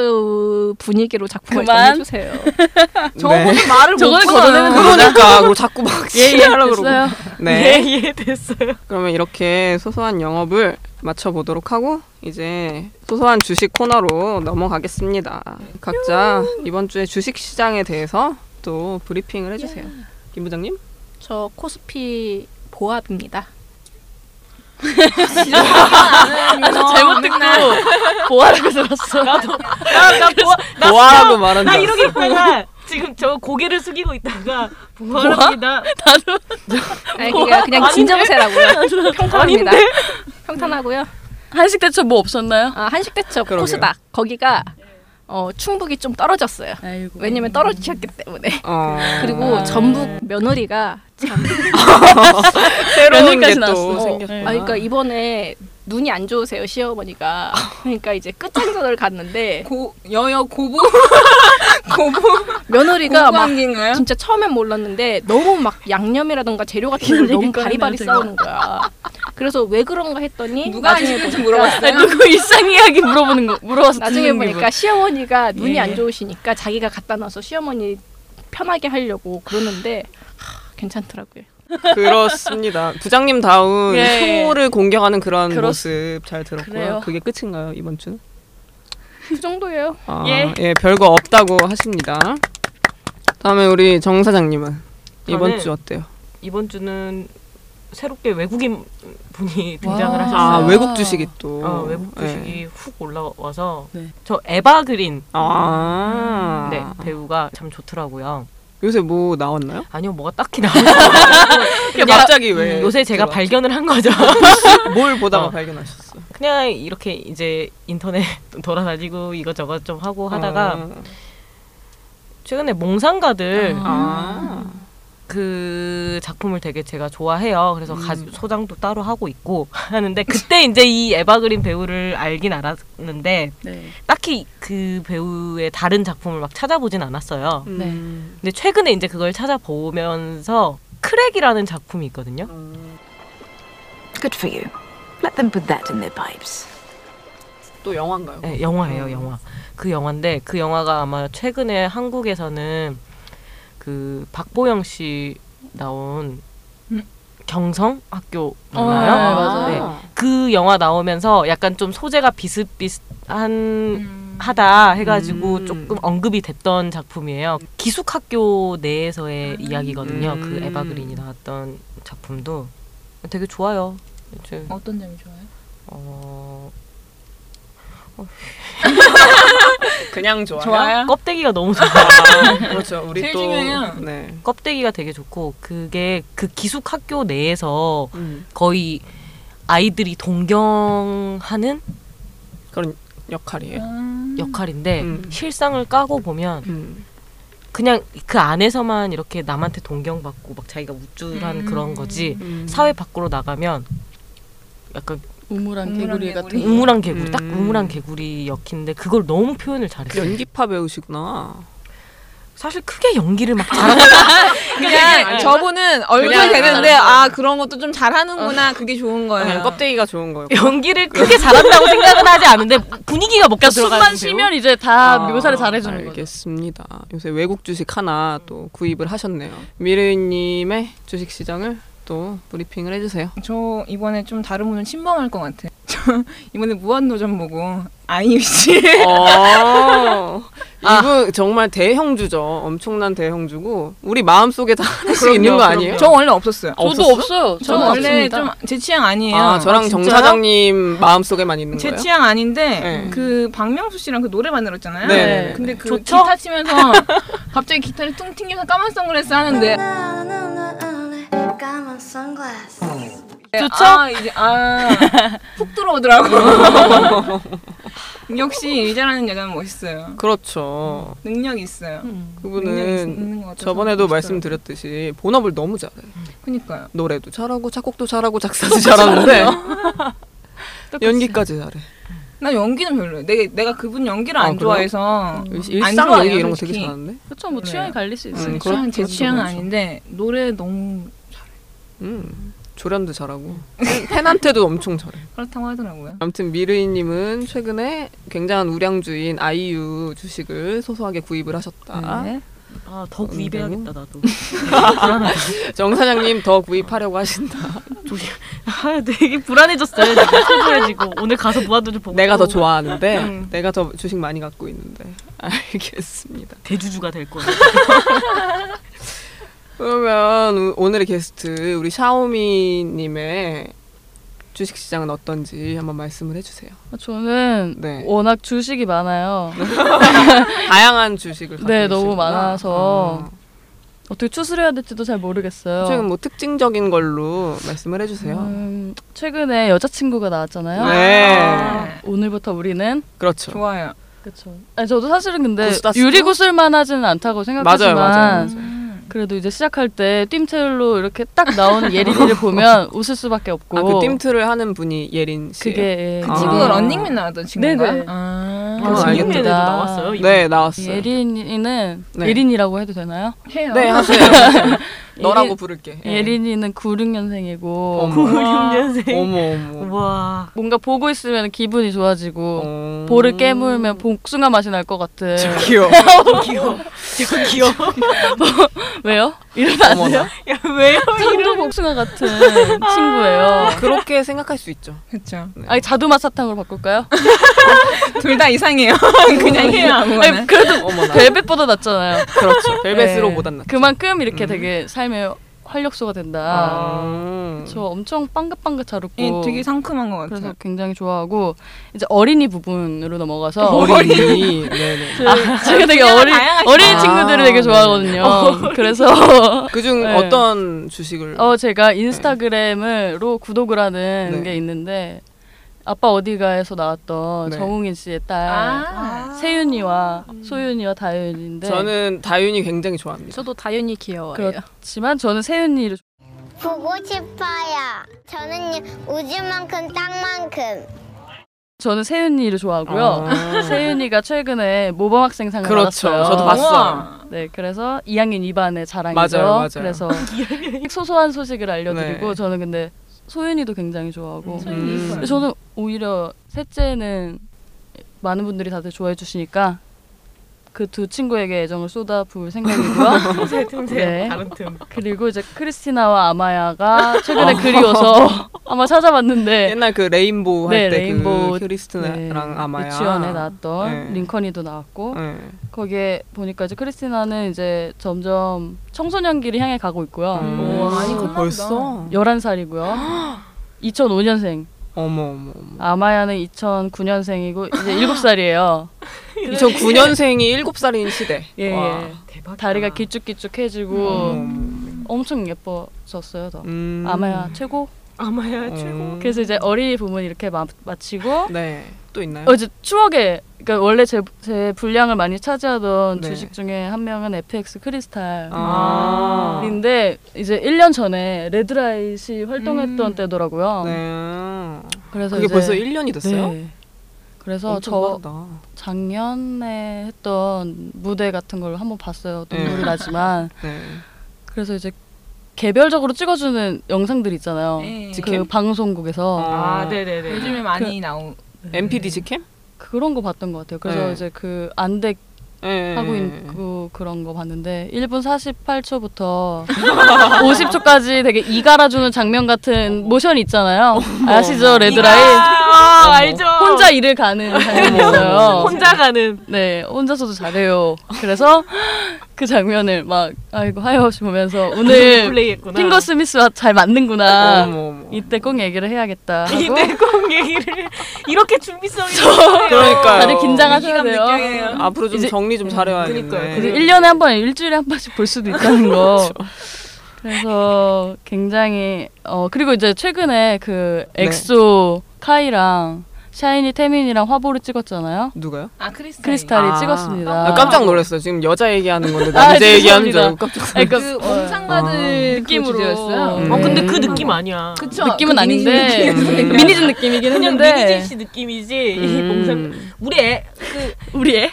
[SPEAKER 4] 분위기로 작품을
[SPEAKER 7] 그만.
[SPEAKER 4] 정해주세요.
[SPEAKER 1] 저 네.
[SPEAKER 2] 말을 못
[SPEAKER 7] 저거는
[SPEAKER 2] 끊어요.
[SPEAKER 1] 그러니까 그리고 자꾸 막 시하려고
[SPEAKER 7] 됐어요.
[SPEAKER 1] 그러고 네
[SPEAKER 3] 예, 예, 됐어요.
[SPEAKER 1] 그러면 이렇게 소소한 영업을 맞춰보도록 하고 이제 소소한 주식 코너로 넘어가겠습니다. 각자 이번 주에 주식 시장에 대해서 또 브리핑을 해주세요. 김 부장님?
[SPEAKER 4] 저 코스피 보합입니다.
[SPEAKER 7] 잘못 듣고 보아라고 들었어.
[SPEAKER 3] 나도 나나 보아 나
[SPEAKER 1] 보아라고
[SPEAKER 3] 진짜- 나
[SPEAKER 1] 말한다.
[SPEAKER 3] 이러고 있다가 지금 저 고개를 숙이고 있다가 보아랍니다.
[SPEAKER 7] 나도
[SPEAKER 4] 아니 그냥, 그냥 진정세라고요. 평탄합니다.
[SPEAKER 3] 아닌데?
[SPEAKER 4] 평탄하고요.
[SPEAKER 7] 한식 대처 뭐 없었나요?
[SPEAKER 4] 아, 한식대첩
[SPEAKER 1] 그러게요.
[SPEAKER 4] 코스닥 거기가 어, 충북이 좀 떨어졌어요.
[SPEAKER 7] 아이고.
[SPEAKER 4] 왜냐면 떨어지셨기 때문에.
[SPEAKER 1] 어...
[SPEAKER 4] 그리고 전북 며느리가 아,
[SPEAKER 1] 새로운
[SPEAKER 7] 며느리까지
[SPEAKER 1] 게 또
[SPEAKER 5] 예.
[SPEAKER 7] 나왔어.
[SPEAKER 1] 생겼구나.
[SPEAKER 4] 아, 그러니까 이번에 눈이 안 좋으세요 시어머니가. 그러니까 이제 끝장전을 갔는데
[SPEAKER 2] 고 여여 고부 고부
[SPEAKER 4] 며느리가 막
[SPEAKER 2] 고부관계인가요?
[SPEAKER 4] 진짜 처음엔 몰랐는데 너무 막 양념이라던가 재료 같은 걸 너무
[SPEAKER 7] 그러니까요,
[SPEAKER 4] 바리바리
[SPEAKER 7] 제가.
[SPEAKER 4] 싸우는 거야. 그래서 왜 그런가 했더니
[SPEAKER 2] 누가
[SPEAKER 4] 나중에
[SPEAKER 2] 아시는지
[SPEAKER 4] 보니까-
[SPEAKER 2] 물어봤어요?
[SPEAKER 7] 아니, 누구 일상 이야기 물어보는 거 물어봤어.
[SPEAKER 4] 나중에 보니까 시어머니가 눈이
[SPEAKER 7] 예.
[SPEAKER 4] 안 좋으시니까 자기가 갖다 놔서 시어머니 편하게 하려고 그러는데 하, 괜찮더라고요.
[SPEAKER 1] 그렇습니다. 부장님 다운
[SPEAKER 7] 예.
[SPEAKER 1] 효를 공격하는 그런
[SPEAKER 7] 그렇-
[SPEAKER 1] 모습 잘 들었고요.
[SPEAKER 7] 그래요.
[SPEAKER 1] 그게 끝인가요 이번 주는?
[SPEAKER 4] 그 정도예요.
[SPEAKER 1] 아, 예.
[SPEAKER 7] 예.
[SPEAKER 1] 별거 없다고 하십니다. 다음에 우리 정 사장님은 이번
[SPEAKER 3] 저는
[SPEAKER 1] 주 어때요?
[SPEAKER 3] 이번 주는 새롭게 외국인 분이 등장을
[SPEAKER 7] 와.
[SPEAKER 1] 아
[SPEAKER 3] 하셨어요.
[SPEAKER 1] 외국 주식이 또
[SPEAKER 3] 어, 외국 주식이
[SPEAKER 1] 예.
[SPEAKER 3] 훅 올라와서
[SPEAKER 7] 네.
[SPEAKER 3] 저 에바 그린
[SPEAKER 1] 아
[SPEAKER 3] 네, 배우가 참 좋더라고요.
[SPEAKER 1] 요새 뭐 나왔나요?
[SPEAKER 3] 아니요, 뭐가 딱히 나오지
[SPEAKER 1] 갑자기 왜?
[SPEAKER 3] 음, 요새 제가
[SPEAKER 1] 들어왔죠?
[SPEAKER 3] 발견을 한 거죠.
[SPEAKER 1] 뭘 보다가
[SPEAKER 3] 어.
[SPEAKER 1] 발견하셨어? 요
[SPEAKER 3] 그냥 이렇게 이제 인터넷 돌아다니고 이것저것 좀뭐 하고 하다가 최근에 몽상가들
[SPEAKER 1] 어. 아,
[SPEAKER 3] 그 작품을 되게 제가 좋아해요. 그래서 가-
[SPEAKER 7] 음.
[SPEAKER 3] 소장도 따로 하고 있고 하는데 그때 이제 이 에바 그린 배우를 알긴 알았는데
[SPEAKER 7] 네.
[SPEAKER 3] 딱히 그 배우의 다른 작품을 막 찾아보진 않았어요.
[SPEAKER 1] 음. 네.
[SPEAKER 3] 근데 최근에 이제 그걸 찾아보면서 크랙이라는 작품이 있거든요.
[SPEAKER 7] 음.
[SPEAKER 8] Good for you. Let them put that in their pipes.
[SPEAKER 1] 또 영화인가요?
[SPEAKER 3] 네,
[SPEAKER 7] 음.
[SPEAKER 3] 영화예요, 영화. 그 영화인데 그 영화가 아마 최근에 한국에서는 그 박보영 씨 나온
[SPEAKER 2] 음.
[SPEAKER 3] 경성 학교
[SPEAKER 7] 어,
[SPEAKER 3] 맞나요?
[SPEAKER 7] 네, 맞아요.
[SPEAKER 3] 그 영화 나오면서 약간 좀 소재가 비슷비슷한
[SPEAKER 2] 음.
[SPEAKER 3] 하다 해가지고
[SPEAKER 1] 음.
[SPEAKER 3] 조금 언급이 됐던 작품이에요. 기숙학교 내에서의 이야기거든요.
[SPEAKER 1] 음.
[SPEAKER 3] 그 에바 그린이 나왔던 작품도 되게 좋아요. 이제,
[SPEAKER 2] 어떤 점이 좋아요?
[SPEAKER 3] 어,
[SPEAKER 1] 그냥 좋아요.
[SPEAKER 3] 껍데기가 너무 좋아.
[SPEAKER 1] 아, 그렇죠. 우리
[SPEAKER 2] 제일
[SPEAKER 1] 또
[SPEAKER 2] 중요해요.
[SPEAKER 1] 네.
[SPEAKER 3] 껍데기가 되게 좋고 그게 그 기숙학교 내에서
[SPEAKER 1] 음.
[SPEAKER 3] 거의 아이들이 동경하는
[SPEAKER 1] 그런 역할이에요.
[SPEAKER 2] 음.
[SPEAKER 3] 역할인데
[SPEAKER 1] 음.
[SPEAKER 3] 실상을 까고 보면
[SPEAKER 1] 음.
[SPEAKER 3] 그냥 그 안에서만 이렇게 남한테 동경받고 막 자기가 우쭐한
[SPEAKER 2] 음.
[SPEAKER 3] 그런 거지
[SPEAKER 1] 음.
[SPEAKER 3] 사회 밖으로 나가면 약간
[SPEAKER 7] 우물안
[SPEAKER 2] 우물안
[SPEAKER 7] 개구리 같은.
[SPEAKER 2] 개구리.
[SPEAKER 7] 거.
[SPEAKER 3] 우물한 개구리 딱
[SPEAKER 1] 음.
[SPEAKER 3] 우물한 개구리 역인데 그걸 너무 표현을 잘했어요.
[SPEAKER 1] 연기파 배우시구나.
[SPEAKER 3] 사실 크게 연기를 막 잘하는
[SPEAKER 2] 그냥 저분은 얼굴
[SPEAKER 1] 그냥
[SPEAKER 2] 되는데
[SPEAKER 1] 잘하는
[SPEAKER 2] 아 그런 것도 좀 잘하는구나 그게 좋은 거예요.
[SPEAKER 1] 아, 그냥 껍데기가 좋은 거예요.
[SPEAKER 3] 연기를 크게 잘한다고 생각은 하지 않는데 분위기가 먹혀 들어가는
[SPEAKER 7] 숨만 쉬면 이제 다
[SPEAKER 1] 아,
[SPEAKER 7] 묘사를 잘해주는 거죠.
[SPEAKER 1] 알겠습니다. 요새 외국 주식 하나 또 구입을 하셨네요. 미르님의 주식 시장을 또 브리핑을 해주세요.
[SPEAKER 2] 저 이번에 좀 다른 분을 침범할 것 같아. 저 이번에 무한도전 보고 아이유 씨.
[SPEAKER 1] 어, 이분 정말 대형주죠. 엄청난 대형주고 우리 마음 속에 다 하나씩 있는 거 아니에요?
[SPEAKER 2] 저 원래 없었어요.
[SPEAKER 7] 저도 없어요.
[SPEAKER 2] 저
[SPEAKER 7] 저는
[SPEAKER 2] 원래
[SPEAKER 7] 없습니다.
[SPEAKER 2] 좀 제 취향 아니에요.
[SPEAKER 1] 아, 저랑 정 사장님 마음 속에만 있는
[SPEAKER 2] 제
[SPEAKER 1] 거예요?
[SPEAKER 2] 취향 아닌데
[SPEAKER 1] 네.
[SPEAKER 2] 그 박명수 씨랑 그 노래 만들었잖아요.
[SPEAKER 1] 네, 네, 네.
[SPEAKER 2] 근데 그
[SPEAKER 3] 좋죠?
[SPEAKER 2] 기타 치면서 갑자기 기타를 퉁 튕겨서 까만 선글라스 하는데
[SPEAKER 9] 까만 선글라스
[SPEAKER 3] 좋죠?
[SPEAKER 2] 아, 이제 아푹 들어오더라고. 역시 의자라는 여자는 멋있어요.
[SPEAKER 1] 그렇죠.
[SPEAKER 2] 능력 있어요. 능력 있,
[SPEAKER 1] 그분은
[SPEAKER 2] 있는 것 같아서
[SPEAKER 1] 저번에도
[SPEAKER 2] 음, 멋있더라고요.
[SPEAKER 1] 말씀드렸듯이 본업을 너무 잘해.
[SPEAKER 2] 그니까요.
[SPEAKER 1] 노래도 잘하고 작곡도 잘하고 작사도 잘하는데 연기까지 잘해.
[SPEAKER 2] 나 연기는 별로예요. 내가 내가 그분 연기를
[SPEAKER 1] 아,
[SPEAKER 2] 안
[SPEAKER 1] 그래요?
[SPEAKER 2] 좋아해서
[SPEAKER 1] 일-
[SPEAKER 2] 음. 안
[SPEAKER 1] 일상
[SPEAKER 2] 좋아요,
[SPEAKER 1] 연기 이런 거 되게
[SPEAKER 2] 솔직히.
[SPEAKER 1] 잘하는데.
[SPEAKER 7] 그렇죠. 뭐
[SPEAKER 5] 네.
[SPEAKER 2] 그래요.
[SPEAKER 7] 취향이 갈릴 수 있어요.
[SPEAKER 1] 음,
[SPEAKER 2] 취향
[SPEAKER 1] 그렇-
[SPEAKER 2] 제 취향은
[SPEAKER 1] 그렇죠.
[SPEAKER 2] 아닌데 노래 너무
[SPEAKER 1] 음. 조련도 잘하고 팬- 팬한테도 엄청 잘해.
[SPEAKER 2] 그렇다고 하더라고요.
[SPEAKER 1] 아무튼 미르이님은 최근에 굉장한 우량주인 아이유 주식을 소소하게 구입을 하셨다.
[SPEAKER 2] 네.
[SPEAKER 3] 아 더
[SPEAKER 1] 구입해야겠다,
[SPEAKER 3] 구입해야겠다 나도.
[SPEAKER 1] 정 사장님 더 구입하려고 하신다.
[SPEAKER 3] 아 되게 불안해졌어요. 지금 슬퍼해지고 오늘 가서 무한도전 보고
[SPEAKER 1] 내가 더
[SPEAKER 3] 또
[SPEAKER 1] 좋아하는데
[SPEAKER 2] 어. 음.
[SPEAKER 1] 내가 더 주식 많이 갖고 있는데 알겠습니다.
[SPEAKER 3] 대주주가 될 거야.
[SPEAKER 1] 그러면 우- 오늘의 게스트 우리 샤오미님의 주식 시장은 어떤지 한번 말씀을 해주세요.
[SPEAKER 5] 음. 저는
[SPEAKER 1] 네.
[SPEAKER 5] 워낙 주식이 많아요.
[SPEAKER 1] 다양한 주식을 갖고
[SPEAKER 5] 네, 너무
[SPEAKER 1] 계시구나.
[SPEAKER 5] 많아서.
[SPEAKER 1] 어.
[SPEAKER 5] 어떻게 추스려야 될지도 잘 모르겠어요.
[SPEAKER 1] 최근 뭐 특징적인 걸로 말씀을 해주세요.
[SPEAKER 5] 음, 최근에 여자친구가 나왔잖아요.
[SPEAKER 1] 네.
[SPEAKER 2] 아,
[SPEAKER 5] 오늘부터 우리는
[SPEAKER 1] 그렇죠.
[SPEAKER 2] 좋아요.
[SPEAKER 5] 그렇죠. 아니, 저도 사실은 근데
[SPEAKER 1] 구스다 쓰고?
[SPEAKER 5] 유리구슬만 하지는 않다고 생각하지만
[SPEAKER 1] 맞아요.
[SPEAKER 2] 음.
[SPEAKER 5] 그래도 이제 시작할 때 뜀틀로 이렇게 딱 나온 예린이를 보면 웃을 수밖에 없고
[SPEAKER 1] 아그 띵트를 하는 분이 예린 씨.
[SPEAKER 5] 그게
[SPEAKER 1] 그 아.
[SPEAKER 2] 친구가 런닝맨 나왔던 친구인가?
[SPEAKER 5] 네네.
[SPEAKER 2] 아,
[SPEAKER 3] 아,
[SPEAKER 1] 알겠습니다.
[SPEAKER 3] 지금 얘네도 나왔어요. 이거.
[SPEAKER 1] 네 나왔어요.
[SPEAKER 5] 예린이는
[SPEAKER 1] 네.
[SPEAKER 5] 예린이라고 해도 되나요?
[SPEAKER 2] 해요.
[SPEAKER 1] 네 하세요. 너라고
[SPEAKER 5] 예린-
[SPEAKER 1] 부를게. 예.
[SPEAKER 5] 예린이는 9, 6년생이고
[SPEAKER 1] 어머.
[SPEAKER 3] 96년생.
[SPEAKER 1] 어머 어머.
[SPEAKER 3] 와.
[SPEAKER 5] 뭔가 보고 있으면 기분이 좋아지고
[SPEAKER 1] 어.
[SPEAKER 5] 뭐, 볼을 깨물면 복숭아 맛이 날 것 같은
[SPEAKER 1] 저 귀여워.
[SPEAKER 3] 귀여워. 되게 귀여워.
[SPEAKER 5] 왜요? 이러면 안 돼요?
[SPEAKER 1] 어머나.
[SPEAKER 3] 야, 왜요?
[SPEAKER 5] 천도 복숭아 같은 친구예요
[SPEAKER 1] 어, 그렇게 생각할 수 있죠.
[SPEAKER 2] 그렇죠.
[SPEAKER 5] 아니 자두맛 사탕으로 바꿀까요?
[SPEAKER 2] 둘 다 이상해요. 그냥 해요 아무거나.
[SPEAKER 1] 네.
[SPEAKER 5] 아니 그래도
[SPEAKER 1] 어머나.
[SPEAKER 5] 벨벳보다 낫잖아요
[SPEAKER 1] 그렇죠. 벨벳으로
[SPEAKER 5] 네.
[SPEAKER 1] 보단 낫죠.
[SPEAKER 5] 그만큼 이렇게
[SPEAKER 1] 음.
[SPEAKER 5] 되게 삶의 활력소가 된다
[SPEAKER 1] 아.
[SPEAKER 5] 저 엄청 빵긋빵긋 자르고
[SPEAKER 2] 예, 되게 상큼한 것 같아요.
[SPEAKER 5] 그래서 굉장히 좋아하고 이제 어린이 부분으로 넘어가서
[SPEAKER 1] 어린이. 네네.
[SPEAKER 5] 아, 제가 되게 어린
[SPEAKER 2] 다양하시다.
[SPEAKER 5] 어린 친구들을
[SPEAKER 2] 네.
[SPEAKER 5] 되게
[SPEAKER 1] 아,
[SPEAKER 5] 좋아하거든요.
[SPEAKER 2] 어, 그렇죠.
[SPEAKER 5] 그래서
[SPEAKER 1] 그중
[SPEAKER 5] 네.
[SPEAKER 1] 어떤 주식을
[SPEAKER 5] 어 제가 인스타그램으로 구독을 하는
[SPEAKER 1] 네.
[SPEAKER 5] 게 있는데 아빠 어디가에서 나왔던
[SPEAKER 1] 네.
[SPEAKER 5] 정웅인 씨의 딸
[SPEAKER 2] 아. 음.
[SPEAKER 5] 세윤이와 소윤이와 다윤인데
[SPEAKER 1] 저는 다윤이 굉장히 좋아합니다.
[SPEAKER 4] 저도 다현이 귀여워요.
[SPEAKER 5] 그렇지만 저는 세윤이를
[SPEAKER 9] 보고 싶어요. 저는 우주만큼 땅만큼.
[SPEAKER 5] 저는 세윤이를 좋아하고요.
[SPEAKER 1] 아.
[SPEAKER 5] 세윤이가 최근에 모범학생상을
[SPEAKER 1] 그렇죠.
[SPEAKER 5] 받았어요.
[SPEAKER 1] 저도 봤어요.
[SPEAKER 2] 아, 우와.
[SPEAKER 5] 네, 그래서 2학년 2반의 자랑이죠.
[SPEAKER 1] 맞아요, 맞아요.
[SPEAKER 5] 그래서 소소한 소식을 알려드리고
[SPEAKER 1] 네.
[SPEAKER 5] 저는 근데 소윤이도 굉장히 좋아하고
[SPEAKER 1] 음.
[SPEAKER 5] 근데 저는 오히려 셋째는 많은 분들이 다들 좋아해 주시니까 그 두 친구에게 애정을 쏟아부을 생각이고요.
[SPEAKER 3] 틈새 틈새
[SPEAKER 5] 네.
[SPEAKER 3] 다른 틈.
[SPEAKER 5] 그리고 이제 크리스티나와 아마야가
[SPEAKER 1] 어.
[SPEAKER 5] 최근에 그리워서 아마 찾아봤는데
[SPEAKER 1] 옛날 그 레인보우
[SPEAKER 5] 네,
[SPEAKER 1] 할 때 그
[SPEAKER 5] 레인보우, 네,
[SPEAKER 1] 크리스티나랑 아마야
[SPEAKER 5] 유치원에 나왔던 음.
[SPEAKER 1] 네.
[SPEAKER 5] 링컨이도 나왔고
[SPEAKER 1] 네.
[SPEAKER 5] 거기에 보니까 이제 크리스티나는 이제 점점 청소년기를 향해 가고 있고요. 뭐
[SPEAKER 1] 음.
[SPEAKER 2] 오, 많이 컸나
[SPEAKER 1] 벌써?
[SPEAKER 5] 11살이고요. 2005년생.
[SPEAKER 1] 어머 어머 어머.
[SPEAKER 5] 아마야는 2009년생이고 이제 7살이에요.
[SPEAKER 1] 2009년생이 7살인 시대.
[SPEAKER 5] 네. 예,
[SPEAKER 1] 와.
[SPEAKER 5] 예.
[SPEAKER 3] 대박.
[SPEAKER 5] 다리가 길쭉길쭉해지고 엄청 예뻐졌어요. 더.
[SPEAKER 1] 음.
[SPEAKER 5] 아마야 최고.
[SPEAKER 3] 아마야 최고.
[SPEAKER 1] 음.
[SPEAKER 5] 그래서 이제 어린이 부문 이렇게 마, 마치고
[SPEAKER 1] 네. 또 있나요?
[SPEAKER 5] 어, 이제 추억에 그러니까 원래 제, 제 분량을 많이 차지하던
[SPEAKER 1] 네.
[SPEAKER 5] 주식 중에 한 명은 FX 크리스탈.
[SPEAKER 1] 아.
[SPEAKER 5] 인데 이제 1년 전에 레드라이시 활동했던
[SPEAKER 2] 음.
[SPEAKER 5] 때더라고요.
[SPEAKER 1] 네.
[SPEAKER 5] 그래서
[SPEAKER 1] 그게
[SPEAKER 5] 이제-
[SPEAKER 1] 벌써 1년이 됐어요?
[SPEAKER 5] 네. 그래서
[SPEAKER 1] 엄청
[SPEAKER 5] 저
[SPEAKER 1] 빠르다.
[SPEAKER 5] 작년에 했던 무대 같은 걸 한번 봤어요. 눈물이
[SPEAKER 1] 네.
[SPEAKER 5] 나지만
[SPEAKER 1] 네.
[SPEAKER 5] 그래서 이제 개별적으로 찍어주는 영상들 있잖아요.
[SPEAKER 3] 네.
[SPEAKER 2] 예.
[SPEAKER 5] 그 방송국에서
[SPEAKER 3] 아,
[SPEAKER 1] 어,
[SPEAKER 3] 네네네.
[SPEAKER 2] 요즘에 많이
[SPEAKER 1] 그
[SPEAKER 2] 나오.
[SPEAKER 5] 네.
[SPEAKER 1] MPD 직캠?
[SPEAKER 5] 그런 거 봤던 것 같아요. 그래서
[SPEAKER 1] 네.
[SPEAKER 5] 이제 그 안대
[SPEAKER 1] 네.
[SPEAKER 5] 하고 있고 그런 거 봤는데 1분 48초부터 50초까지 되게 이 갈아주는 장면 같은 모션이 있잖아요. 아시죠 레드라이?
[SPEAKER 3] 아, 알죠.
[SPEAKER 5] 혼자 일을 가는 장면이
[SPEAKER 1] 어머.
[SPEAKER 5] 있어요.
[SPEAKER 3] 혼자 가는.
[SPEAKER 5] 네, 혼자서도 잘해요. 그래서 그 장면을 막 아이고 하염없이 보면서 오늘
[SPEAKER 3] 플레이했구나.
[SPEAKER 5] 핑거 스미스와 잘 맞는구나.
[SPEAKER 1] 어머 어머.
[SPEAKER 5] 이때 꼭 얘기를 해야겠다 하고
[SPEAKER 3] 이때 꼭 얘기를 이렇게 준비성이
[SPEAKER 1] 아, 그러니까요. 네.
[SPEAKER 5] 다들 긴장하셔야
[SPEAKER 2] 위기감
[SPEAKER 5] 돼요.
[SPEAKER 2] 느껴요.
[SPEAKER 1] 앞으로 좀
[SPEAKER 5] 이제-
[SPEAKER 1] 정리 좀 잘해야겠네.
[SPEAKER 3] 그러니까요.
[SPEAKER 5] 그래서 1년에 한 번, 일주일에 한 번씩 볼 수도 있다는 거. 그래서 굉장히 어 그리고 이제 최근에 그
[SPEAKER 1] 네.
[SPEAKER 5] 엑소 카이랑 샤이니 태민이랑 화보를 찍었잖아요.
[SPEAKER 1] 누가요?
[SPEAKER 2] 아 크리스탈.
[SPEAKER 5] 크리스탈이
[SPEAKER 1] 아.
[SPEAKER 5] 찍었습니다.
[SPEAKER 1] 아, 깜짝 놀랐어요. 지금 여자 얘기하는 건데
[SPEAKER 5] 아,
[SPEAKER 1] 남자 얘기하는 줄
[SPEAKER 5] 죄송합니다.
[SPEAKER 1] 알고 깜짝 놀랐어요.
[SPEAKER 5] 그러니까
[SPEAKER 2] 그
[SPEAKER 5] 어,
[SPEAKER 2] 공상가들
[SPEAKER 5] 느낌으로.
[SPEAKER 2] 느낌으로였어요.
[SPEAKER 1] 음.
[SPEAKER 3] 어,
[SPEAKER 5] 네.
[SPEAKER 3] 근데 그 느낌 아니야.
[SPEAKER 2] 그쵸.
[SPEAKER 5] 느낌은
[SPEAKER 2] 그
[SPEAKER 5] 아닌데
[SPEAKER 2] 미니즘 느낌.
[SPEAKER 5] 미니즘 느낌이긴
[SPEAKER 3] 그냥
[SPEAKER 5] 했는데
[SPEAKER 3] 미니진 씨 느낌이지. 이 봉상
[SPEAKER 1] 음.
[SPEAKER 3] 우리 애, 그 우리 애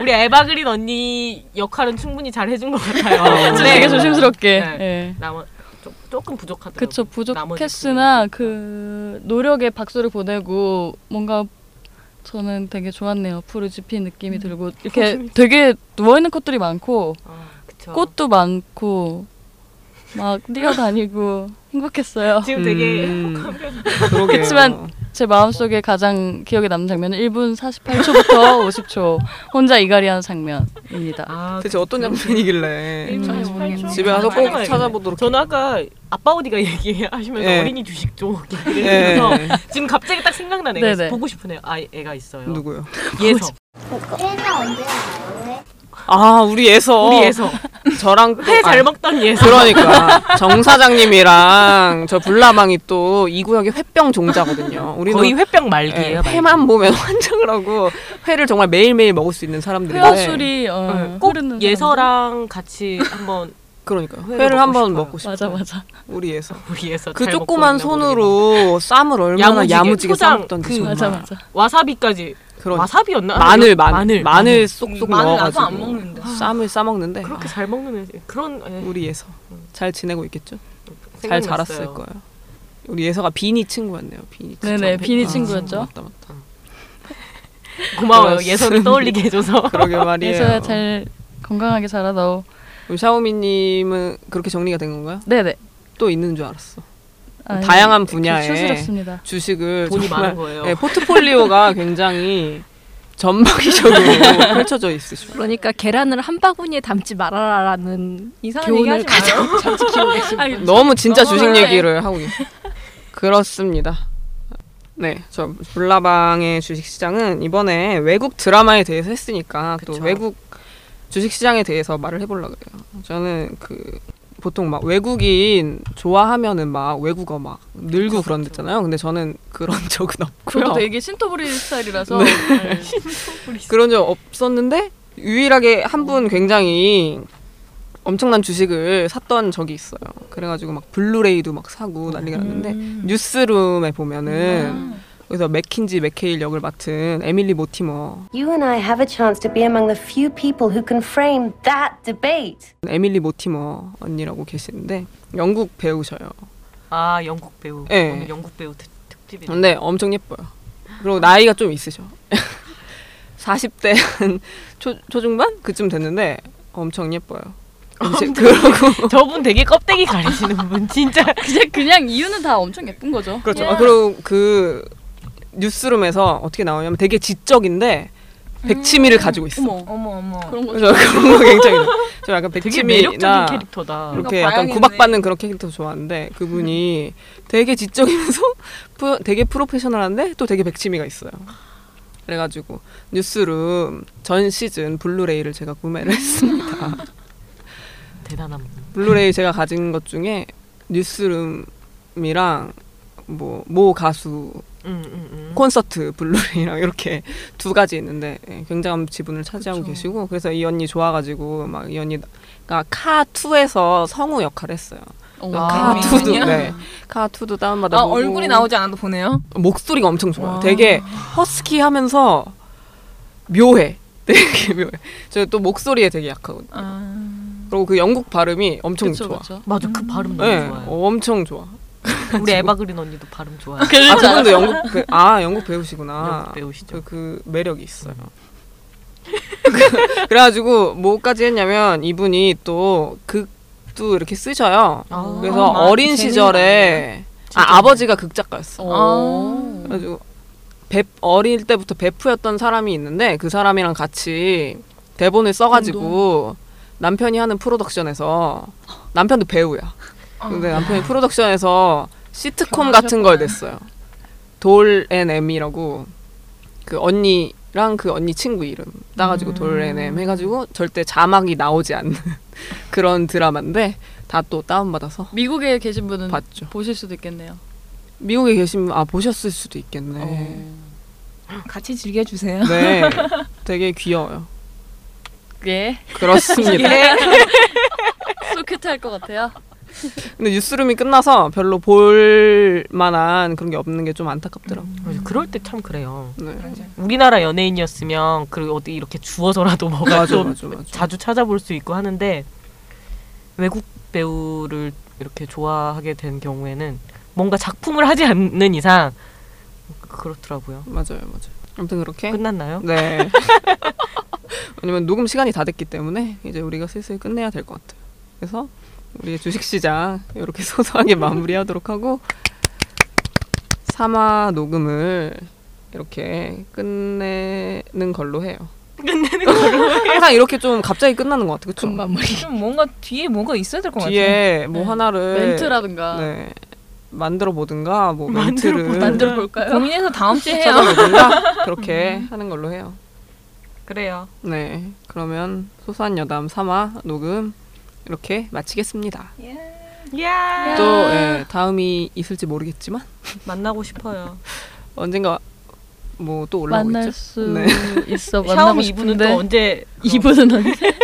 [SPEAKER 3] 우리 에바그린 언니 역할은 충분히 잘 해준 것 같아요.
[SPEAKER 1] 아,
[SPEAKER 5] 좀
[SPEAKER 1] 네.
[SPEAKER 5] 되게 조심스럽게
[SPEAKER 3] 네.
[SPEAKER 5] 예.
[SPEAKER 3] 나머 좀 조금 부족하더라고요.
[SPEAKER 5] 그쵸
[SPEAKER 3] 나머지
[SPEAKER 5] 부족했으나 그 노력에 박수를 보내고 뭔가 저는 되게 좋았네요 푸르지피 느낌이 들고 이렇게 되게 누워 있는 것들이 많고
[SPEAKER 3] 아, 그쵸.
[SPEAKER 5] 꽃도 많고 막 뛰어다니고 행복했어요.
[SPEAKER 3] 지금 되게
[SPEAKER 1] 음.
[SPEAKER 3] 행복한 표정.
[SPEAKER 1] 그러게요.
[SPEAKER 5] 그치만- 제 마음속에 가장 기억에 남는 장면은 1분 48초부터 50초 혼자 이갈이하는 장면입니다.
[SPEAKER 3] 아,
[SPEAKER 1] 대체 어떤 장면이길래
[SPEAKER 5] 음.
[SPEAKER 1] 집에 가서 꼭 찾아보도록.
[SPEAKER 3] 저는 아까 아빠 어디가 얘기하시면서
[SPEAKER 1] 예.
[SPEAKER 3] 어린이 주식 쪽
[SPEAKER 1] 예.
[SPEAKER 3] 얘기를 해서 지금 갑자기 딱 생각난 애가 있어요.
[SPEAKER 5] 네네.
[SPEAKER 3] 보고 싶은 애, 아, 애가 있어요.
[SPEAKER 1] 누구요?
[SPEAKER 3] 예서.
[SPEAKER 9] 회사 언제 와요? 왜?
[SPEAKER 1] 아 우리 예서.
[SPEAKER 3] 우리 예서.
[SPEAKER 1] 저랑 또-
[SPEAKER 3] 회 잘
[SPEAKER 1] 아,
[SPEAKER 3] 먹던 예서.
[SPEAKER 1] 그러니까 정 사장님이랑 저 불나방이 또 이 구역의 회병 종자거든요. 우리는
[SPEAKER 3] 거의 회병
[SPEAKER 1] 예,
[SPEAKER 3] 말기예요. 말기.
[SPEAKER 1] 회만 보면 환장을 하고 회를 정말 매일매일 먹을 수 있는 예. 사람들인데
[SPEAKER 5] 회화술이 어,
[SPEAKER 3] 네, 꼭
[SPEAKER 5] 흐르는
[SPEAKER 3] 예서랑 같이 한번
[SPEAKER 1] 그러니까 회를,
[SPEAKER 3] 회를
[SPEAKER 1] 한번
[SPEAKER 3] 먹고
[SPEAKER 1] 먹고
[SPEAKER 5] 사람들.
[SPEAKER 1] 싶어요.
[SPEAKER 5] 맞아 맞아.
[SPEAKER 1] 우리 예서.
[SPEAKER 3] 우리 예서
[SPEAKER 1] 그
[SPEAKER 3] 잘 먹고
[SPEAKER 1] 조그만
[SPEAKER 3] 있나
[SPEAKER 1] 손으로 쌈을 얼마나
[SPEAKER 3] 야무지게,
[SPEAKER 1] 야무지게,
[SPEAKER 3] 초장,
[SPEAKER 1] 싸먹던지
[SPEAKER 3] 그
[SPEAKER 1] 정말.
[SPEAKER 5] 맞아 맞아.
[SPEAKER 3] 모르겠네. 와사비까지.
[SPEAKER 1] 그런
[SPEAKER 3] 와사비였나?
[SPEAKER 1] 마늘, 마늘, 마늘,
[SPEAKER 3] 마늘.
[SPEAKER 1] 네. 쏙쏙
[SPEAKER 2] 마늘 나도
[SPEAKER 1] 넣어가지고
[SPEAKER 2] 안 먹는데.
[SPEAKER 1] 쌈을 싸먹는데
[SPEAKER 3] 그렇게 잘 먹는 애. 그런 애.
[SPEAKER 1] 아, 우리 예서 잘 지내고 있겠죠? 잘
[SPEAKER 3] 생각났어요.
[SPEAKER 1] 자랐을 거예요. 우리 예서가 비니 친구였네요. 비니 친구. 아,
[SPEAKER 5] 네네, 비니 친구였죠.
[SPEAKER 1] 맞다 맞다.
[SPEAKER 3] 고마워요.
[SPEAKER 1] 그런
[SPEAKER 3] 예서를 떠올리게 해줘서.
[SPEAKER 1] 그러게 말이에요.
[SPEAKER 5] 예서야 잘 건강하게 자라다오.
[SPEAKER 1] 우리 샤오미님은 그렇게 정리가 된 건가요?
[SPEAKER 5] 네네.
[SPEAKER 1] 또 있는 줄 알았어.
[SPEAKER 5] 아,
[SPEAKER 1] 다양한
[SPEAKER 5] 이렇게
[SPEAKER 1] 분야에
[SPEAKER 5] 추스럽습니다.
[SPEAKER 1] 주식을
[SPEAKER 3] 돈이
[SPEAKER 1] 정말
[SPEAKER 3] 많은 거예요.
[SPEAKER 1] 네, 포트폴리오가 굉장히 전방위적으로 펼쳐져 있으시고
[SPEAKER 4] 그러니까 계란을 한 바구니에 담지 말아라라는
[SPEAKER 2] 이상한 얘기
[SPEAKER 4] 교훈을
[SPEAKER 2] 하지
[SPEAKER 4] 가장
[SPEAKER 2] 마요.
[SPEAKER 4] 잘 지키고 계신 분.
[SPEAKER 1] 너무 진짜
[SPEAKER 2] 너무
[SPEAKER 1] 주식
[SPEAKER 2] 그래.
[SPEAKER 1] 얘기를 하고 계세요. 그렇습니다. 네, 저 불나방의 주식시장은 이번에 외국 드라마에 대해서 했으니까 또
[SPEAKER 3] 그쵸.
[SPEAKER 1] 외국 주식시장에 대해서 말을 해보려고 해요. 저는 그 보통 막 외국인 좋아하면은 막 외국어 막 늘고 그런 데잖아요. 근데 저는 그런 적은 없고요.
[SPEAKER 5] 저도 되게 신토부리 스타일이라서 네.
[SPEAKER 1] 그런 적 없었는데 유일하게 한 분 굉장히 엄청난 주식을 샀던 적이 있어요. 그래가지고 막 블루레이도 막 사고 난리가 났는데 뉴스룸에 보면은 그래서 맥킨지 맥케일 역을 맡은 에밀리 모티머
[SPEAKER 10] You and I have a chance to be among the few people who can frame that debate.
[SPEAKER 1] 에밀리 모티머 언니라고 계시는데 영국 배우셔요.
[SPEAKER 3] 아 영국 배우.
[SPEAKER 1] 예. 음.
[SPEAKER 3] 오늘 영국 배우 특, 특집이네.
[SPEAKER 1] 근데 엄청 예뻐요. 그리고 나이가 좀 있으셔. 40대 한 초, 초중반 그쯤 됐는데 엄청 예뻐요. 이제 그러고
[SPEAKER 3] 저분 되게 껍데기 가리시는 분 진짜.
[SPEAKER 5] 그냥, 그냥 이유는 다 엄청 예쁜 거죠.
[SPEAKER 1] 그렇죠. 아, 그리고 그 뉴스룸에서 어떻게 나오냐면 되게 지적인데
[SPEAKER 3] 음.
[SPEAKER 1] 백치미를 가지고 있어.
[SPEAKER 5] 어머
[SPEAKER 2] 어머 어머.
[SPEAKER 5] 그런 거
[SPEAKER 1] 그래서 그런 거 굉장히 저 약간
[SPEAKER 3] 되게 매력적인
[SPEAKER 1] 백치미나
[SPEAKER 3] 캐릭터다. 그러니까
[SPEAKER 1] 이렇게
[SPEAKER 2] 뭔가
[SPEAKER 1] 약간
[SPEAKER 2] 과양이네.
[SPEAKER 1] 구박받는 그런 캐릭터 좋아하는데 그분이 되게 지적이면서 프, 되게 프로페셔널한데 또 되게 백치미가 있어요. 그래가지고 뉴스룸 전 시즌 블루레이를 제가 구매를 했습니다.
[SPEAKER 3] 대단한 분.
[SPEAKER 1] 블루레이 제가 가진 것 중에 뉴스룸이랑 뭐 모 가수
[SPEAKER 3] 음, 음, 음.
[SPEAKER 1] 콘서트 블루레이랑 이렇게 두 가지 있는데 예, 굉장한 지분을 차지하고 계시고 그래서 이 언니 좋아가지고 막 이 언니가 그러니까 카 2에서 성우 역할을 했어요. 그러니까 카 2도 네, 카 2도 다운받아
[SPEAKER 2] 아
[SPEAKER 1] 보고
[SPEAKER 2] 얼굴이 나오지 않아도 보네요.
[SPEAKER 1] 목소리가 엄청 좋아요. 되게 허스키하면서 묘해. 되게 묘해. 저 또 목소리에 되게 약하거든요.
[SPEAKER 2] 아.
[SPEAKER 1] 그리고 그 영국 발음이 엄청
[SPEAKER 5] 그쵸
[SPEAKER 1] 좋아.
[SPEAKER 5] 그쵸.
[SPEAKER 3] 맞아 그 발음 너무
[SPEAKER 1] 네,
[SPEAKER 3] 좋아요.
[SPEAKER 1] 엄청 좋아.
[SPEAKER 3] 우리 에바 그린 언니도 발음 좋아요.
[SPEAKER 1] 아 그분도 영국 배, 아 영국 배우시구나.
[SPEAKER 3] 영국 배우시죠.
[SPEAKER 1] 그, 그 매력이 있어요. 그, 그래가지고 뭐까지 했냐면 이분이 또 극도 이렇게 쓰셔요.
[SPEAKER 3] 아,
[SPEAKER 1] 그래서
[SPEAKER 2] 아,
[SPEAKER 1] 어린
[SPEAKER 2] 재능이
[SPEAKER 1] 시절에
[SPEAKER 3] 진짜.
[SPEAKER 1] 아, 아버지가 극작가였어.
[SPEAKER 5] 어.
[SPEAKER 1] 그래가지고 배, 어릴 때부터 베프였던 사람이 있는데 그 사람이랑 같이 대본을 써가지고 남편이 하는 프로덕션에서 남편도 배우야. 근데 남편이 프로덕션에서 시트콤 같은 걸 냈어요. 돌앤엠이라고 그 언니랑 그 언니 친구 이름 따가지고 돌앤엠 해가지고 절대 자막이 나오지 않는 그런 드라마인데 다 또 다운받아서
[SPEAKER 5] 미국에 계신 분은
[SPEAKER 1] 봤죠.
[SPEAKER 5] 보실 수도 있겠네요.
[SPEAKER 1] 미국에 계신 분, 아 보셨을 수도 있겠네.
[SPEAKER 2] 어. 같이 즐겨주세요.
[SPEAKER 1] 네, 되게 귀여워요.
[SPEAKER 5] 예.
[SPEAKER 1] 그렇습니다.
[SPEAKER 2] 예.
[SPEAKER 5] 소큐트할 것 같아요.
[SPEAKER 1] 근데 뉴스룸이 끝나서 별로 볼 만한 그런 게 없는 게 좀 안타깝더라고.
[SPEAKER 2] 음.
[SPEAKER 3] 맞아, 그럴 때 참 그래요.
[SPEAKER 1] 네.
[SPEAKER 3] 우리나라 연예인이었으면 그 어디 이렇게 주워서라도 뭐가
[SPEAKER 1] 맞아,
[SPEAKER 3] 좀
[SPEAKER 1] 맞아, 맞아.
[SPEAKER 3] 자주 찾아볼 수 있고 하는데 외국 배우를 이렇게 좋아하게 된 경우에는 뭔가 작품을 하지 않는 이상 그렇더라고요.
[SPEAKER 1] 맞아요, 맞아요. 아무튼 그렇게
[SPEAKER 3] 끝났나요?
[SPEAKER 1] 네. 왜냐면 녹음 시간이 다 됐기 때문에 이제 우리가 슬슬 끝내야 될 것 같아요. 그래서 우리 주식 시장 이렇게 소소하게 마무리하도록 하고 3화 녹음을 이렇게 끝내는 걸로 해요.
[SPEAKER 3] 끝내는 걸로
[SPEAKER 1] 항상 이렇게 좀 갑자기 끝나는 것 같아요. 그쵸?
[SPEAKER 2] 좀 뭔가 뒤에 뭐가 있어야 될 것 같아요.
[SPEAKER 1] 뒤에 뭐 하나를
[SPEAKER 5] 네. 멘트라든가.
[SPEAKER 1] 네. 만들어 보든가 뭐 멘트를
[SPEAKER 5] 만들어 볼까요?
[SPEAKER 2] 고민해서 다음 주에 해요.
[SPEAKER 1] 찾아보든가 그렇게 하는 걸로 해요.
[SPEAKER 2] 그래요.
[SPEAKER 1] 네. 그러면 소소한 여담 3화 녹음 이렇게 마치겠습니다.
[SPEAKER 3] 야
[SPEAKER 1] 또 예, 다음이 있을지 모르겠지만
[SPEAKER 3] 만나고 싶어요.
[SPEAKER 1] 언젠가 뭐 또 올라오겠죠.
[SPEAKER 5] 만날 수
[SPEAKER 1] 네.
[SPEAKER 5] 있어 만나고
[SPEAKER 3] 샤오미 이분은
[SPEAKER 5] 싶은데 어.
[SPEAKER 3] 또 언제
[SPEAKER 5] 이분은 언제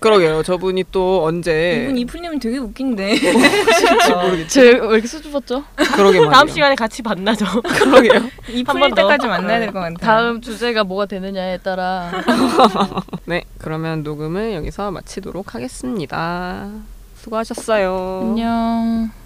[SPEAKER 1] 그러게요. 저분이 또
[SPEAKER 5] 네.
[SPEAKER 1] 언제
[SPEAKER 2] 이분 이풀님은 되게 웃긴데.
[SPEAKER 5] 어,
[SPEAKER 1] 올지 모르겠.
[SPEAKER 5] 제왜 이렇게 수줍었죠?
[SPEAKER 1] 그러게 말이에요.
[SPEAKER 3] 다음 시간에 같이 만나죠.
[SPEAKER 1] 그러게요.
[SPEAKER 2] 이풀릴
[SPEAKER 3] 더.
[SPEAKER 2] 때까지 만나야 될 것 같아요.
[SPEAKER 5] 다음 주제가 뭐가 되느냐에 따라
[SPEAKER 1] 네, 그러면 녹음을 여기서 마치도록 하겠습니다. 수고하셨어요.
[SPEAKER 5] 안녕.